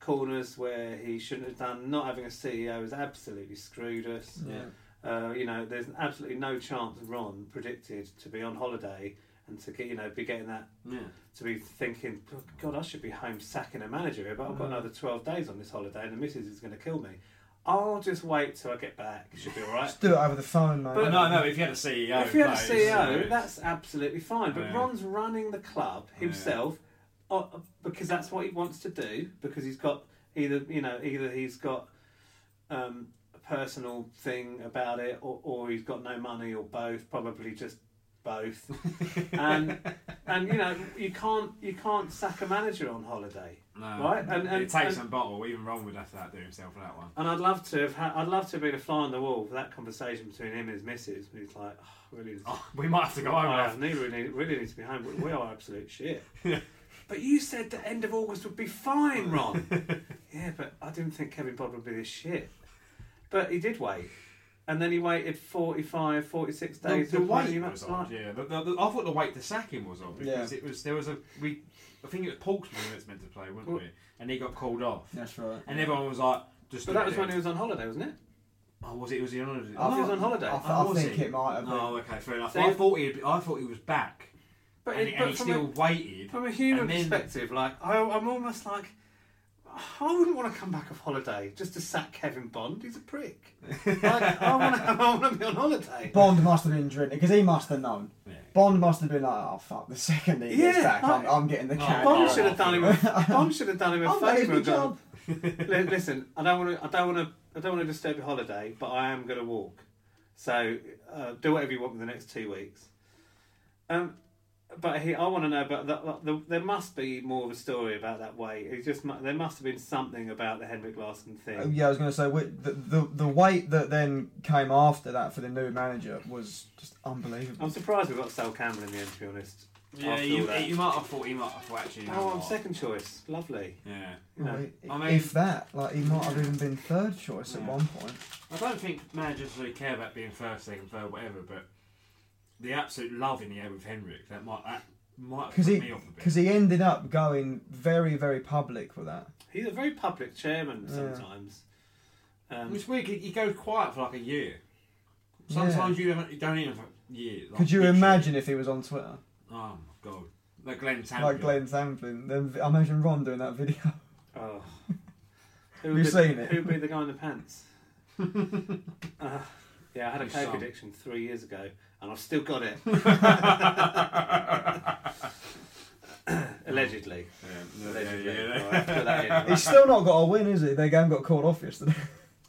Speaker 2: corners where he shouldn't have done. Not having a CEO has absolutely screwed us.
Speaker 3: Yeah.
Speaker 2: Uh, you know, there's absolutely no chance Ron predicted to be on holiday and to get you know be getting that
Speaker 1: Yeah.
Speaker 2: to be thinking, "Oh, God, I should be home sacking a manager here, but I've got another 12 days on this holiday and the missus is going to kill me. I'll just wait till I get back. It should be all right.
Speaker 3: Just do it over the phone, mate.
Speaker 1: But no, no. If you had a CEO,
Speaker 2: if you had a
Speaker 1: place,
Speaker 2: CEO,
Speaker 1: it's-
Speaker 2: E
Speaker 1: uh,
Speaker 2: that's absolutely fine. But
Speaker 1: Yeah.
Speaker 2: Ron's running the club himself uh, because that's what he wants to do because he's got either, you know, either he's got um, a personal thing about it or, or he's got no money or both, probably just both. and and you know, you can't you can't sack a manager on holiday.
Speaker 1: no,
Speaker 2: right? And and,
Speaker 1: it takes
Speaker 2: and,
Speaker 1: some bottle. Even Ron would have to outdo himself for that one.
Speaker 2: and I'd love to have had, I'd love to have been a fly on the wall for that conversation between him and his missus. And he's like, oh, Ah, really,
Speaker 1: Oh, we might have to go home.
Speaker 2: I
Speaker 1: now.
Speaker 2: have need, really, really need to be home. We- We are absolute shit. but you said the end of August would be fine, Ron. yeah, but I didn't think Kevin Bod would be this shit. But he did wait. And then he waited 45, 46
Speaker 1: The,
Speaker 2: days.
Speaker 1: the
Speaker 2: to finally
Speaker 1: weight
Speaker 2: ma-
Speaker 1: was
Speaker 2: like-
Speaker 1: odd. Yeah, the, the, the, I thought the weight to sack him was odd because
Speaker 3: Yeah.
Speaker 1: it was there was a we. I think it was Portsmouth that was meant to play, weren't we? And he got called off,
Speaker 3: That's right.
Speaker 1: and everyone was like, "Just."
Speaker 2: But
Speaker 1: do
Speaker 2: that
Speaker 1: it
Speaker 2: was when he
Speaker 1: then.
Speaker 2: was on holiday, wasn't it?
Speaker 1: Oh, was it? Was he on? holiday?
Speaker 2: he was on holiday.
Speaker 3: I, th-
Speaker 1: Oh,
Speaker 3: I
Speaker 1: was
Speaker 3: think
Speaker 1: he?
Speaker 3: it might have been.
Speaker 1: Oh, okay, fair enough.
Speaker 2: So-
Speaker 1: I thought he. I thought he was back,
Speaker 2: But,
Speaker 1: and,
Speaker 2: it-
Speaker 1: he-
Speaker 2: but
Speaker 1: and he
Speaker 2: from a-
Speaker 1: still waited.
Speaker 2: From a human
Speaker 1: and then-
Speaker 2: perspective, like I, I'm almost like I wouldn't want to come back off holiday just to sack Kevin Bond. He's a prick. like, I want to, I want to be on holiday.
Speaker 3: Bond must have been drinking because he must have known.
Speaker 1: Yeah.
Speaker 3: Bond must have been like, oh fuck, the second he gets
Speaker 2: Yeah,
Speaker 3: back, I'm,
Speaker 2: I-
Speaker 3: I'm getting the Oh, cat.
Speaker 1: Oh, Bond
Speaker 2: Bond should have done him. A, Bond should have done him a
Speaker 3: I've got
Speaker 2: favour. and
Speaker 3: his
Speaker 2: gone, "Li- Listen, I don't want to. I don't want to. I don't want to disturb your holiday, but I am going to walk. So uh, do whatever you want for the next two weeks. Um, but he, I want to know about that. The, there must be more of a story about that way. It just mu- there must have been something about the Henrik Larsson thing.
Speaker 3: Uh, Yeah, I was going to say wi- the, the the weight that then came after that for the new manager was just unbelievable.
Speaker 2: I'm surprised we got Sal Campbell in the end. To be honest,
Speaker 1: Yeah,
Speaker 2: After all
Speaker 1: you,
Speaker 2: that.
Speaker 1: you might have thought he might have thought actually. you know
Speaker 2: oh, I'm
Speaker 1: what?
Speaker 2: second choice. Lovely.
Speaker 1: Yeah.
Speaker 3: Well,
Speaker 2: No,
Speaker 3: i-
Speaker 1: I mean-
Speaker 3: if that, like he might have even been third choice at
Speaker 1: Yeah.
Speaker 3: one point.
Speaker 1: I don't think managers really care about being first, second, third, whatever, but the absolute love in the air with Henrik, that might that might have put
Speaker 3: Because he
Speaker 1: me off a
Speaker 3: because
Speaker 1: bit.
Speaker 3: he ended up going very very public with that.
Speaker 1: Oh,
Speaker 2: He's a very public chairman sometimes.
Speaker 1: It
Speaker 2: Um,
Speaker 1: was weird, he, he goes quiet for like a year. Sometimes you, haven't, you don't even have a year. like,
Speaker 3: Could you
Speaker 1: literally.
Speaker 3: imagine if he was on Twitter
Speaker 1: Oh my god. Like Glenn Tampion.
Speaker 3: like Glenn Samplin? Then I imagine Ron doing that video.
Speaker 2: oh. Who would
Speaker 3: You've
Speaker 2: be-
Speaker 3: seen it.
Speaker 2: Who would be the guy in the pants? uh, yeah, I had a
Speaker 1: You
Speaker 2: coke
Speaker 1: some.
Speaker 2: addiction three years ago, and I've still got it. Allegedly.
Speaker 1: Yeah, yeah, yeah,
Speaker 2: Allegedly.
Speaker 1: yeah.
Speaker 2: Alright, put that in.
Speaker 3: He's still not got a win, is he? Their game got called off yesterday.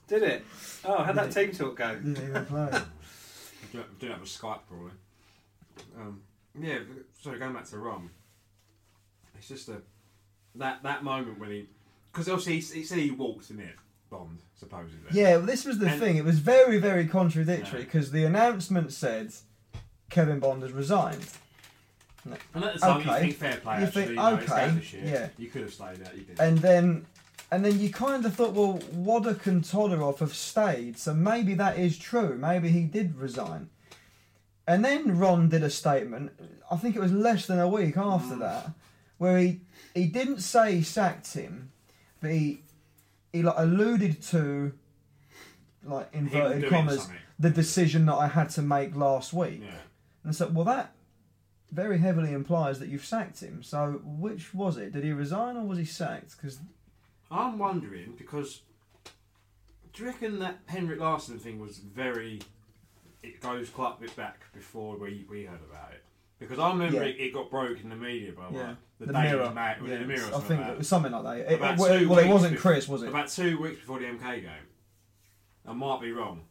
Speaker 2: Did it? Oh, how'd that team talk go?
Speaker 3: Didn't even play.
Speaker 1: Do do that with Skype probably. Um, yeah, so going back to Rom, it's just a that that moment when he, because obviously he, he said he walked in it, Bond supposedly.
Speaker 3: Yeah, well, this was the
Speaker 1: And-
Speaker 3: thing. It was very, very contradictory because the announcement said Kevin Bond has resigned.
Speaker 1: And at the time
Speaker 3: Okay.
Speaker 1: you think fair play.
Speaker 3: You
Speaker 1: actually,
Speaker 3: think,
Speaker 1: you know, it's
Speaker 3: okay,
Speaker 1: down to shit.
Speaker 3: yeah.
Speaker 1: You could have stayed out. You didn't.
Speaker 3: And then and then you kind of thought, well, Waddock and Todorov have stayed, so maybe that is true. Maybe he did resign. And then Ron did a statement, I think it was less than a week
Speaker 1: Mm.
Speaker 3: after that, where he he didn't say he sacked him, but he he like alluded to like inverted
Speaker 1: doing
Speaker 3: commas
Speaker 1: something.
Speaker 3: the decision that I had to make last week.
Speaker 1: yeah.
Speaker 3: And so, well, that very heavily implies that you've sacked him. So, which was it? Did he resign or was he sacked? Because
Speaker 1: I'm wondering because do you reckon that Henrik Larsson thing was very? It goes quite a bit back before we, we heard about it because I remember
Speaker 3: Yeah.
Speaker 1: it, it got broke in the media by
Speaker 3: yeah,
Speaker 1: like the, Daily Ma- was it
Speaker 3: Yeah,
Speaker 1: the mirror. or
Speaker 3: I
Speaker 1: something
Speaker 3: think
Speaker 1: like
Speaker 3: it
Speaker 1: that?
Speaker 3: was something like that. It-
Speaker 1: About
Speaker 3: well,
Speaker 1: two
Speaker 3: well, it
Speaker 1: weeks
Speaker 3: wasn't
Speaker 1: bef-
Speaker 3: Chris, was it?
Speaker 1: About two weeks before the MK game. I might be wrong,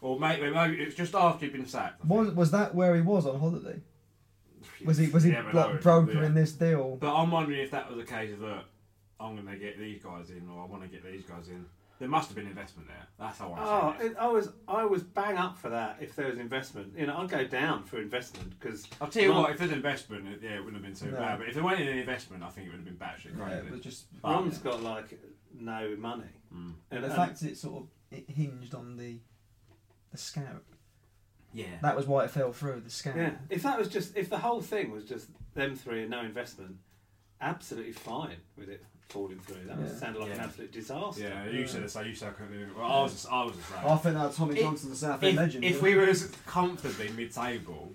Speaker 1: or maybe, maybe it was just after he'd been sacked. I
Speaker 3: was,
Speaker 1: think.
Speaker 3: was that where he was on holiday? Was he was he
Speaker 1: Yeah, but
Speaker 3: like,
Speaker 1: no,
Speaker 3: brokering
Speaker 1: yeah.
Speaker 3: this deal?
Speaker 1: But I'm wondering if that was a case of look, I'm going to get these guys in, or I want to get these guys in. There must have been investment there. That's how I'm
Speaker 2: Oh,
Speaker 1: saying it.
Speaker 2: it, I was I was bang up for that. If there was investment, you know, I'd go down for investment because
Speaker 1: I'll tell you what, if there's investment, it- yeah, it wouldn't have been too
Speaker 3: No.
Speaker 1: bad. But if there weren't any investment, I think it would have been batshit
Speaker 3: Yeah,
Speaker 1: crazy.
Speaker 3: it was just
Speaker 2: Ron's got like no money,
Speaker 1: Mm.
Speaker 2: and,
Speaker 3: the
Speaker 2: and-
Speaker 3: fact it sort of it hinged on the the scout.
Speaker 1: yeah.
Speaker 3: That was why it fell through the scout.
Speaker 2: yeah, if that was just if the whole thing was just them three and no investment, absolutely fine with it falling through. That
Speaker 3: Yeah.
Speaker 2: would sound like an
Speaker 1: Yeah.
Speaker 2: absolute disaster.
Speaker 1: yeah, you said the same. You said I couldn't do it. Well, I was, the s- I was the same.
Speaker 3: I think that Tommy
Speaker 1: If-
Speaker 3: Johnson, the South End
Speaker 1: if,
Speaker 3: legend.
Speaker 1: if we were as comfortably mid-table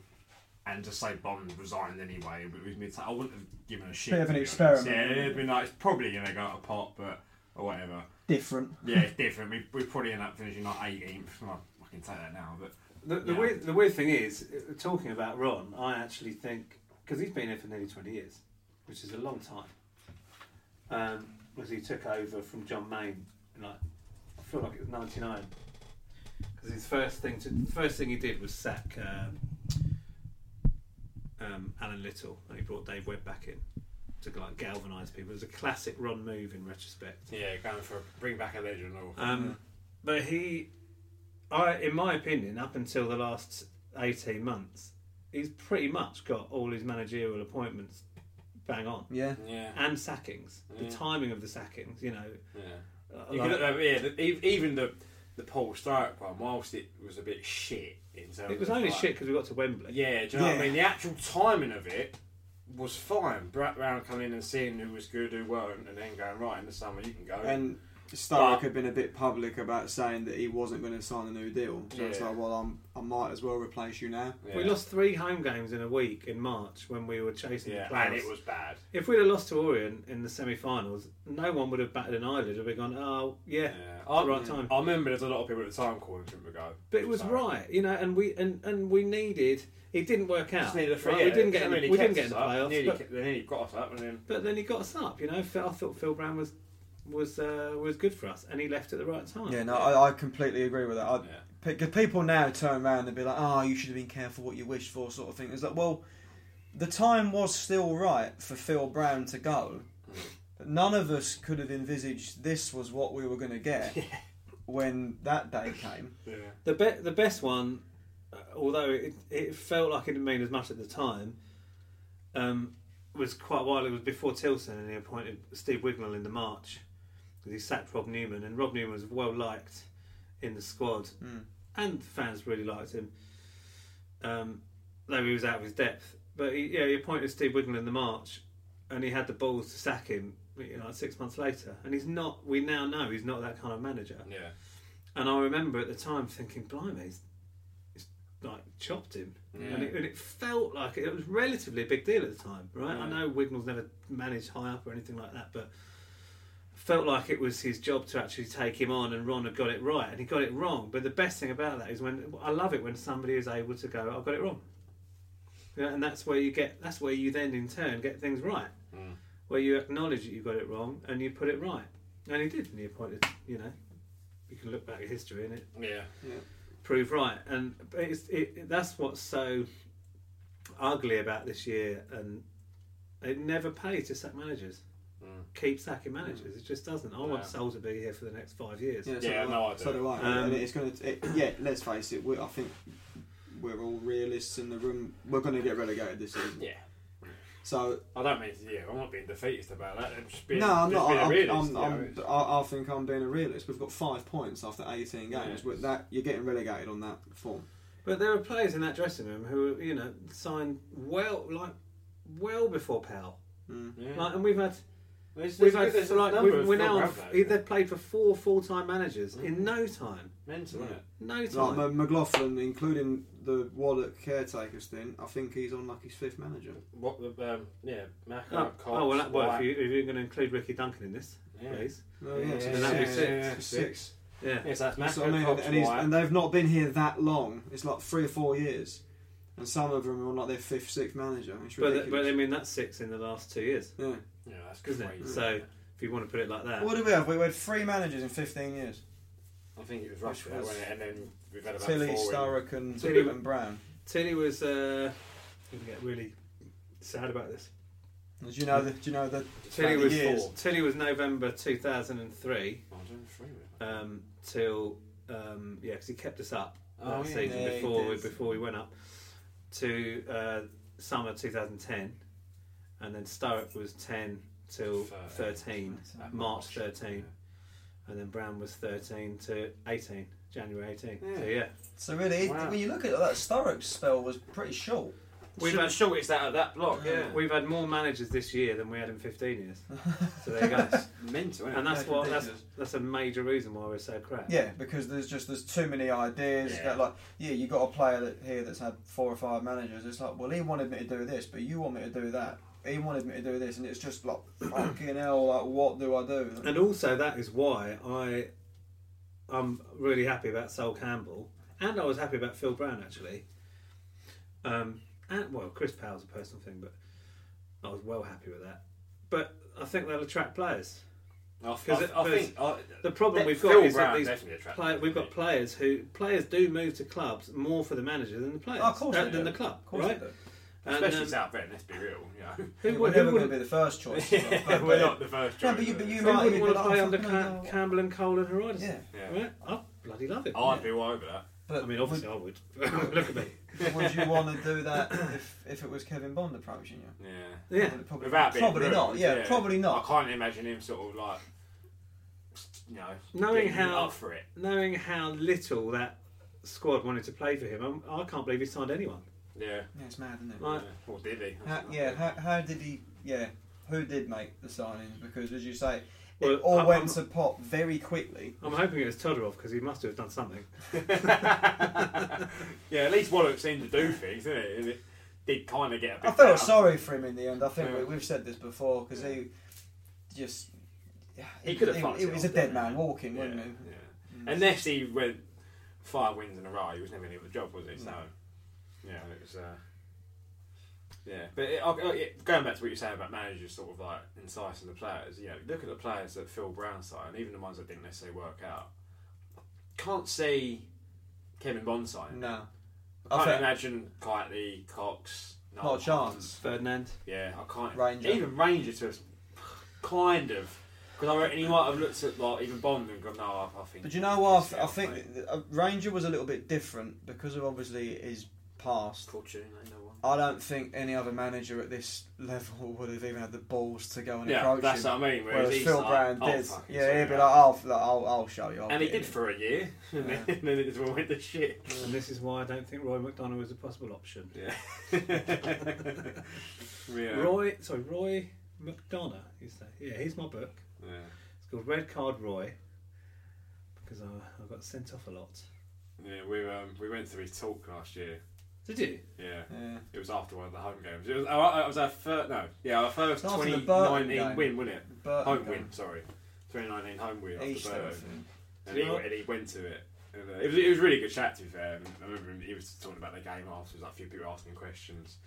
Speaker 1: and just say Bond resigned anyway, but it was mid I wouldn't have given a shit.
Speaker 3: Bit of
Speaker 1: to
Speaker 3: an
Speaker 1: be honest.
Speaker 3: experiment,
Speaker 1: Yeah,
Speaker 3: yeah.
Speaker 1: it'd been like it's probably gonna go out of pot, but or whatever.
Speaker 3: different.
Speaker 1: Yeah, it's different. We we probably end up finishing like 18th. Well, I can take that now, but
Speaker 2: The, the
Speaker 1: Yeah.
Speaker 2: weird the weird thing is, uh, talking about Ron, I actually think because he's been here for nearly twenty years, which is a long time. Um, because he took over from John Main, in like I feel like it was ninety nine. Because his first thing to first thing he did was sack uh, um, Alan Little, and he brought Dave Webb back in to like galvanise people. It was a classic Ron move in retrospect.
Speaker 1: yeah, going for bring back a legend or
Speaker 2: Um, But he, I, in my opinion, up until the last eighteen months, he's pretty much got all his managerial appointments bang on,
Speaker 3: Yeah.
Speaker 1: yeah.
Speaker 2: and sackings. The timing of the sackings, you know.
Speaker 1: Yeah.
Speaker 2: Uh,
Speaker 1: You
Speaker 2: like-
Speaker 1: could, uh, yeah, the, ev- even the the Paul Stark one, whilst it was a bit shit in terms,
Speaker 2: It was
Speaker 1: of,
Speaker 2: only
Speaker 1: like-
Speaker 2: shit because we got to Wembley.
Speaker 1: Yeah, do you know what
Speaker 3: Yeah.
Speaker 1: I mean? The actual timing of it was fine. Brad Brown coming in and seeing who was good, who weren't, and then going right in the summer you can go.
Speaker 6: And Stark
Speaker 1: But-
Speaker 6: had been a bit public about saying that he wasn't going to sign a new deal. So it's
Speaker 1: Yeah.
Speaker 6: like, well, I'm, I might as well replace you now.
Speaker 1: yeah.
Speaker 2: We lost three home games in a week in March when we were chasing
Speaker 1: yeah,
Speaker 2: the playoffs.
Speaker 1: and it was bad.
Speaker 2: If we'd have lost to Orient in the semi-finals, no one would have batted an eyelid. Would have gone, oh yeah,
Speaker 1: I,
Speaker 2: right time.
Speaker 1: I remember there's a lot of people at the time calling for him to go,
Speaker 2: But it was
Speaker 1: So-
Speaker 2: right, you know, and we and, and we needed. It didn't work out.
Speaker 1: Just needed a free.
Speaker 2: right?
Speaker 1: yeah,
Speaker 2: we didn't get.
Speaker 1: they
Speaker 2: In,
Speaker 1: nearly
Speaker 2: we
Speaker 1: kept
Speaker 2: didn't get in the
Speaker 1: us up,
Speaker 2: playoffs.
Speaker 1: Nearly,
Speaker 2: But,
Speaker 1: kept- they nearly got us up, and then
Speaker 2: but then he got us up. You know, Phil- I thought Phil Brown was was uh, was good for us, and he left at the right time.
Speaker 6: Yeah, no, I, I completely agree with that. I,
Speaker 1: Yeah.
Speaker 6: "Ah, pe- 'cause People now turn around and be like, oh, you should have been careful what you wished for, sort of thing. It's like, well, the time was still right for Phil Brown to go. But none of us could have envisaged this was what we were going to get when that day came.
Speaker 2: The be- the best one, uh, although it, it felt like it didn't mean as much at the time, um, was quite a while. It was before Tilson, and he appointed Steve Wignall in the March because he sacked Rob Newman, and Rob Newman was well liked in the squad, and fans really liked him. Um, though he was out of his depth, but he, yeah, he appointed Steve Wignall in the March, and he had the balls to sack him. You know, six months later, and he's not. We now know he's not that kind of manager.
Speaker 1: Yeah.
Speaker 2: And I remember at the time thinking, blimey, he's, he's like chopped him. And, it, and it felt like it, was relatively a big deal at the time, right? I know Wignall's never managed high up or anything like that, but felt like it was his job to actually take him on and Ron had got it right and he got it wrong. But the best thing about that is when I love it when somebody is able to go, I've got it wrong. You know, and that's where you get that's where you then in turn get things right. Where you acknowledge that you got it wrong and you put it right. And he did and he appointed you know, you can look back at history and it
Speaker 1: Yeah.
Speaker 2: prove right. And but it's, it, that's what's so ugly about this year. And it never pays to sack managers.
Speaker 1: Mm.
Speaker 2: Keep sacking managers. It just doesn't. I want Sol to be here for the next five years.
Speaker 6: Yeah,
Speaker 1: Yeah,
Speaker 6: do
Speaker 1: no,
Speaker 6: I.
Speaker 1: I do.
Speaker 6: So do I.
Speaker 2: Um,
Speaker 6: and it's going to. Yeah, let's face it. We, I think we're all realists in the room. We're going to get relegated this season.
Speaker 1: Yeah.
Speaker 6: So
Speaker 1: I don't mean to, yeah, I'm not being defeatist about that. I'm just being,
Speaker 6: no, I'm
Speaker 1: just
Speaker 6: not.
Speaker 1: being a
Speaker 6: I'm,
Speaker 1: realist.
Speaker 6: I'm,
Speaker 1: you know,
Speaker 6: I'm,
Speaker 1: it's-
Speaker 6: I, I think I'm being a realist. We've got five points after 18 games.
Speaker 1: Yeah.
Speaker 6: With that, you're getting relegated on that form.
Speaker 2: But there were players in that dressing room who were, you know signed well, like well before Powell.
Speaker 1: yeah.
Speaker 2: Like, and we've had.
Speaker 1: There's-
Speaker 2: We've
Speaker 1: there's-
Speaker 2: had
Speaker 1: there's a
Speaker 2: like
Speaker 1: number
Speaker 2: we've,
Speaker 1: of
Speaker 2: we're
Speaker 1: Phil
Speaker 2: now
Speaker 1: Brown
Speaker 2: on-
Speaker 1: players, Mm. yeah.
Speaker 2: they've played for four full-time managers in no time,
Speaker 1: mental, isn't it?
Speaker 2: no
Speaker 6: Like
Speaker 2: time.
Speaker 6: M- McLaughlin, including the Warlock caretaker stint, I think he's on like his fifth manager.
Speaker 1: What the um, yeah, Mac
Speaker 2: Oh,
Speaker 1: Cox,
Speaker 2: oh well, that, well if,
Speaker 1: White.
Speaker 2: you, if you're going to include Ricky Duncan in this,
Speaker 1: Yeah.
Speaker 2: please.
Speaker 6: Oh, yeah, so
Speaker 1: Yeah,
Speaker 6: it's
Speaker 2: that'd be
Speaker 6: six.
Speaker 2: six.
Speaker 1: yeah,
Speaker 6: It's
Speaker 1: six.
Speaker 6: six.
Speaker 2: Yeah.
Speaker 1: Yes, that's Mac
Speaker 6: That's what I mean.
Speaker 1: Cox,
Speaker 6: and, he's,
Speaker 1: White.
Speaker 6: and they've not been here that long. It's like three or four years, and some of them are on like their fifth, sixth manager. It's ridiculous.
Speaker 2: But, but I mean, that's six in the last two years,
Speaker 6: yeah.
Speaker 1: yeah, that's
Speaker 2: isn't
Speaker 1: crazy.
Speaker 2: it? So if you want to put it like that,
Speaker 3: What do we have? We had three managers in 15 years.
Speaker 1: I think it was rushed
Speaker 3: Which was-
Speaker 1: wasn't it? and then we've had about
Speaker 3: Tilly,
Speaker 1: four. in-
Speaker 3: Starrock, and,
Speaker 2: Tilly-
Speaker 3: and Brown.
Speaker 2: Tilly was. Uh, going to get really sad about this.
Speaker 3: Do you know the, do you know the
Speaker 2: Tilly
Speaker 3: the
Speaker 2: was
Speaker 3: years?
Speaker 2: Tilly was November two thousand and three
Speaker 1: Oh, I don't know, three, wasn't it?
Speaker 2: um, till um, yeah, because he kept us up
Speaker 1: Oh,
Speaker 2: that
Speaker 1: yeah.
Speaker 2: season
Speaker 3: Yeah, he
Speaker 2: before we,
Speaker 3: did.
Speaker 2: before we went up to uh, summer two thousand ten, and then Sturrock was ten till
Speaker 1: Thirteen.
Speaker 2: thirteen, uh,
Speaker 1: That
Speaker 2: March
Speaker 1: March,
Speaker 2: thirteen, and then Brown was thirteen to eighteen, January eighteen. So
Speaker 1: Yeah.
Speaker 2: yeah,
Speaker 3: So really, it-
Speaker 1: Wow.
Speaker 3: when you look at it, that Starrock spell was pretty short.
Speaker 2: We've
Speaker 1: We've had
Speaker 2: had-
Speaker 1: shortest out of that block. Yeah,
Speaker 2: we've had more managers this year than we had in fifteen years. So there you go.
Speaker 1: mental.
Speaker 2: And that's
Speaker 3: That's
Speaker 2: what that's
Speaker 3: ridiculous.
Speaker 2: that's a major reason why we're so crap.
Speaker 3: Yeah, because there's just there's too many ideas
Speaker 1: Yeah.
Speaker 3: that like yeah you got a player that, here that's had four or five managers. It's like well he wanted me to do this, but you want me to do that. He wanted me to do this, and it's just like fucking hell. Like what do I do?
Speaker 2: And also, that is why I, I'm really happy about Sol Campbell, and I was happy about Phil Brown actually. Um, and well, Chris Powell's a personal thing, but I was well happy with that. But I think they'll attract players.
Speaker 1: I,
Speaker 2: Because
Speaker 1: I, I think I,
Speaker 2: The problem
Speaker 1: De-
Speaker 2: we've got
Speaker 1: Phil
Speaker 2: is
Speaker 1: Brown
Speaker 2: that
Speaker 1: definitely
Speaker 2: these
Speaker 1: attracted
Speaker 2: play, we've got
Speaker 1: me.
Speaker 2: players who players do move to clubs more for the manager than the players,
Speaker 3: Oh, of course
Speaker 2: uh,
Speaker 3: they
Speaker 2: than
Speaker 3: do.
Speaker 2: the club,
Speaker 3: Of course
Speaker 2: right?
Speaker 3: they do.
Speaker 2: And,
Speaker 1: especially
Speaker 2: um,
Speaker 1: South Bend. Let's be real. You know,
Speaker 2: who,
Speaker 3: We're
Speaker 2: would- who
Speaker 3: never going to
Speaker 2: would,
Speaker 3: be the first choice.
Speaker 1: yeah,
Speaker 3: but-
Speaker 1: we're not the first.
Speaker 3: No,
Speaker 1: choice,
Speaker 3: but you,
Speaker 1: but
Speaker 3: but you
Speaker 1: it's-
Speaker 2: who
Speaker 3: might
Speaker 2: wouldn't
Speaker 3: be
Speaker 2: want to
Speaker 3: like,
Speaker 2: play
Speaker 3: oh,
Speaker 2: under
Speaker 3: fucking
Speaker 2: Cam-
Speaker 3: hell.
Speaker 2: Campbell and Cole and Haridas?
Speaker 3: Yeah.
Speaker 1: Yeah.
Speaker 2: Right? I bloody love it.
Speaker 1: I'd be all over that.
Speaker 3: But
Speaker 2: I mean, obviously I would. Look at me.
Speaker 3: would, would you want to do that if, if it was Kevin Bond approaching you?
Speaker 1: Yeah.
Speaker 2: Yeah.
Speaker 3: Probably- Probably,
Speaker 1: Without being
Speaker 3: probably
Speaker 1: rude,
Speaker 3: not. Yeah, probably
Speaker 1: I
Speaker 3: not.
Speaker 1: can't imagine him sort of like, you know,
Speaker 2: Knowing
Speaker 1: getting
Speaker 2: how-
Speaker 1: up for it.
Speaker 2: Knowing how little that squad wanted to play for him, I'm, I can't believe he signed anyone.
Speaker 1: Yeah.
Speaker 3: Yeah, it's mad, isn't it?
Speaker 2: Like,
Speaker 1: yeah. Or did he?
Speaker 3: How, yeah, how, how did he? Yeah, who did make the signings? Because as you say,
Speaker 2: Well,
Speaker 3: it all
Speaker 2: I'm-
Speaker 3: went
Speaker 2: I'm-
Speaker 3: to pot very quickly.
Speaker 2: I'm hoping it was Todorov because he must have done something.
Speaker 1: yeah, at least Wallock seemed to do things, didn't it? And it did kind of get a bit.
Speaker 3: I felt
Speaker 1: better.
Speaker 3: sorry for him in the end. I think
Speaker 1: Yeah.
Speaker 3: we, we've said this before because he just
Speaker 1: He could have fucked
Speaker 3: He,
Speaker 1: it
Speaker 3: was a
Speaker 1: off,
Speaker 3: dead
Speaker 1: didn't he?
Speaker 3: man walking,
Speaker 1: Yeah,
Speaker 3: wasn't he?
Speaker 1: yeah. Unless he went five wins in a row, he was never going to get the job, was he? So, yeah, it was. Uh, yeah, but it, I, I- it, going back to what you saying about managers, sort of like inciting the players. You know, look at the players that Phil Brown signed, even the ones that didn't necessarily work out. Can't see Kevin Bond signing.
Speaker 3: No,
Speaker 1: I
Speaker 3: I
Speaker 1: can't
Speaker 3: think-
Speaker 1: imagine Kitely, Cox, No,
Speaker 3: Not
Speaker 1: I
Speaker 3: a chance.
Speaker 2: Ferdinand.
Speaker 1: Yeah, I can't.
Speaker 3: Ranger.
Speaker 1: Even Ranger to us, kind of. Because I reckon he might have looked at like even Bond and gone, no, I, I think.
Speaker 3: But you know what? I think uh, Ranger was a little bit different because of obviously his past.
Speaker 1: Fortunately, no one.
Speaker 3: I don't think any other manager at this level would have even had the balls to go and
Speaker 1: Yeah,
Speaker 3: approach
Speaker 1: that's
Speaker 3: him.
Speaker 1: what I mean, whereas
Speaker 3: Whereas
Speaker 1: he's
Speaker 3: Phil
Speaker 1: like, "Oh,
Speaker 3: Brown
Speaker 1: "I'll
Speaker 3: did.
Speaker 1: fucking
Speaker 3: Yeah,
Speaker 1: sort
Speaker 3: he'd be
Speaker 1: it
Speaker 3: like, "Oh,
Speaker 1: out."
Speaker 3: I'll, like, I'll, I'll show you. I'll
Speaker 1: And he
Speaker 3: get
Speaker 1: did
Speaker 3: in."
Speaker 1: for a year, and then, and then it just all went to shit.
Speaker 2: And this is why I don't think Roy McDonald is a possible option.
Speaker 1: Yeah. yeah.
Speaker 2: Roy, sorry, Roy McDonough is that? Yeah, here's my book.
Speaker 1: Yeah.
Speaker 2: It's called Red Card Roy because I, I got sent off a lot.
Speaker 1: Yeah, we um, we went to his talk last year.
Speaker 2: Did you?
Speaker 1: Yeah.
Speaker 3: Yeah.
Speaker 1: It was after one of the home games. It was, our, it was our first, no, yeah, our first
Speaker 3: After the Burton
Speaker 1: 2019
Speaker 3: game.
Speaker 1: win, wasn't it?
Speaker 3: Burton
Speaker 1: home
Speaker 3: game.
Speaker 1: win, sorry. 2019 home win
Speaker 3: East,
Speaker 1: after
Speaker 3: I
Speaker 1: Burton.
Speaker 3: think.
Speaker 1: And he, and he went to it. And, uh, it, was, it was a really good chat, to be fair. And I remember him, he was talking about the game after. There was like, a few people asking questions.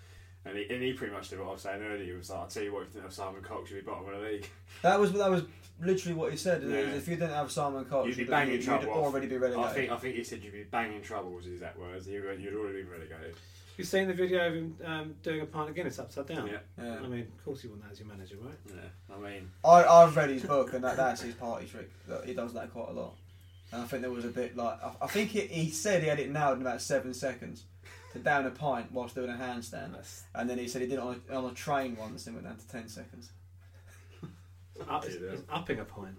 Speaker 1: And he, and he pretty much did what I was saying earlier. He was like, I'll tell you what, if you didn't have Simon Cox, you'd be bottom of the league.
Speaker 3: That was that was literally what he said.
Speaker 1: Yeah.
Speaker 3: If you didn't have Simon Cox,
Speaker 1: you'd be
Speaker 3: you'd,
Speaker 1: banging
Speaker 3: you'd
Speaker 1: trouble. off.
Speaker 3: already be relegated.
Speaker 1: I think, I think he said you'd be banging trouble, was his exact words. You'd, you'd already be relegated.
Speaker 2: You seen the video of him um, doing a pint of Guinness upside down?
Speaker 1: Yeah.
Speaker 3: Yeah.
Speaker 2: I mean, of course you want that as your manager, right?
Speaker 1: Yeah, I mean,
Speaker 3: I, I've read his book, and that, that's his party trick. That he does that quite a lot. And I think there was a bit like I, I think he, he said he had it nailed in about seven seconds to down a pint whilst doing a handstand,
Speaker 2: That's-
Speaker 3: and then he said he did it on a, on a train once and went down to ten seconds.
Speaker 2: Up, it's, it's upping a pint,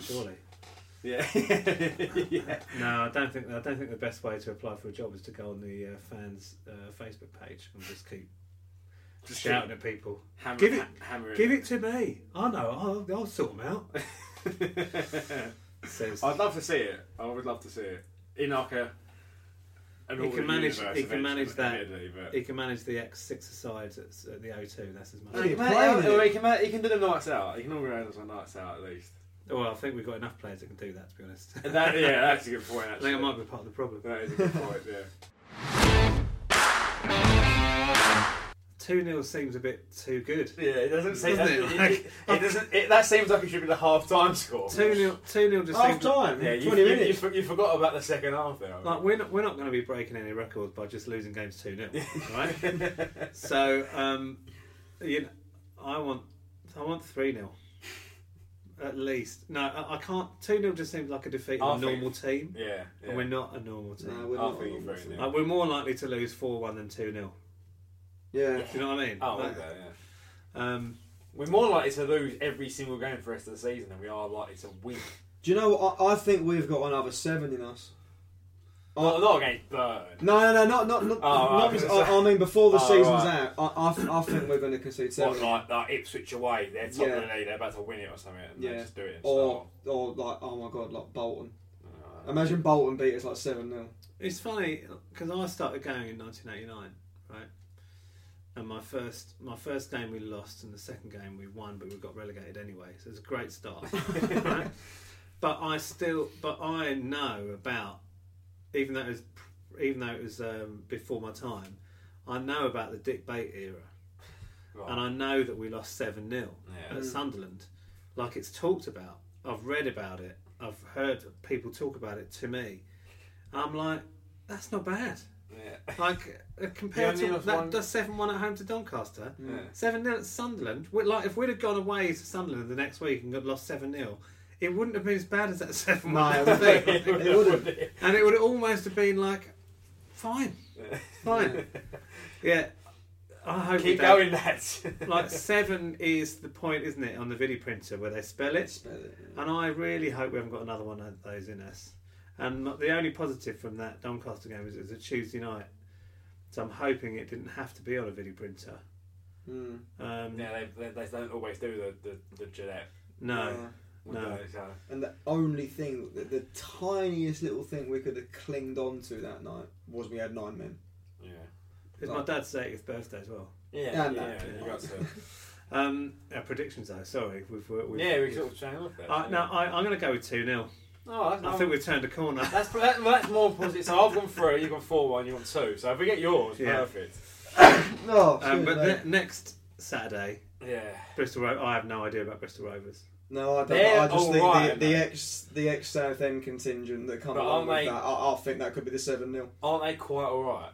Speaker 2: surely.
Speaker 1: yeah. yeah.
Speaker 2: No, I don't think I don't think the best way to apply for a job is to go on the uh, fans' uh, Facebook page and just keep
Speaker 1: Just
Speaker 2: shouting
Speaker 1: keep
Speaker 2: at people.
Speaker 1: hammer-
Speaker 2: give it,
Speaker 1: ha- hammer it.
Speaker 2: give it to me. I know. I'll, I'll sort them out. Says,
Speaker 1: I'd love to see it. I would love to see it in like a. an
Speaker 2: he
Speaker 1: alternate
Speaker 2: can manage.
Speaker 1: universe
Speaker 2: He can
Speaker 1: eventually,
Speaker 2: manage that.
Speaker 1: admittedly, but-
Speaker 2: He can manage the X six aside at, at the O2. That's as much.
Speaker 1: He can,
Speaker 3: Well,
Speaker 1: manage-
Speaker 3: well,
Speaker 1: he, can man- he can do the nights out. He can organise the nights out at least.
Speaker 2: Well, I think we've got enough players that can do that. To be honest, I
Speaker 1: That, yeah, that's a good point. Actually.
Speaker 2: think I might be part of the problem.
Speaker 1: That is a good point. Yeah.
Speaker 2: Two 0 seems a bit too good.
Speaker 1: Yeah, it doesn't seem.
Speaker 2: Doesn't it?
Speaker 1: It,
Speaker 2: Like-
Speaker 1: it- it doesn't. It, that seems like it should be the half time score.
Speaker 2: Two 0 Two 0 just
Speaker 3: Half
Speaker 2: seems
Speaker 3: time.
Speaker 1: Yeah, you,
Speaker 3: 20
Speaker 1: you, you,
Speaker 3: minutes.
Speaker 1: for- you forgot about the second half there.
Speaker 2: Like we're not, we're not going to be breaking any records by just losing games two 0 right? so um, you know, I want I want three 0 at least. No, I, I can't. Two 0 just seems like a defeat
Speaker 1: I
Speaker 2: of a
Speaker 1: think-
Speaker 2: normal team,
Speaker 1: yeah, yeah.
Speaker 2: and we're not a normal team.
Speaker 3: No, we're
Speaker 1: I
Speaker 3: not.
Speaker 1: think you're very near.
Speaker 2: Like, we're more likely to lose four one than two 0
Speaker 3: yeah.
Speaker 2: Do you know what I mean?
Speaker 1: Oh,
Speaker 2: Like,
Speaker 1: okay, yeah.
Speaker 2: um,
Speaker 1: We're more likely to lose every single game for the rest of the season than we are likely to win.
Speaker 3: Do you know what? I, I think we've got another seven in us.
Speaker 1: Not, not against Burn.
Speaker 3: No, no, no, not not. not,
Speaker 1: right, Oh, I
Speaker 3: not
Speaker 1: was
Speaker 3: I,
Speaker 1: gonna say-
Speaker 3: I mean, before the
Speaker 1: Oh,
Speaker 3: season's
Speaker 1: right.
Speaker 3: out, I, I, th- I think we're going to concede seven.
Speaker 1: What, like, like Ipswich away, they're top of the
Speaker 3: Yeah.
Speaker 1: league, they're about to win it or something, and they
Speaker 3: yeah,
Speaker 1: just do it.
Speaker 3: or
Speaker 1: Or,
Speaker 3: or like oh my god, like Bolton.
Speaker 1: Uh,
Speaker 3: Imagine Bolton beat us like seven 0
Speaker 2: It's funny because I started going in 1989, right? And my first my first game we lost, and the second game we won, but we got relegated anyway. So it's a great start. right? But I still, but I know about even though it was even though it was um, before my time, I know about the Dick Bate era, and I know that we lost seven 0
Speaker 1: Yeah.
Speaker 2: at Sunderland. Like it's talked about. I've read about it. I've heard people talk about it to me. I'm like, that's not bad.
Speaker 1: yeah.
Speaker 2: Like uh, compared
Speaker 1: Yeah, I mean,
Speaker 2: to
Speaker 1: that's one-
Speaker 2: that, that's seven one at home to Doncaster, seven 0 at Sunderland. we like if we'd have gone away to Sunderland the next week and got lost seven 0 it wouldn't have been as bad as that seven one.
Speaker 3: No, it wouldn't. It wouldn't.
Speaker 2: and it would have almost have been like, fine, fine, yeah. I hope we
Speaker 1: Keep
Speaker 2: don't-
Speaker 1: going, lads.
Speaker 2: Like seven is the point, isn't it, on the video printer where they spell it. And I really hope we haven't got another one of those in us. And m- the only positive from that Doncaster game is it was a Tuesday night, so I'm hoping it didn't have to be on a video printer. Um,
Speaker 1: Hmm. yeah, they, they, they don't always do the, the, the Gillette.
Speaker 2: No, no.
Speaker 1: So,
Speaker 3: And the only thing, the, the tiniest little thing we could have clinged on to that night was we had nine men.
Speaker 1: yeah.
Speaker 2: It's my dad's 80th birthday as well.
Speaker 1: Yeah, yeah,
Speaker 3: Yeah, no.
Speaker 1: you got to.
Speaker 2: Um, uh, predictions though, sorry. We've, we we've,
Speaker 1: Yeah, we sort of changed off there.
Speaker 2: Uh, no, I, I'm going to go with 2 0.
Speaker 1: Oh, that's,
Speaker 2: I think we've turned a corner.
Speaker 1: that's, that, that's more positive. So I've gone three, you've gone four, one, you've gone two. So if we get yours,
Speaker 2: Yeah.
Speaker 1: perfect.
Speaker 3: Oh,
Speaker 2: Um, but
Speaker 3: excuse me.
Speaker 2: ne- next Saturday,
Speaker 1: Yeah.
Speaker 2: Bristol Ro- I have no idea about Bristol Rovers.
Speaker 3: no, I don't.
Speaker 1: They're
Speaker 3: I just think
Speaker 1: alright,
Speaker 3: the,
Speaker 1: mate.
Speaker 3: the ex the ex Southend contingent that come
Speaker 1: But
Speaker 3: along
Speaker 1: aren't
Speaker 3: with
Speaker 1: they-
Speaker 3: that, I, I think that could be the seven 0
Speaker 1: Aren't they quite alright?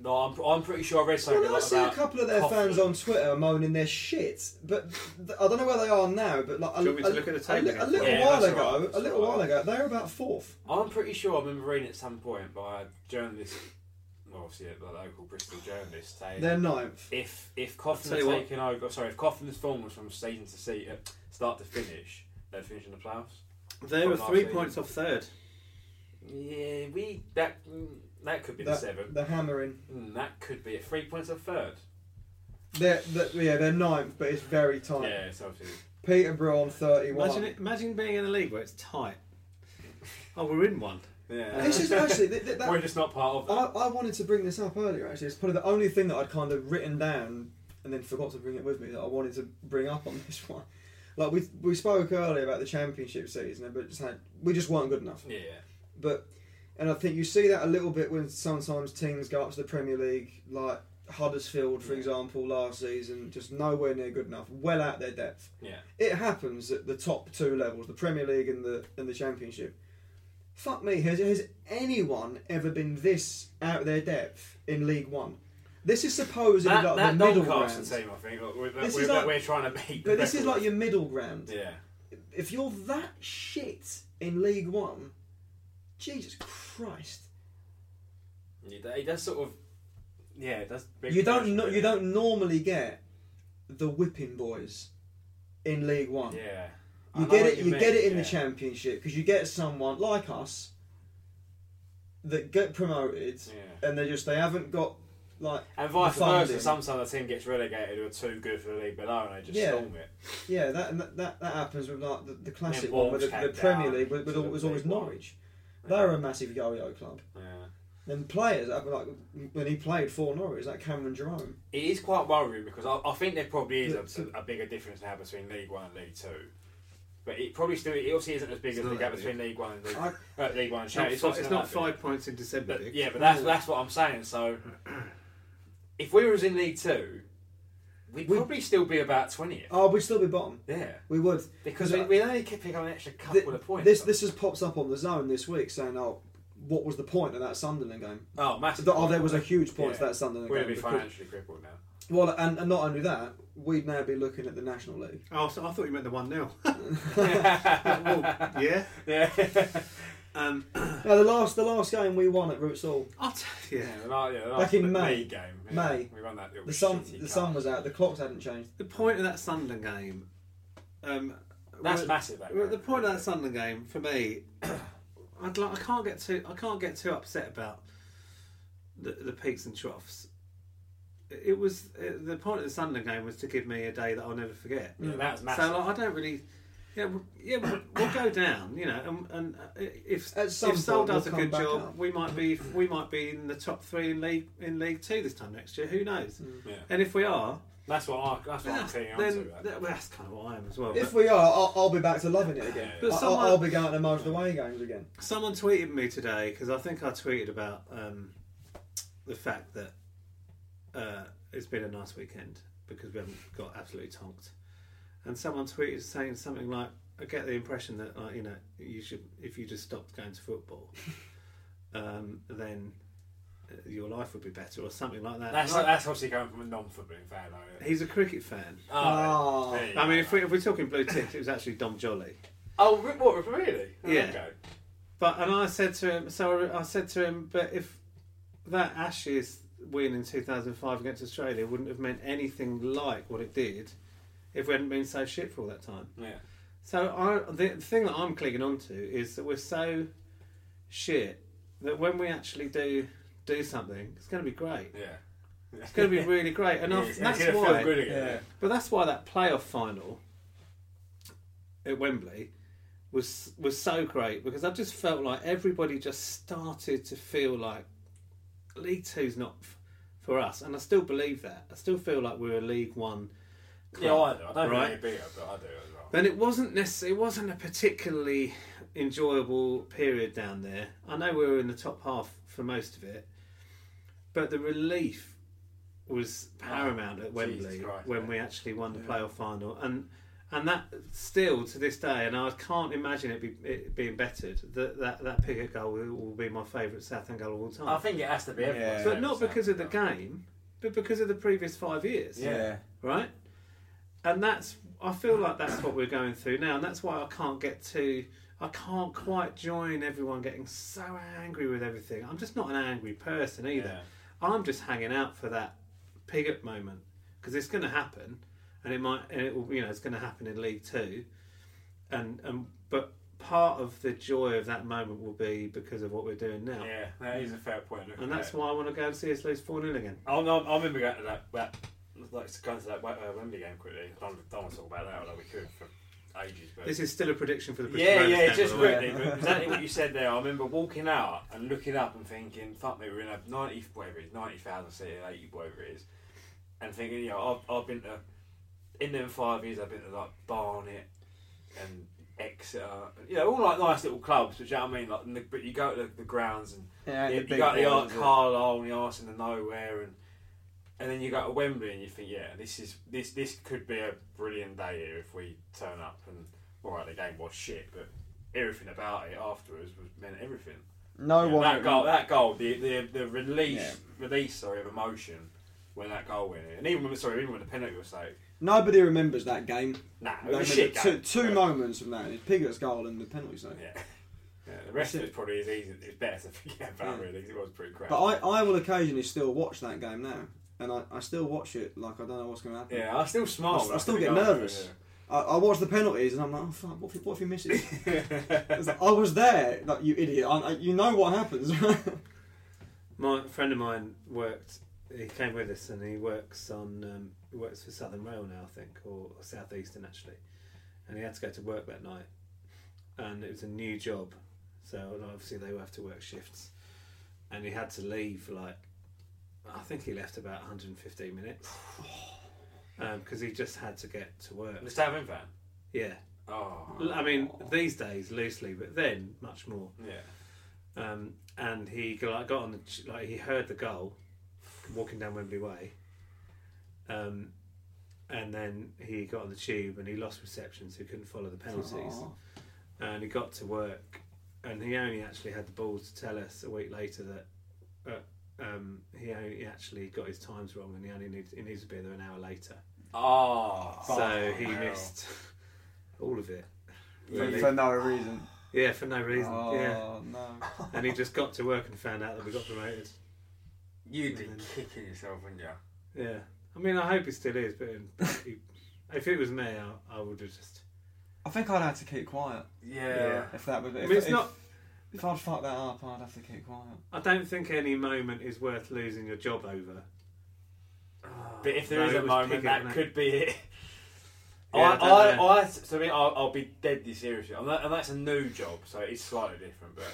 Speaker 1: No, I'm, I'm pretty sure I read something
Speaker 3: Well, I
Speaker 1: like
Speaker 3: see a
Speaker 1: about
Speaker 3: couple of their
Speaker 1: coffee.
Speaker 3: fans on Twitter moaning their shit, but th- I don't know where they are now. But like, a,
Speaker 2: Do you want me to
Speaker 3: a-
Speaker 2: look at
Speaker 3: a
Speaker 2: the table
Speaker 3: li- a,
Speaker 2: again?
Speaker 3: little
Speaker 1: Yeah,
Speaker 3: while
Speaker 1: that's
Speaker 3: ago,
Speaker 1: all right,
Speaker 3: a
Speaker 1: that's
Speaker 3: little
Speaker 1: all
Speaker 3: while
Speaker 1: right.
Speaker 3: ago, they were about fourth.
Speaker 1: I'm pretty sure I remember reading at some point by a journalist, well, obviously a local Bristol journalist, saying
Speaker 3: They're ninth.
Speaker 1: if if Coffin
Speaker 2: I'll
Speaker 1: had
Speaker 2: tell you what.
Speaker 1: taken over, sorry, if Coffin's form was from season to season, start to finish, they'd finish in the playoffs.
Speaker 2: They were
Speaker 1: From
Speaker 2: three
Speaker 1: last
Speaker 2: points
Speaker 1: season.
Speaker 2: off third.
Speaker 1: Yeah, we that mm, that could be the
Speaker 3: That-
Speaker 1: seven.
Speaker 3: They're hammering.
Speaker 1: Mm, that could be a three points of third.
Speaker 3: They're, they're- yeah, they're ninth, but it's very tight.
Speaker 1: Yeah, it's obviously
Speaker 3: Peterborough on thirty-one.
Speaker 2: Imagine, it, imagine being in a league where it's tight. Oh, we're in one.
Speaker 1: yeah.
Speaker 3: This is actually th- th- that, Oh.
Speaker 1: We're just not part of
Speaker 3: I,
Speaker 1: that.
Speaker 3: I wanted to bring this up earlier. Actually, it's probably the only thing that I'd kind of written down and then forgot to bring it with me that I wanted to bring up on this one. Like we we spoke earlier about the championship season, but just had, we just weren't good enough.
Speaker 1: yeah,
Speaker 3: But and I think you see that a little bit when sometimes teams go up to the Premier League, like Huddersfield, for example, last season, just nowhere near good enough, well out their depth
Speaker 1: yeah.
Speaker 3: it happens at the top two levels, the Premier League and the and the Championship. Fuck me, has has anyone ever been this out of their depth in League One? This is supposedly
Speaker 1: That,
Speaker 3: like
Speaker 1: that
Speaker 3: the middle
Speaker 1: Doncaster
Speaker 3: ground,
Speaker 1: team, I think, that we're, that
Speaker 3: This
Speaker 1: we're,
Speaker 3: is
Speaker 1: that
Speaker 3: like-
Speaker 1: we're trying to beat. the
Speaker 3: but this is
Speaker 1: record.
Speaker 3: like your middle ground.
Speaker 1: yeah.
Speaker 3: If you're that shit in League One, Jesus Christ,
Speaker 1: Yeah, that- It does sort of. Yeah, it does. bring
Speaker 3: you don't
Speaker 1: pressure,
Speaker 3: no, you
Speaker 1: doesn't
Speaker 3: don't normally get the whipping boys in League One.
Speaker 1: it? Yeah. I
Speaker 3: You
Speaker 1: know
Speaker 3: get
Speaker 1: what
Speaker 3: it. You, get
Speaker 1: mean,
Speaker 3: it in the
Speaker 1: yeah.
Speaker 3: championship because you get someone like us that get promoted,
Speaker 1: Yeah.
Speaker 3: and they just they haven't got like
Speaker 1: And vice
Speaker 3: the funding.
Speaker 1: versa, sometimes the team gets relegated who are too good for the league below and they just
Speaker 3: Yeah.
Speaker 1: storm it.
Speaker 3: Yeah, that, and that that that happens with like the, the classic
Speaker 1: Yeah,
Speaker 3: one with the,
Speaker 1: Wolves
Speaker 3: the
Speaker 1: came
Speaker 3: Premier
Speaker 1: down
Speaker 3: League, with, with,
Speaker 1: to
Speaker 3: al-
Speaker 1: the
Speaker 3: was always
Speaker 1: League One.
Speaker 3: Norwich. They were a massive yo-yo club.
Speaker 1: Yeah.
Speaker 3: And players I mean, like when he played for Norwich, like Cameron Jerome.
Speaker 1: It is quite worrying because I, I think there probably is
Speaker 3: But-
Speaker 1: a, a bigger difference now between League One and League Two. But it probably still it obviously isn't as big as the gap between League One and League,
Speaker 3: I-
Speaker 1: uh, League One and Champions.
Speaker 2: It's not, fi-
Speaker 1: obviously
Speaker 2: it's not
Speaker 1: that big.
Speaker 2: five points in December.
Speaker 1: But,
Speaker 2: Dick.
Speaker 1: yeah, but that's that's what I'm saying. So if we was in League Two, we'd probably still be about twentieth.
Speaker 3: Oh, we'd still be bottom.
Speaker 1: Yeah,
Speaker 3: We would
Speaker 1: because we,
Speaker 3: Because
Speaker 1: we only could pick up an extra couple
Speaker 3: Th-
Speaker 1: of points.
Speaker 3: This this has popped up on the zone this week saying, "Oh, what was the point of that Sunderland game?
Speaker 1: oh massive.
Speaker 3: That- oh, there was a huge point to that Sunderland
Speaker 1: We're
Speaker 3: game
Speaker 1: gonna be
Speaker 3: because-
Speaker 1: financially crippled now.
Speaker 3: Well, and, and not only that, we'd now be looking at the National League.
Speaker 2: Oh, so I thought you meant the one 0 Yeah.
Speaker 1: Yeah,
Speaker 2: Um,
Speaker 3: Now, the last the last game we won at Roots Hall,
Speaker 2: I'll t- yeah.
Speaker 1: yeah, like, yeah, like
Speaker 3: Back in
Speaker 1: the
Speaker 3: May.
Speaker 1: league game. yeah.
Speaker 3: May.
Speaker 1: we won that. little
Speaker 3: the sun
Speaker 1: shitty
Speaker 3: the
Speaker 1: cup.
Speaker 3: sun was out, the clocks hadn't changed.
Speaker 2: The point of that Sunderland game. Um,
Speaker 1: That's
Speaker 2: were-
Speaker 1: massive, that
Speaker 2: were
Speaker 1: game.
Speaker 2: The point of that Sunderland game for me, I'd like, I can't get too I can't get too upset about the, the peaks and troughs. It was it, the point of the Sunderland game was to give me a day that I'll never forget.
Speaker 1: Yeah, that was massive.
Speaker 2: So like, I don't really. Yeah, we'll, yeah, we'll, we'll go down, you know, and, and uh, if
Speaker 3: At some
Speaker 2: if Sol
Speaker 3: point,
Speaker 2: does
Speaker 3: we'll
Speaker 2: a
Speaker 3: come
Speaker 2: good
Speaker 3: back
Speaker 2: job,
Speaker 3: up.
Speaker 2: we might be we might be in the top three in league in League Two this time next year. Who knows?
Speaker 3: Mm.
Speaker 1: Yeah.
Speaker 2: And if we are,
Speaker 1: That's what I, that's what I'm
Speaker 2: that's,
Speaker 1: clinging
Speaker 2: then,
Speaker 1: on to. that.
Speaker 2: that- well, that's kind of what I am as well.
Speaker 3: If
Speaker 2: But
Speaker 3: we are, I'll, I'll be back to loving it again.
Speaker 2: But
Speaker 3: I- I'll,
Speaker 2: someone-
Speaker 3: I'll be going to most of the away games again.
Speaker 2: someone tweeted me today because I think I tweeted about um, the fact that uh, it's been a nice weekend because we haven't got absolutely tonked. And someone tweeted saying something like, "I get the impression that like, you know you should if you just stopped going to football, um, then uh, your life would be better or something like that."
Speaker 1: That's
Speaker 2: And I-
Speaker 1: that's obviously going from a non-footballing fan. though, yeah.
Speaker 2: He's a cricket fan.
Speaker 1: Oh, there you
Speaker 2: I mean,
Speaker 1: go.
Speaker 2: if, we, if we're talking blue ticks, it was actually Dom Jolly.
Speaker 1: oh, re- what really? Oh,
Speaker 2: Yeah.
Speaker 1: okay.
Speaker 2: But and I said to him, so I said to him, but if that Ashes win in 2005 against Australia wouldn't have meant anything like what it did if we hadn't been so shit for all that time.
Speaker 1: Yeah.
Speaker 2: So I, the thing that I'm clinging on to is that we're so shit that when we actually do do something, it's going to be great.
Speaker 1: Yeah.
Speaker 2: It's going to be really great, and I-
Speaker 1: It's
Speaker 2: that's
Speaker 1: gonna
Speaker 2: why.
Speaker 1: Feel good again.
Speaker 3: Yeah.
Speaker 2: But that's why that playoff final at Wembley was was so great because I just felt like everybody just started to feel like League Two's not f- for us, and I still believe that. I still feel like we're a League One. Club,
Speaker 1: Yeah, I do. I don't
Speaker 2: right?
Speaker 1: really beat it, but I do as well.
Speaker 2: Then it wasn't necessarily, it wasn't a particularly enjoyable period down there. I know we were in the top half for most of it, but the relief was paramount
Speaker 1: Jesus
Speaker 2: at Wembley
Speaker 7: Oh,
Speaker 1: Christ,
Speaker 2: when
Speaker 1: yeah.
Speaker 2: we actually won the playoff final, and and that still to this day, and I can't imagine it, be, it being bettered. That that that Pickett goal will, will be my favourite Southend goal of all time.
Speaker 7: I think it has to be everyone's
Speaker 2: but
Speaker 7: favourite
Speaker 2: not because of the
Speaker 7: Southend
Speaker 2: game, but because of the previous five years.
Speaker 7: goal. Yeah.
Speaker 2: right? And that's I feel like that's what we're going through now, and that's why I can't get to I can't quite join everyone getting so angry with everything. I'm just not an angry person either. I'm just hanging out for that pig up moment because it's going to happen, and it might and it will you know it's going to happen in League Two, and and but part of the joy of that moment will be because of what we're doing now,
Speaker 1: Yeah, that is a fair point.
Speaker 2: and that's why I want to go and see us lose four 0 again.
Speaker 1: I, I, I remember going to that, that like going to that uh, Wembley game quickly. I don't, don't want to talk about that, although we could for ages. But
Speaker 2: This is still a prediction for the British
Speaker 1: yeah,
Speaker 2: Lions
Speaker 1: yeah,
Speaker 2: game,
Speaker 1: just
Speaker 2: by the way.
Speaker 1: quickly. but Exactly what you said there. I remember walking out and looking up and thinking, "Fuck me, we're in a ninety whatever it is, ninety thousand seat, eighty whatever it is," and thinking, you know, I've, I've been to in them five years, I've been to like Barnet and Exeter, and, you know, all like nice little clubs, which you know what I mean, like, and the, but you go to the, the grounds and
Speaker 6: Yeah,
Speaker 1: you,
Speaker 6: the
Speaker 1: you
Speaker 6: big
Speaker 1: go to the Art
Speaker 6: ones, yeah.
Speaker 1: Carlisle and the Arsenal and nowhere and. And then you go to Wembley and you think, yeah, this is this this could be a brilliant day here if we turn up and all right, the game was shit, but everything about it afterwards was meant everything.
Speaker 6: No
Speaker 1: Yeah,
Speaker 6: one.
Speaker 1: that goal, that goal, the the, the release release sorry of emotion when that goal went in, and even when sorry even when the penalty was saved,
Speaker 6: Nobody remembers that game.
Speaker 1: nah, it
Speaker 6: They
Speaker 1: was a
Speaker 6: remember
Speaker 1: shit
Speaker 6: two,
Speaker 1: game.
Speaker 6: two
Speaker 1: Yeah.
Speaker 6: moments from that: is Piggott's goal and the penalty save.
Speaker 1: Yeah. yeah, the rest of it probably is easy. It's better to forget about really. 'cause It was pretty crap.
Speaker 6: But I, I will occasionally still watch that game now, and I, I still watch it like I don't know what's going to happen.
Speaker 1: yeah, I still smile.
Speaker 6: I, I still get nervous. I, I watch the penalties and I'm like, oh fuck, what if, what if he misses? It's like, I was there, like you idiot. I, I- you know what happens.
Speaker 2: My a friend of mine worked. He came with us, and he works on um, he works for Southern Rail now, I think, or, or South Eastern actually. And he had to go to work that night, and it was a new job, so and obviously they have to work shifts, and he had to leave like, I think he left about 115 minutes, because he just had to get to work.
Speaker 1: The Stavin fan.
Speaker 2: Yeah,
Speaker 1: Oh,
Speaker 2: I mean these days loosely, but then much more
Speaker 1: yeah.
Speaker 2: um, and he go- like, got on the ch- like he heard the goal walking down Wembley Way, um, and then he got on the tube and he lost reception, so he couldn't follow the penalties, and he got to work, and he only actually had the balls to tell us a week later that uh, um, he only actually got his times wrong and he only needs he needs to be there an hour later, Ah,
Speaker 1: Oh,
Speaker 2: so he
Speaker 1: hell.
Speaker 2: missed all of it.
Speaker 6: for, for no reason.
Speaker 2: Yeah, for no reason.
Speaker 6: Oh
Speaker 2: Yeah,
Speaker 6: no.
Speaker 2: and he just got to work and found out that we got promoted.
Speaker 1: You'd be kicking yourself, wouldn't you?
Speaker 2: Yeah, I mean, I hope he still is, but in- if it was me, I, I would have just.
Speaker 6: I think I'd have to keep quiet
Speaker 1: Yeah.
Speaker 6: if that was. If,
Speaker 2: I mean, it's
Speaker 6: if,
Speaker 2: not.
Speaker 6: If I'd fucked that up, I'd have to keep quiet.
Speaker 2: I don't think any moment is worth losing your job over.
Speaker 1: But if there
Speaker 2: No,
Speaker 1: is
Speaker 2: it
Speaker 1: a
Speaker 2: was
Speaker 1: moment,
Speaker 2: Pickett,
Speaker 1: that
Speaker 2: wasn't it?
Speaker 1: could be it.
Speaker 2: Yeah,
Speaker 1: I,
Speaker 2: I
Speaker 1: I,
Speaker 2: don't know.
Speaker 1: I, so I mean, I'll, I'll be deadly serious, with you. and, that, and that's a new job, so it's slightly different. But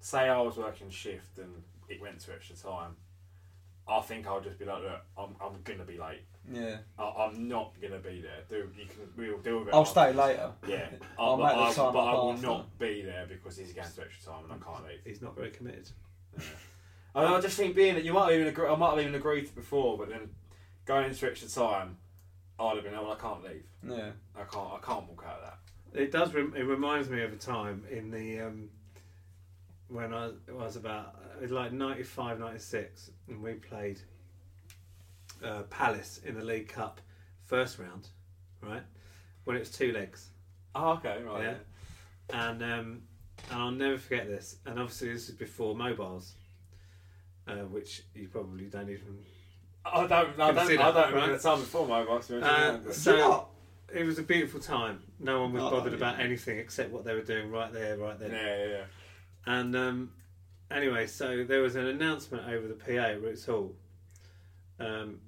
Speaker 1: say I was working shift and it went to extra time, I think I'll just be like, look, I'm, I'm gonna be late.
Speaker 6: Yeah.
Speaker 1: I, I'm not gonna be there. Do you can we'll deal with it.
Speaker 6: I'll
Speaker 1: after.
Speaker 6: stay later.
Speaker 1: Yeah,
Speaker 6: I'll
Speaker 1: I'll,
Speaker 6: make
Speaker 1: but,
Speaker 6: the
Speaker 1: I,
Speaker 6: time
Speaker 1: but
Speaker 6: up
Speaker 1: I will
Speaker 6: after.
Speaker 1: not be there because he's going to extra time and I can't leave.
Speaker 2: He's not very committed.
Speaker 1: I, mean, I just think being that you might have even agree, I might have even agreed to before, but then going into extra time, I'd have been, oh, well, I can't leave.
Speaker 6: Yeah.
Speaker 1: I can't. I can't walk out of that.
Speaker 2: It does. Rem- it reminds me of a time in the um, when I was about it was like 95, 96, and we played uh, Palace in the League Cup first round, right? When it was two legs.
Speaker 1: Oh, okay, right.
Speaker 2: Yeah. and um, and I'll never forget this. And obviously, this is before mobiles, uh, which you probably don't even.
Speaker 1: I don't. I don't.
Speaker 2: Consider,
Speaker 1: I don't remember
Speaker 2: right?
Speaker 1: the time before my box. to be honest
Speaker 2: Uh,
Speaker 1: with you, but-
Speaker 2: so
Speaker 6: you know
Speaker 2: it was a beautiful time. No one was
Speaker 6: Oh,
Speaker 2: bothered
Speaker 6: yeah.
Speaker 2: about anything except what they were doing right there, right then.
Speaker 1: yeah, yeah, yeah.
Speaker 2: And um, anyway, so there was an announcement over the PA at Roots Hall. Um,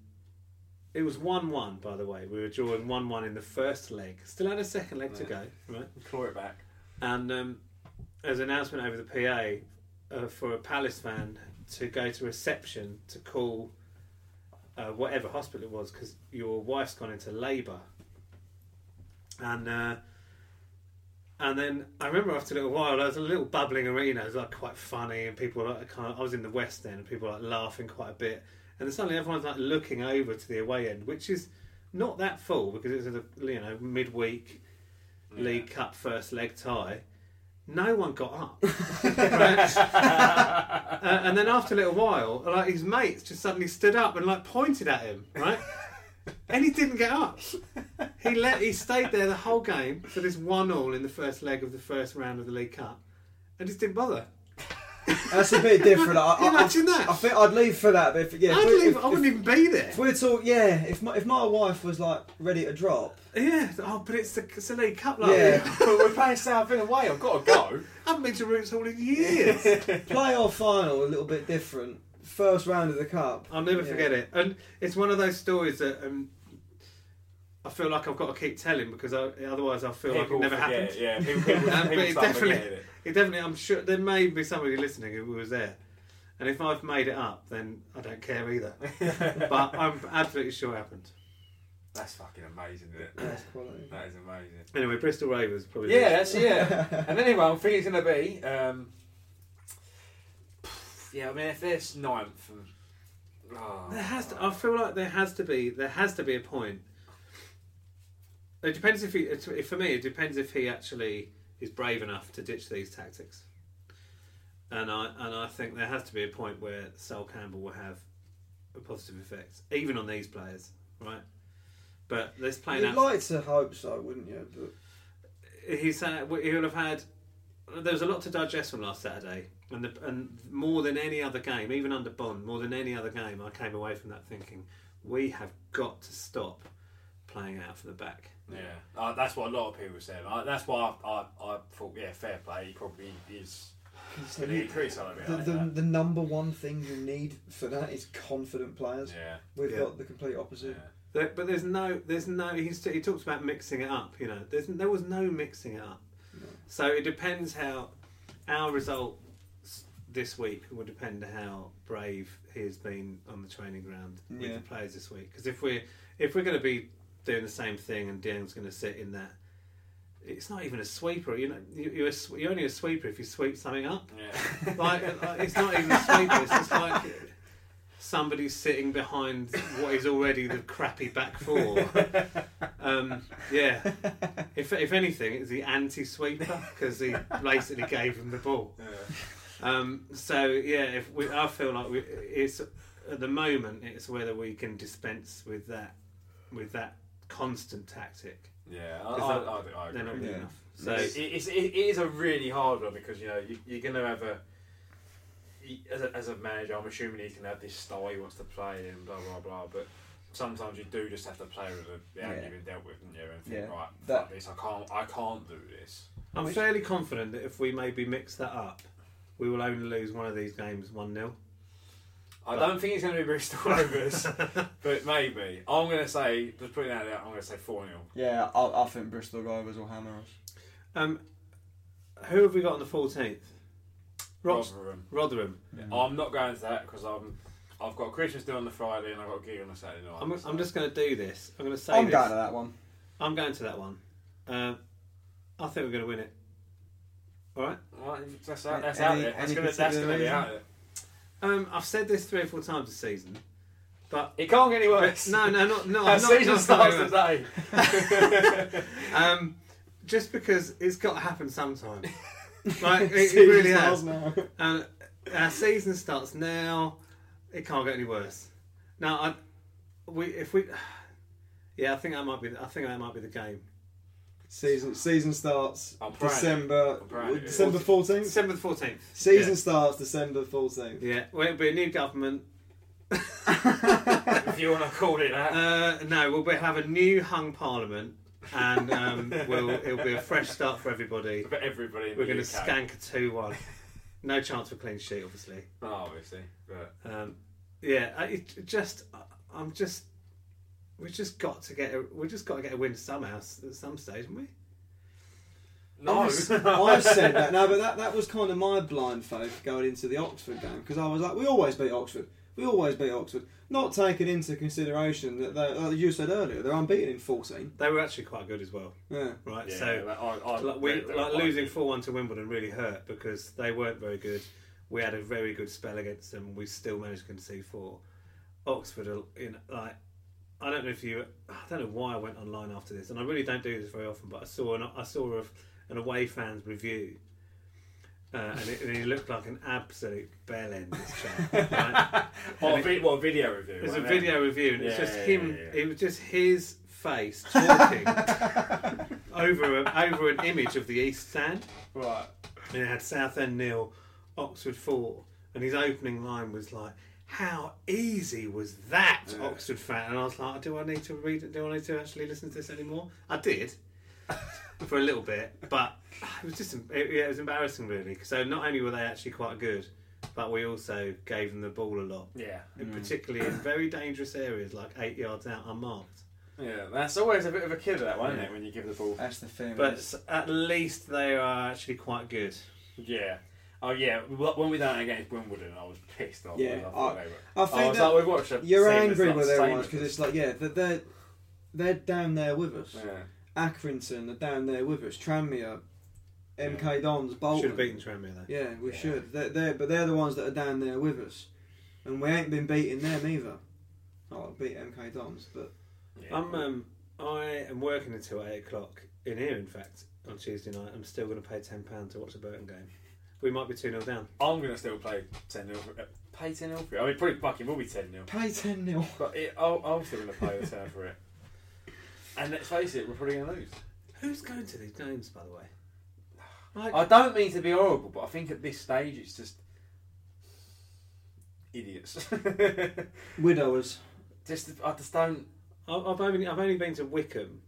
Speaker 2: it was 1 1, by the way. We were drawing 1 1 in the first leg. Still had a second leg to go, right?
Speaker 1: Claw it back.
Speaker 2: and um, there's an announcement over the PA uh, for a Palace fan to go to reception to call uh, whatever hospital it was because your wife's gone into labour, and uh, and then I remember after a little while there was a little bubbling arena. It was like quite funny, and people were like kind of, I was in the West End, and people were like laughing quite a bit, and then suddenly everyone's like looking over to the away end, which is not that full because it's a you know midweek League Cup first leg tie. No one got up, Right. Uh, and then after a little while, like his mates just suddenly stood up and like pointed at him, right? and he didn't get up. He let he stayed there the whole game for this one all in the first leg of the first round of the League Cup, and just didn't bother.
Speaker 6: That's a bit different. I, I,
Speaker 2: Imagine that.
Speaker 6: I think I'd leave for that. But if, yeah, if
Speaker 2: I'd
Speaker 6: we-
Speaker 2: leave,
Speaker 6: if-
Speaker 2: I wouldn't even be there.
Speaker 6: If we're talk, yeah. If my, if my wife was like ready to drop,
Speaker 2: Yeah, oh, but it's the, it's the League Cup, like
Speaker 6: yeah,
Speaker 1: but we're playing Southend away. I've got to go.
Speaker 2: I haven't been to Roots Hall in years.
Speaker 6: playoff final a little bit different. First round of the cup.
Speaker 2: I'll never
Speaker 6: Yeah.
Speaker 2: forget it. And it's one of those stories that um, I feel like I've got to keep telling because I, otherwise I feel
Speaker 1: People
Speaker 2: like it never
Speaker 1: forget
Speaker 2: happened.
Speaker 1: it, Yeah, people, people,
Speaker 2: Um, but
Speaker 1: people
Speaker 2: it
Speaker 1: start
Speaker 2: definitely,
Speaker 1: forgetting
Speaker 2: it.
Speaker 1: it.
Speaker 2: definitely. I'm sure there may be somebody listening who was there, and if I've made it up, then I don't care either. but I'm absolutely sure it happened.
Speaker 1: That's fucking amazing, isn't it?
Speaker 6: That's quality.
Speaker 1: That is amazing.
Speaker 2: Anyway, Bristol Ravens probably.
Speaker 1: Yeah, that's yeah. and anyway, I'm thinking it's gonna be. Um, yeah, I mean, if there's ninth, and, oh,
Speaker 2: There has to, I feel like there has to be there has to be a point. It depends if he. it's- If for me, it depends if he actually is brave enough to ditch these tactics. And I and I think there has to be a point where Sol Campbell will have a positive effect, even on these players, right? But this playing
Speaker 6: You'd
Speaker 2: out,
Speaker 6: like to hope so, wouldn't you? But
Speaker 2: he's had, he'll have had. There was a lot to digest from last Saturday, and the, and more than any other game, even under Bond, more than any other game, I came away from that thinking we have got to stop playing out from the back.
Speaker 1: yeah, uh, that's what a lot of people said. I, that's why I, I, I thought, yeah, fair play. He probably is. Can you increase on a bit
Speaker 6: the,
Speaker 1: like
Speaker 6: the,
Speaker 1: that?
Speaker 6: the number one thing you need for that is confident players.
Speaker 1: Yeah.
Speaker 6: We've
Speaker 2: Yeah.
Speaker 6: got the complete opposite.
Speaker 2: There, but there's no, there's no. He's, he talks about mixing it up. You know, there's there was no mixing it up. So it depends how our result s- this week will depend on how brave he has been on the training ground with
Speaker 6: Yeah.
Speaker 2: the players this week. Because if we're if we're going to be doing the same thing and Diang's going to sit in that, it's not even a sweeper. You know, you, you're a, sw- you're only a sweeper if you sweep something up.
Speaker 1: Yeah.
Speaker 2: Like, like, it's not even a sweeper. It's just like somebody sitting behind what is already the crappy back four. Um, yeah. If, if anything, it's the anti sweeper because he basically gave him the ball. Um, so yeah, if we, I feel like we, it's at the moment it's whether we can dispense with that with that constant tactic.
Speaker 1: Yeah, I,
Speaker 2: 'Cause
Speaker 1: I,
Speaker 2: they're-
Speaker 1: I, I agree.
Speaker 2: They're not good
Speaker 6: Yeah.
Speaker 2: enough.
Speaker 1: So
Speaker 2: So
Speaker 1: it, it's, it, it is a really hard one because you know you, you're going to have a, you- as a as a manager. I'm assuming he's going to have this style he wants to play and blah blah blah. But sometimes you do just have to play with the yeah.
Speaker 6: Yeah.
Speaker 1: you've been dealt with, and you and think
Speaker 6: Yeah.
Speaker 1: right,
Speaker 6: That-
Speaker 1: fuck this. I can't I can't do this.
Speaker 2: I'm fairly confident that if we maybe mix that up, we will only lose one of these games one 0
Speaker 1: I don't think it's going to be Bristol Rovers, but maybe I'm going to say just putting that out. I'm going to say four 0
Speaker 6: Yeah, I, I think Bristol Rovers will hammer us.
Speaker 2: Um, who have we got on the fourteenth?
Speaker 1: Rotherham.
Speaker 2: Rotherham.
Speaker 1: I'm not going to that because I'm I've got Christmas Day on the Friday and I've got a gig on the Saturday night.
Speaker 2: I'm,
Speaker 1: so-
Speaker 2: I'm just going to do this. I'm going to say
Speaker 6: I'm
Speaker 2: this.
Speaker 6: going to that one.
Speaker 2: I'm going to that one. Um, I think we're going to win it. All right.
Speaker 1: Well, that's out, that's
Speaker 6: Any-
Speaker 1: out there. That's
Speaker 6: any
Speaker 1: going to that's going to be
Speaker 6: consideration?
Speaker 1: out there.
Speaker 2: Um, I've said this three or four times this season, but
Speaker 1: It can't get any worse.
Speaker 2: no, no, not no.
Speaker 1: Our
Speaker 2: I'm not,
Speaker 1: season
Speaker 2: not
Speaker 1: starts
Speaker 2: saying
Speaker 1: today.
Speaker 2: that. Um, just because it's got to happen sometime. Like it, it really has. And our season starts now. It can't get any worse. Now, I, we if we, yeah, I think that might be. I think that might be the game.
Speaker 8: Season season starts
Speaker 1: I'm proud.
Speaker 8: December
Speaker 1: I'm proud.
Speaker 8: December fourteenth.
Speaker 2: December the fourteenth.
Speaker 8: Season starts December fourteenth.
Speaker 2: Yeah, well, it'll be a new government.
Speaker 1: if you want to call it that.
Speaker 2: Uh, no, we'll be, have a new hung parliament, and um, we'll, it'll be a fresh start for everybody.
Speaker 1: but everybody in
Speaker 2: We're
Speaker 1: the
Speaker 2: going to
Speaker 1: UK.
Speaker 2: skank a two-one. No chance for clean sheet, obviously.
Speaker 1: No, obviously. But
Speaker 2: Um, yeah, I, it it just, I- I'm just, we just got to get, a, we just got to get a win somehow s- at some stage, haven't we?
Speaker 1: no.
Speaker 8: I've said that now, but that, that was kind of my blind faith going into the Oxford game because I was like, we always beat Oxford, we always beat Oxford, not taking into consideration that they, like you said earlier they're unbeaten in fourteen.
Speaker 2: They were actually quite good as well,
Speaker 8: Yeah,
Speaker 2: right?
Speaker 1: Yeah,
Speaker 2: so,
Speaker 1: like, I, I,
Speaker 2: like, we,
Speaker 1: they- they were
Speaker 2: like
Speaker 1: fine.
Speaker 2: losing four one to Wimbledon really hurt because they weren't very good. We had a very good spell against them. We still managed to concede four. Oxford, are, you know, like I don't know if you, I don't know why I went online after this, and I really don't do this very often, but I saw an I saw of an away fan's review, uh, and, it, and he looked like an absolute bell end. This chap. right?
Speaker 1: What, a vi- what a video review?
Speaker 2: There's a
Speaker 1: wasn't it?
Speaker 2: video review, and it's
Speaker 1: Yeah,
Speaker 2: just
Speaker 1: yeah,
Speaker 2: him.
Speaker 1: yeah, yeah.
Speaker 2: It was just his face talking over a, over an image of the East Stand.
Speaker 1: Right.
Speaker 2: And it had Southend nil, Oxford four, and his opening line was like, "How easy was that, Oxford fan?" And I was like, "Do I need to read it? Do I need to actually listen to this anymore?" I did for a little bit, but it was just it, yeah, it was embarrassing really. So not only were they actually quite good, but we also gave them the ball a lot,
Speaker 1: Yeah.
Speaker 2: and particularly in very dangerous areas like eight yards out unmarked.
Speaker 1: Yeah. That's always a bit of a killer, that one, isn't it? When you give the
Speaker 2: Uh,
Speaker 1: ball.
Speaker 6: That's the thing.
Speaker 2: But
Speaker 6: it's-
Speaker 2: s- at least they are actually quite good.
Speaker 1: Yeah. Oh yeah. Well, When we done it against Wimbledon, I was pissed off.
Speaker 8: Yeah,
Speaker 1: I, thought
Speaker 8: I-
Speaker 1: they were.
Speaker 8: I think
Speaker 1: was
Speaker 8: that
Speaker 1: like, we watched. a
Speaker 8: You're
Speaker 1: same as
Speaker 8: angry
Speaker 1: us,
Speaker 8: with
Speaker 1: same
Speaker 8: everyone
Speaker 1: as
Speaker 8: because
Speaker 1: us.
Speaker 8: it's like yeah, they're, they're they're down there with us.
Speaker 1: Yeah.
Speaker 8: Accrington are down there with us. Tranmere, MK Dons,
Speaker 3: Oh.
Speaker 8: Bolton.
Speaker 2: Should have beaten Tranmere though.
Speaker 8: Yeah, we should. They're, they're, but they're the ones that are down there with us, and we ain't been beating them either. Oh, beat MK Dons, but
Speaker 1: yeah.
Speaker 2: I'm um, I am working until eight o'clock in here. In fact, on Tuesday night, I'm still going to pay ten pounds to watch the Burton game. We might be two 0 down.
Speaker 1: I'm gonna still play ten 0 Pay ten 0 for it. I mean, probably fucking will be ten 0
Speaker 8: pay ten 0
Speaker 1: But it, I'll, I'm still gonna play the ten for it. And let's face it, we're probably gonna lose.
Speaker 2: Who's going to these games, by the way? Like,
Speaker 1: I don't mean to be horrible, but I think at this stage it's just idiots.
Speaker 8: Widowers.
Speaker 1: just I just don't.
Speaker 2: I- I've only I've only been to Wickham,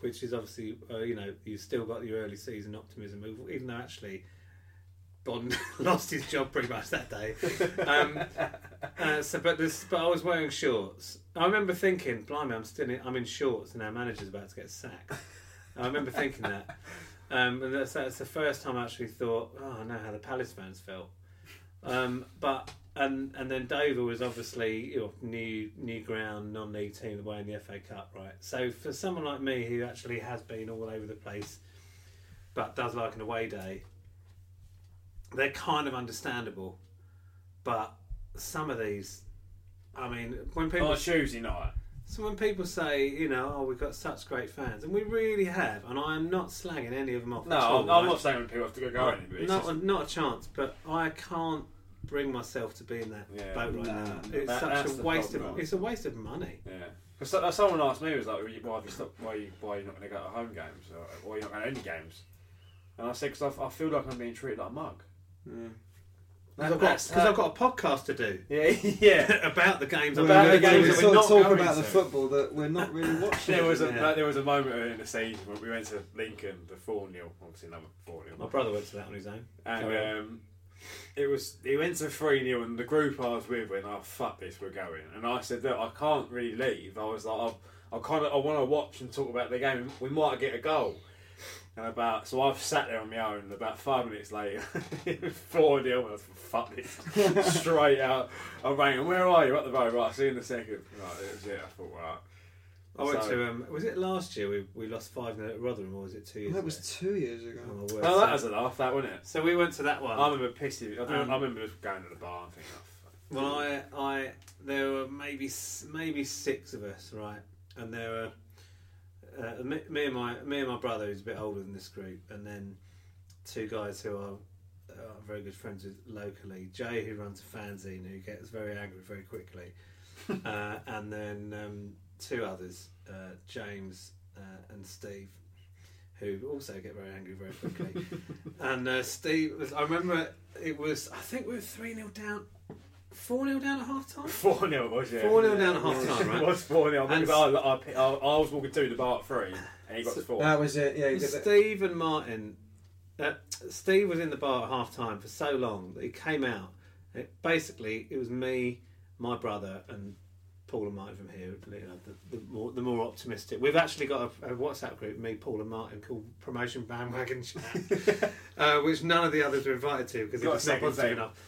Speaker 2: which is obviously uh, you know you've still got your early season optimism, even though actually Bond lost his job pretty much that day. Um, uh, so, but this, but I was wearing shorts. I remember thinking, "Blimey, I'm still in, I'm in shorts, and our manager's about to get sacked." I remember thinking that, um, and that's that's the first time I actually thought, "Oh, I know how the Palace fans felt." Um, but and and then Dover was obviously you know, new new ground, non-league team away in the FA Cup, right? So for someone like me who actually has been all over the place, but does like an away day, they're kind of understandable. But some of these, I mean, when people
Speaker 1: On a Tuesday night.
Speaker 2: so when people say, you know, oh, we've got such great fans, and we really have, and I am not slagging any of them off.
Speaker 1: No,
Speaker 2: at all,
Speaker 1: I'm, I'm
Speaker 2: right?
Speaker 1: not saying when people have to go going, but it's
Speaker 2: not,
Speaker 1: just,
Speaker 2: a, not a chance, but I can't bring myself to be in that
Speaker 1: Yeah.
Speaker 2: boat right
Speaker 1: Nah,
Speaker 2: now.
Speaker 1: nah, that-
Speaker 2: It's
Speaker 1: that's
Speaker 2: such a
Speaker 1: the
Speaker 2: waste
Speaker 1: problem,
Speaker 2: of
Speaker 1: right?
Speaker 2: it's a waste of money.
Speaker 1: yeah. Because someone asked me was like, "Well, you- why have you stopped? Why you why you not going to go to home games or why you not going to any games? And I said, because I, I feel like I'm being treated like a mug.
Speaker 2: Because I've,
Speaker 1: that's-
Speaker 2: got- 'cause I've got a podcast to do
Speaker 1: Yeah, yeah.
Speaker 2: about the games. I'm
Speaker 1: About the
Speaker 2: going to.
Speaker 1: games
Speaker 8: we
Speaker 1: that we're
Speaker 8: sort
Speaker 1: not
Speaker 8: of talk
Speaker 1: going
Speaker 8: about the
Speaker 1: to.
Speaker 8: football that we're not really watching.
Speaker 1: There was a
Speaker 2: Yeah.
Speaker 1: like, there was a moment in the season when we went to Lincoln, the four 0 obviously number four 0
Speaker 2: My brother went to that on his own. Carry
Speaker 1: And
Speaker 2: on.
Speaker 1: um, it was he went to three 0 and the group I was with went, "Oh fuck this, we're going." And I said, "Look, I can't really leave." I was like, "I, I kind of I want to watch and talk about the game. We might get a goal." And about so I've sat there on my own. And about five minutes later, four 0 and I was fuck this straight out. I rang and where are you at the road? Right, see you in a second. Right, it was it. I thought right.
Speaker 2: I went
Speaker 1: so-
Speaker 2: to. Um, was it last year we, we lost five 0 at Rotherham, or was it two years?
Speaker 8: That was
Speaker 2: ago?
Speaker 8: two years ago.
Speaker 2: Oh, my word.
Speaker 1: Oh, that
Speaker 2: So-
Speaker 1: was a laugh, that wasn't it?
Speaker 2: So we went to that one.
Speaker 1: I remember pissing. I,
Speaker 2: Um,
Speaker 1: I remember just going to the bar and thinking, oh, fuck.
Speaker 2: Well, I, I, there were maybe s- maybe six of us, right? And there were uh, me, me and my me and my brother, who's a bit older than this group, and then two guys who are, are very good friends with locally. Jay, who runs a fanzine, who gets very angry very quickly, uh, and then um, two others, uh, James uh, and Steve, who also get very angry very quickly. and uh, Steve, was, I remember it was, I think we were three 0 down, four 0 down at half time.
Speaker 1: 4 0 was, yeah.
Speaker 2: 4-0 down at half-time, right?
Speaker 1: It was 4 0. I,
Speaker 2: And
Speaker 1: remember I, I, I, I was walking through the bar at 3 and he got to 4.
Speaker 8: That was it. Yeah, you
Speaker 2: And
Speaker 8: did that.
Speaker 2: Steve and Martin. Uh, Steve was in the bar at half time for so long that he came out. It, basically, it was me, my brother, and Paul and Martin from here. You know, the, the, more, the more optimistic. We've actually got a, a WhatsApp group, me, Paul, and Martin, called Promotion Bandwagon Chat, uh, which none of the others were invited to because it
Speaker 1: Got a
Speaker 2: was not
Speaker 1: second
Speaker 2: positive
Speaker 1: team.
Speaker 2: enough.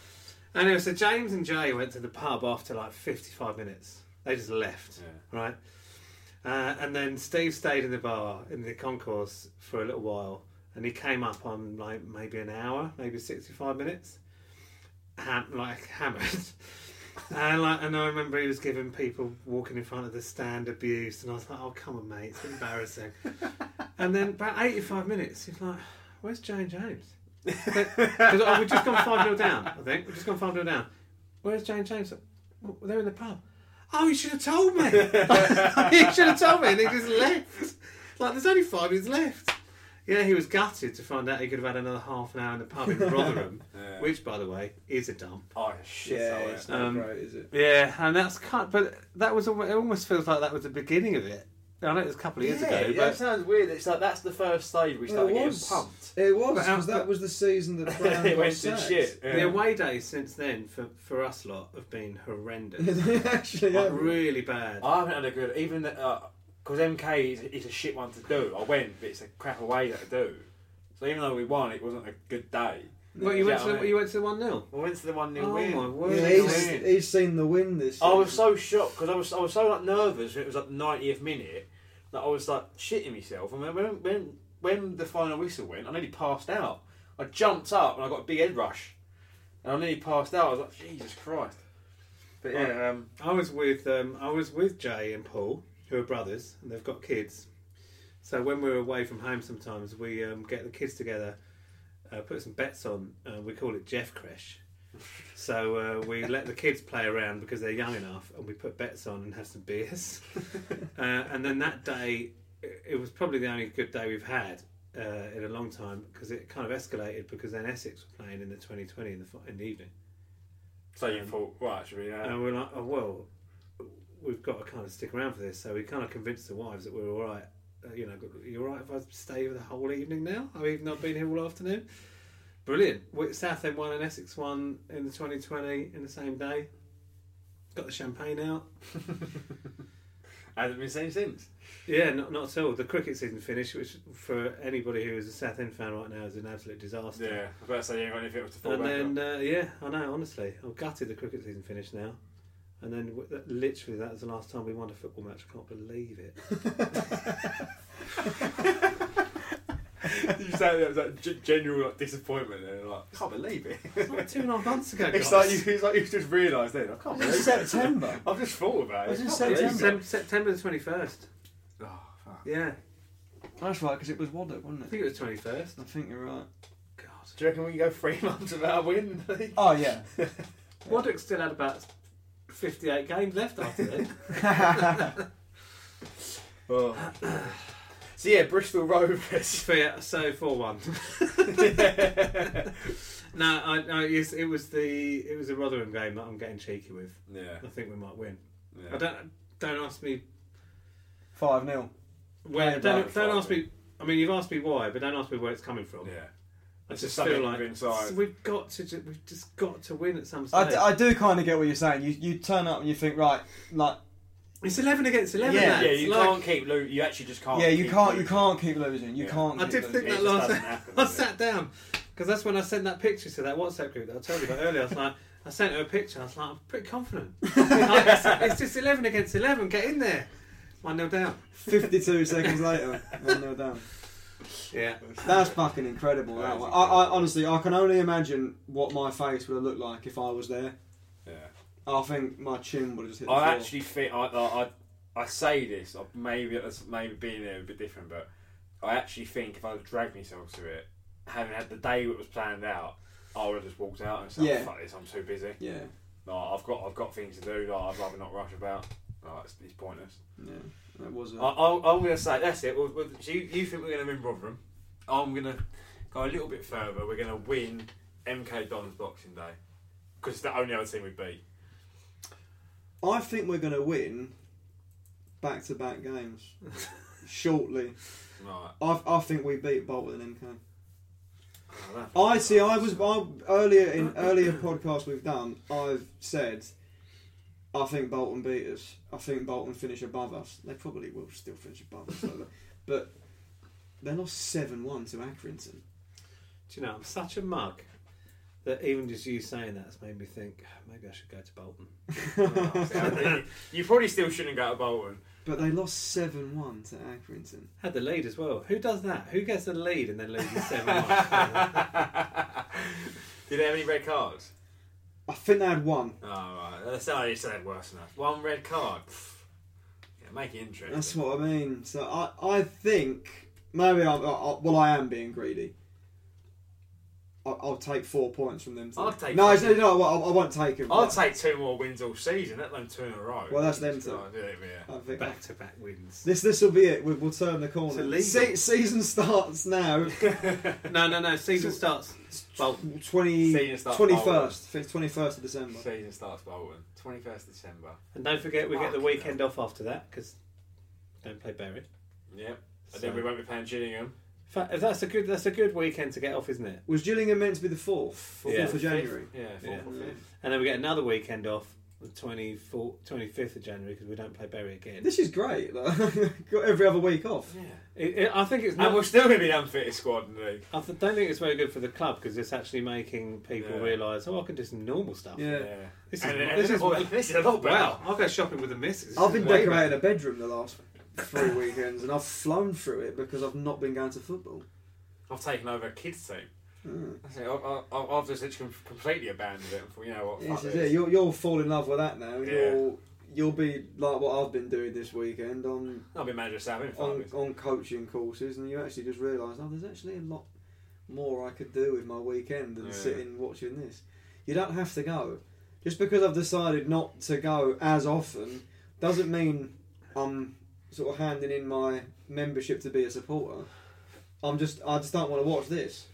Speaker 2: Anyway, so James and Jay went to the pub after like 55 minutes. They just left, right? Uh, and then Steve stayed in the bar in the concourse for a little while, and he came up on like maybe an hour, maybe sixty-five minutes, ham- like hammered, And like, and I remember he was giving people walking in front of the stand abuse, and I was like, "Oh, come on, mate, it's embarrassing." and then about eighty-five minutes, he's like, "Where's Jane James?" Because uh, we've just gone five 0 down. I think we've just gone five 0 down. Where's Jane James? "Well, They're in the pub. Oh, you should have told me. you should have told me, and he just left. Like, there's only five minutes left. Yeah, he was gutted to find out he could have had another half an hour in the pub in Rotherham, which, by the way, is a dump.
Speaker 1: Oh shit!
Speaker 9: Yeah,
Speaker 1: oh,
Speaker 9: it's not
Speaker 2: Um,
Speaker 9: great, is it?
Speaker 2: Yeah, and that's kind. but that was al- it. Almost feels like that was the beginning of it. I know it was a couple of years
Speaker 10: yeah,
Speaker 2: ago,
Speaker 10: yeah, it
Speaker 2: but
Speaker 10: sounds weird. It's like that's the first stage we
Speaker 9: Well,
Speaker 10: started
Speaker 9: it
Speaker 10: getting
Speaker 9: was.
Speaker 10: pumped.
Speaker 9: It was
Speaker 2: But
Speaker 9: because
Speaker 2: out-
Speaker 9: that was the season that the brand
Speaker 10: it
Speaker 9: got
Speaker 10: went to
Speaker 9: sacked.
Speaker 10: shit.
Speaker 2: the away days since then for, for us lot have been horrendous,
Speaker 9: Actually,
Speaker 2: like,
Speaker 9: yeah.
Speaker 2: really bad.
Speaker 10: I
Speaker 2: I,
Speaker 10: haven't had a good even
Speaker 1: uh, Because MK is, is a shit one to do. I went, but it's a crap away that I do. So even though we won, it wasn't a good day.
Speaker 2: well, you,
Speaker 1: Yeah,
Speaker 2: went to
Speaker 1: I
Speaker 2: the,
Speaker 1: mean-
Speaker 2: you went to the one 0
Speaker 10: we went to the one 0
Speaker 2: Oh
Speaker 10: win.
Speaker 2: my word!
Speaker 9: Yeah, he's, he's seen the win this
Speaker 10: I was
Speaker 9: season.
Speaker 10: so shocked because I was I was so like nervous. It was like ninetieth minute that I was like shitting myself. And then when when when the final whistle went, I nearly passed out. I jumped up and I got a big head rush, and I nearly passed out. I was like, Jesus Christ! But yeah, um,
Speaker 2: I was with um, I was with Jay and Paul, who are brothers, and they've got kids. So when we're away from home, sometimes we um, get the kids together, uh, put some bets on. Uh, we call it Jeff Crash. So uh, we let the kids play around because they're young enough, and we put bets on and have some beers. uh, and then that day, it- it was probably the only good day we've had uh, in a long time because it kind of escalated because then Essex were playing in the 2020 in the, fi- in the evening.
Speaker 1: So you thought, right, should we? Uh,
Speaker 2: And we're like, oh, well, we've got to kind of stick around for this. So we kind of convinced the wives that we're all right. Uh, you know, you're right if I stay over the whole evening now. I've even not been here all afternoon. Brilliant. We- Southend won and Essex won in the 2020 in the same day. Got the champagne out.
Speaker 10: hasn't been seen since.
Speaker 2: Yeah, not, not at all. The cricket season finished, which for anybody who is a Southend fan right now is an absolute disaster.
Speaker 1: yeah, I better say you ain't got anything else to fall
Speaker 2: And
Speaker 1: back
Speaker 2: then,
Speaker 1: on.
Speaker 2: uh, yeah, I know, honestly. I'm gutted the cricket season finished now. And then, w- that, literally, that was the last time we won a football match. I can't believe it.
Speaker 1: you say that was like g- general like, disappointment, and like, I can't believe it.
Speaker 2: It's like two and a half months ago,
Speaker 1: it's
Speaker 2: guys.
Speaker 1: like you, it's like you just realised then. I can't believe it.
Speaker 3: September.
Speaker 1: I've just thought about it.
Speaker 3: Was it
Speaker 1: I can't
Speaker 3: September?
Speaker 1: believe it.
Speaker 2: Sep- September the 21st.
Speaker 1: Oh, fuck.
Speaker 2: Yeah,
Speaker 3: That's right, because it was Waddock,
Speaker 2: I
Speaker 3: wasn't it?
Speaker 2: think it was 21st.
Speaker 3: I think you're right.
Speaker 2: Oh, God.
Speaker 1: Do you reckon we can go three months without a win? Lee?
Speaker 3: Oh yeah.
Speaker 2: Waddock still had about 58 games left after that.
Speaker 1: oh. So yeah, Bristol Rovers.
Speaker 2: Yeah, so 4 1. no, I, I, yes, it was the it was the Rotherham game that I'm getting cheeky with.
Speaker 1: Yeah.
Speaker 2: I think we might win.
Speaker 1: yeah.
Speaker 2: I don't don't ask me
Speaker 3: Five 0
Speaker 2: Well,
Speaker 3: Yeah,
Speaker 2: don't,
Speaker 1: right,
Speaker 2: don't
Speaker 1: right.
Speaker 2: ask me. I mean, you've asked me why, but don't ask me where it's coming from.
Speaker 1: Yeah.
Speaker 2: I
Speaker 1: It's
Speaker 2: just
Speaker 1: just something
Speaker 2: feel like
Speaker 1: inside.
Speaker 2: so we've got to. ju- We've just got to win at some
Speaker 3: I,
Speaker 2: stage.
Speaker 3: d- I do kind of get what you're saying. You you turn up and you think right, like
Speaker 2: it's eleven against eleven.
Speaker 10: Yeah,
Speaker 2: lads.
Speaker 10: yeah, you
Speaker 2: Like,
Speaker 10: can't keep losing. You actually just can't.
Speaker 3: yeah, you
Speaker 10: keep
Speaker 3: can't you
Speaker 10: losing.
Speaker 3: can't keep losing. You
Speaker 1: Yeah.
Speaker 3: can't.
Speaker 2: I
Speaker 3: keep
Speaker 2: did
Speaker 3: losing.
Speaker 2: think
Speaker 1: It
Speaker 2: that
Speaker 1: just
Speaker 2: last.
Speaker 1: doesn't happen,
Speaker 2: I
Speaker 1: does it?
Speaker 2: sat down because that's when I sent that picture to that WhatsApp group that I told you about earlier. I was like, I sent her a picture. I was like, I'm pretty confident. Like, it's, it's just eleven against eleven. Get in there. One nil down.
Speaker 3: 52 seconds later, one nil down.
Speaker 2: Yeah.
Speaker 3: That's fucking incredible. That one. I, I honestly, I can only imagine what my face would have looked like if I was there.
Speaker 1: Yeah.
Speaker 3: I think my chin would have just hit the
Speaker 1: I
Speaker 3: floor.
Speaker 1: actually think I, I, I, I say this I- maybe that's- maybe being there would be different, but I actually think if I dragged myself to it, having had the day that was planned out, I would have just walked out and said,
Speaker 3: Yeah.
Speaker 1: "Fuck this, I'm too busy.
Speaker 3: yeah,
Speaker 1: No, I've got I've got things to do. No, I'd rather not rush about. No, it's, it's pointless."
Speaker 3: yeah, that was. A,
Speaker 10: I, I, I'm going to say that's it. Well, well, so you, you think we're going to win Rotherham?
Speaker 1: I'm gonna go a little bit further. We're gonna win MK Don's Boxing Day because it's the only other team we beat.
Speaker 3: I think we're going to win back-to-back games shortly.
Speaker 1: Right.
Speaker 3: I, I think we beat Bolton and MK.
Speaker 1: Oh, that-
Speaker 3: I see. I was I, earlier in earlier podcasts we've done. I've said, I think Bolton beat us. I think Bolton finish above us. They probably will still finish above us, but- but they lost seven one to Accrington.
Speaker 2: Do you know, I'm such a mug that even just you saying that has made me think maybe I should go to Bolton.
Speaker 1: oh, see, I think you you probably still shouldn't go to Bolton.
Speaker 3: But they lost seven one to Accrington.
Speaker 2: Had the lead as well. Who does that? Who gets the lead and then loses seven one?
Speaker 1: Did they have any red cards?
Speaker 3: I think they had one.
Speaker 1: Oh, right. That's how you said worse than that. One red card. Pff. Yeah, make it interesting.
Speaker 3: That's what I mean. So I, I think maybe I'm. I, I- well, I am being greedy. I, I'll take four points from them.
Speaker 1: I'll take
Speaker 3: No,
Speaker 1: four.
Speaker 3: actually, no, I, I won't take them.
Speaker 1: I'll take two more wins all season. Let them two in a row.
Speaker 3: Well, that's them
Speaker 1: That's
Speaker 3: two.
Speaker 1: what I do, yeah.
Speaker 3: I think
Speaker 1: Back to back wins.
Speaker 3: this this will be it. We, we'll turn the
Speaker 2: It's
Speaker 3: corner.
Speaker 2: illegal.
Speaker 3: Se- season starts now.
Speaker 2: No, no, no. Season starts. Well,
Speaker 3: 20,
Speaker 1: Season starts
Speaker 3: 21st, 21st of December.
Speaker 1: Season starts Bolton. 21st December.
Speaker 2: and don't forget, we get the
Speaker 1: Fuck
Speaker 2: weekend off after that because don't play Berry.
Speaker 1: Yep. And then we won't be playing Gillingham.
Speaker 2: If that's a good, that's a good weekend to get off, isn't it?
Speaker 3: Was Gillingham meant to be the 4th? 4th
Speaker 2: Yeah.
Speaker 3: of January?
Speaker 1: Yeah, fourth or fifth.
Speaker 2: And then we get another weekend off, the 24th, 25th of January, because we don't play Berry again.
Speaker 3: This is great. Like, got every other week off.
Speaker 1: Yeah.
Speaker 2: It, it, I think it's
Speaker 1: And we're
Speaker 2: not.
Speaker 1: still going to be the unfittest squad in the league.
Speaker 2: I th- don't think it's very good for the club because it's actually making people
Speaker 1: Yeah.
Speaker 2: realise, oh, I can do some normal stuff.
Speaker 3: Yeah.
Speaker 1: Yeah.
Speaker 2: This
Speaker 1: And
Speaker 2: is-
Speaker 1: then-
Speaker 2: this is
Speaker 1: oh,
Speaker 2: what-
Speaker 1: this is a lot better.
Speaker 2: Wow, I'll go shopping with the missus.
Speaker 3: I've been
Speaker 2: Way
Speaker 3: decorating a bedroom the last three weekends and I've flown through it because I've not been going to football.
Speaker 1: I've taken over a kids' team.
Speaker 3: Hmm.
Speaker 1: I say, I- I- I- I've just literally com- completely abandoned it. You know what? fuck
Speaker 3: This is
Speaker 1: this.
Speaker 3: it. You'll, you'll fall in love with that now. and
Speaker 1: Yeah.
Speaker 3: You'll, you'll be like what I've been doing this weekend on,
Speaker 1: I'll be manager of Sam in five
Speaker 3: on,
Speaker 1: minutes.
Speaker 3: on coaching courses and you actually just realise, oh, there's actually a lot more I could do with my weekend than
Speaker 1: Yeah.
Speaker 3: sitting watching this. You don't have to go. Just because I've decided not to go as often doesn't mean I'm sort of handing in my membership to be a supporter. I'm just, I just don't want to watch this.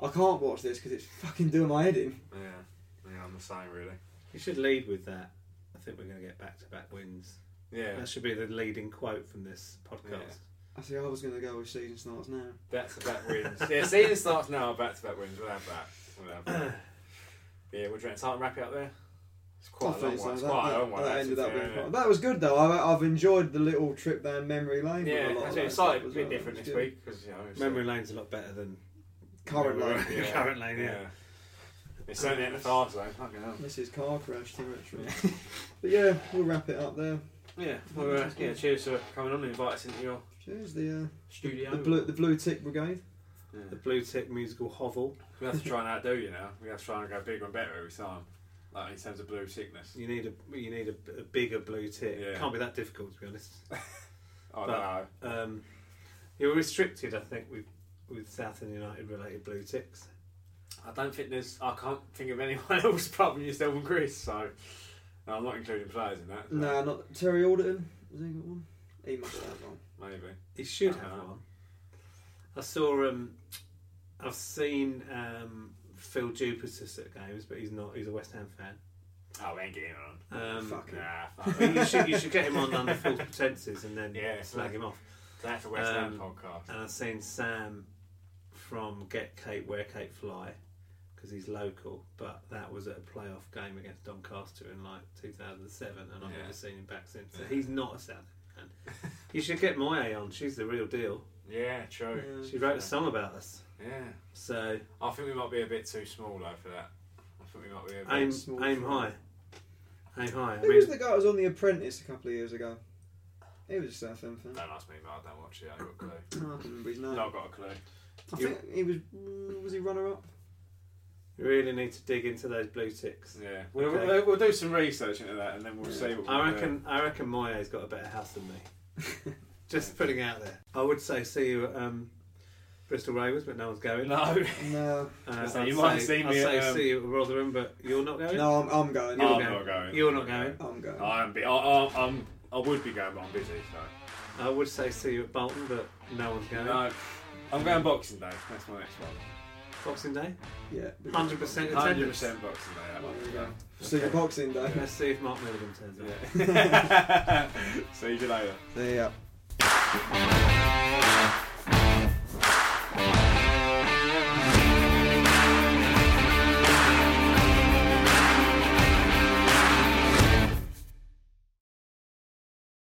Speaker 3: I can't watch this because it's fucking doing my head in.
Speaker 1: Yeah. Yeah, I'm the same, really.
Speaker 2: You should lead with that. I think we're going to get back to back wins.
Speaker 1: Yeah.
Speaker 2: That should be the leading quote from this podcast.
Speaker 1: Yeah.
Speaker 3: I see. I was going to go with season starts now.
Speaker 1: Back to back wins. yeah, season starts now. Back to back wins. We'll have that. We'll have that. yeah, we're trying to wrap it up there. It's quite a
Speaker 3: I
Speaker 1: long
Speaker 3: think so.
Speaker 1: one. It's
Speaker 3: That-
Speaker 1: quite a
Speaker 3: that-
Speaker 1: long one.
Speaker 3: that
Speaker 1: actually,
Speaker 3: ended up
Speaker 1: yeah,
Speaker 3: being
Speaker 1: yeah.
Speaker 3: quite- That was good though. I, I've enjoyed the little trip down memory lane. with
Speaker 1: Yeah,
Speaker 3: a lot
Speaker 1: that's
Speaker 3: of
Speaker 1: it.
Speaker 3: that
Speaker 1: It's
Speaker 3: stuff
Speaker 1: slightly
Speaker 3: as
Speaker 1: a bit
Speaker 3: well.
Speaker 1: different
Speaker 3: It was
Speaker 1: this
Speaker 3: good.
Speaker 1: week because you know it's-
Speaker 2: Memory lane's a lot better than
Speaker 3: Current lane.
Speaker 1: Yeah.
Speaker 2: current lane, yeah.
Speaker 1: It's certainly at the far zone. Fucking hell.
Speaker 3: This is car crash territory. but yeah, we'll wrap it up there.
Speaker 1: Yeah. Well, uh, yeah. Cheers for coming on and inviting us into your
Speaker 3: Cheers, the uh,
Speaker 1: studio.
Speaker 3: the blue the blue tick brigade.
Speaker 2: the Blue Tick musical hovel.
Speaker 1: We have to try and outdo you now. We have to try and go bigger and better every time. Like in terms of blue sickness.
Speaker 2: You need a you need a, a bigger blue tick.
Speaker 1: Yeah.
Speaker 2: Can't be that difficult to be honest.
Speaker 1: I don't
Speaker 2: But-
Speaker 1: know.
Speaker 2: Um, you're restricted, I think, with with South and United related blue ticks.
Speaker 1: I don't think there's. I can't think of anyone else apart from yourself and Chris. So no, I'm not including players in that. so
Speaker 3: Nah, not Terry Alderton. Has he got one? He must have had one.
Speaker 1: Maybe.
Speaker 2: He should
Speaker 1: Uh-huh.
Speaker 2: have one. I saw. Um, I've seen um, Phil Jupitus at games, but he's not. He's a West Ham fan.
Speaker 1: Oh, we ain't getting him on.
Speaker 2: Um,
Speaker 3: Fuck him.
Speaker 1: Nah,
Speaker 2: I
Speaker 1: fuck.
Speaker 2: mean, you should you should get him on under false pretenses and then
Speaker 1: Yeah,
Speaker 2: slag him off.
Speaker 1: That's a West Ham
Speaker 2: Um,
Speaker 1: podcast.
Speaker 2: And I've seen Sam from Get Kate Where Kate Fly because he's local, but that was at a playoff game against Doncaster in like 2007, and I've
Speaker 1: Yeah.
Speaker 2: never seen him back since. So he's not a South fan. you should get Moye on. She's the real deal.
Speaker 1: Yeah, true.
Speaker 2: She wrote a song about us.
Speaker 1: Yeah.
Speaker 2: So
Speaker 1: I think we might be a bit too small though for that. I think we might be a bit.
Speaker 2: aim
Speaker 3: small
Speaker 2: aim
Speaker 3: for
Speaker 2: high. Aim high. I
Speaker 3: Who was
Speaker 2: mean,
Speaker 3: the guy that was on The Apprentice a couple of years ago? He was a Southend fan.
Speaker 1: don't ask me, mate. I don't watch it. I ain't got a clue.
Speaker 3: No, I can't remember his name.
Speaker 1: No, I've got a clue.
Speaker 3: I think he was. Was he runner up?
Speaker 2: you really need to dig into those blue ticks.
Speaker 1: Yeah, we'll,
Speaker 2: Okay.
Speaker 1: we'll, we'll do some research into that and then we'll see. What we
Speaker 2: I
Speaker 1: can
Speaker 2: reckon I reckon Moye's got a better house than me. Just putting it out there. I would say see you at um, Bristol Ravens, but no one's
Speaker 1: do.
Speaker 2: going.
Speaker 1: No,
Speaker 3: No,
Speaker 2: Uh,
Speaker 1: So
Speaker 2: I'd
Speaker 1: you might
Speaker 2: say,
Speaker 1: see
Speaker 2: I'd
Speaker 1: me
Speaker 2: say
Speaker 1: at, um,
Speaker 2: see you at Rotherham, but you're not going.
Speaker 3: no, I'm, I'm going.
Speaker 1: I'm
Speaker 2: You're
Speaker 1: not going.
Speaker 2: You're not going.
Speaker 3: I'm going.
Speaker 1: I'm. Be, I, I, I'm. I would be going, but I'm busy. So
Speaker 2: I would say see you at Bolton, but no one's going.
Speaker 1: no, I'm going Boxing Day. That's my next one.
Speaker 2: Boxing Day,
Speaker 3: Yeah. we-
Speaker 2: hundred percent
Speaker 1: Hundred
Speaker 2: attendance.
Speaker 1: percent Boxing Day. That one.
Speaker 3: See you Boxing Day.
Speaker 2: Let's see if Mark Milligan turns up.
Speaker 1: Yeah. see you later.
Speaker 3: See ya.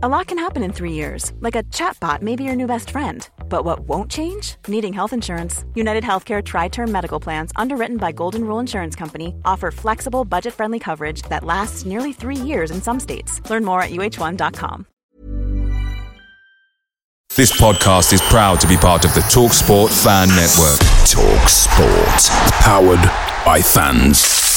Speaker 11: A lot can happen in three years, like a chatbot may be your new best friend. But what won't change? Needing health insurance. United Healthcare Tri Term Medical Plans, underwritten by Golden Rule Insurance Company, offer flexible, budget friendly coverage that lasts nearly three years in some states. Learn more at uh1.com.
Speaker 12: This podcast is proud to be part of the Talksport Fan Network.
Speaker 13: Talk Sport. Powered by fans.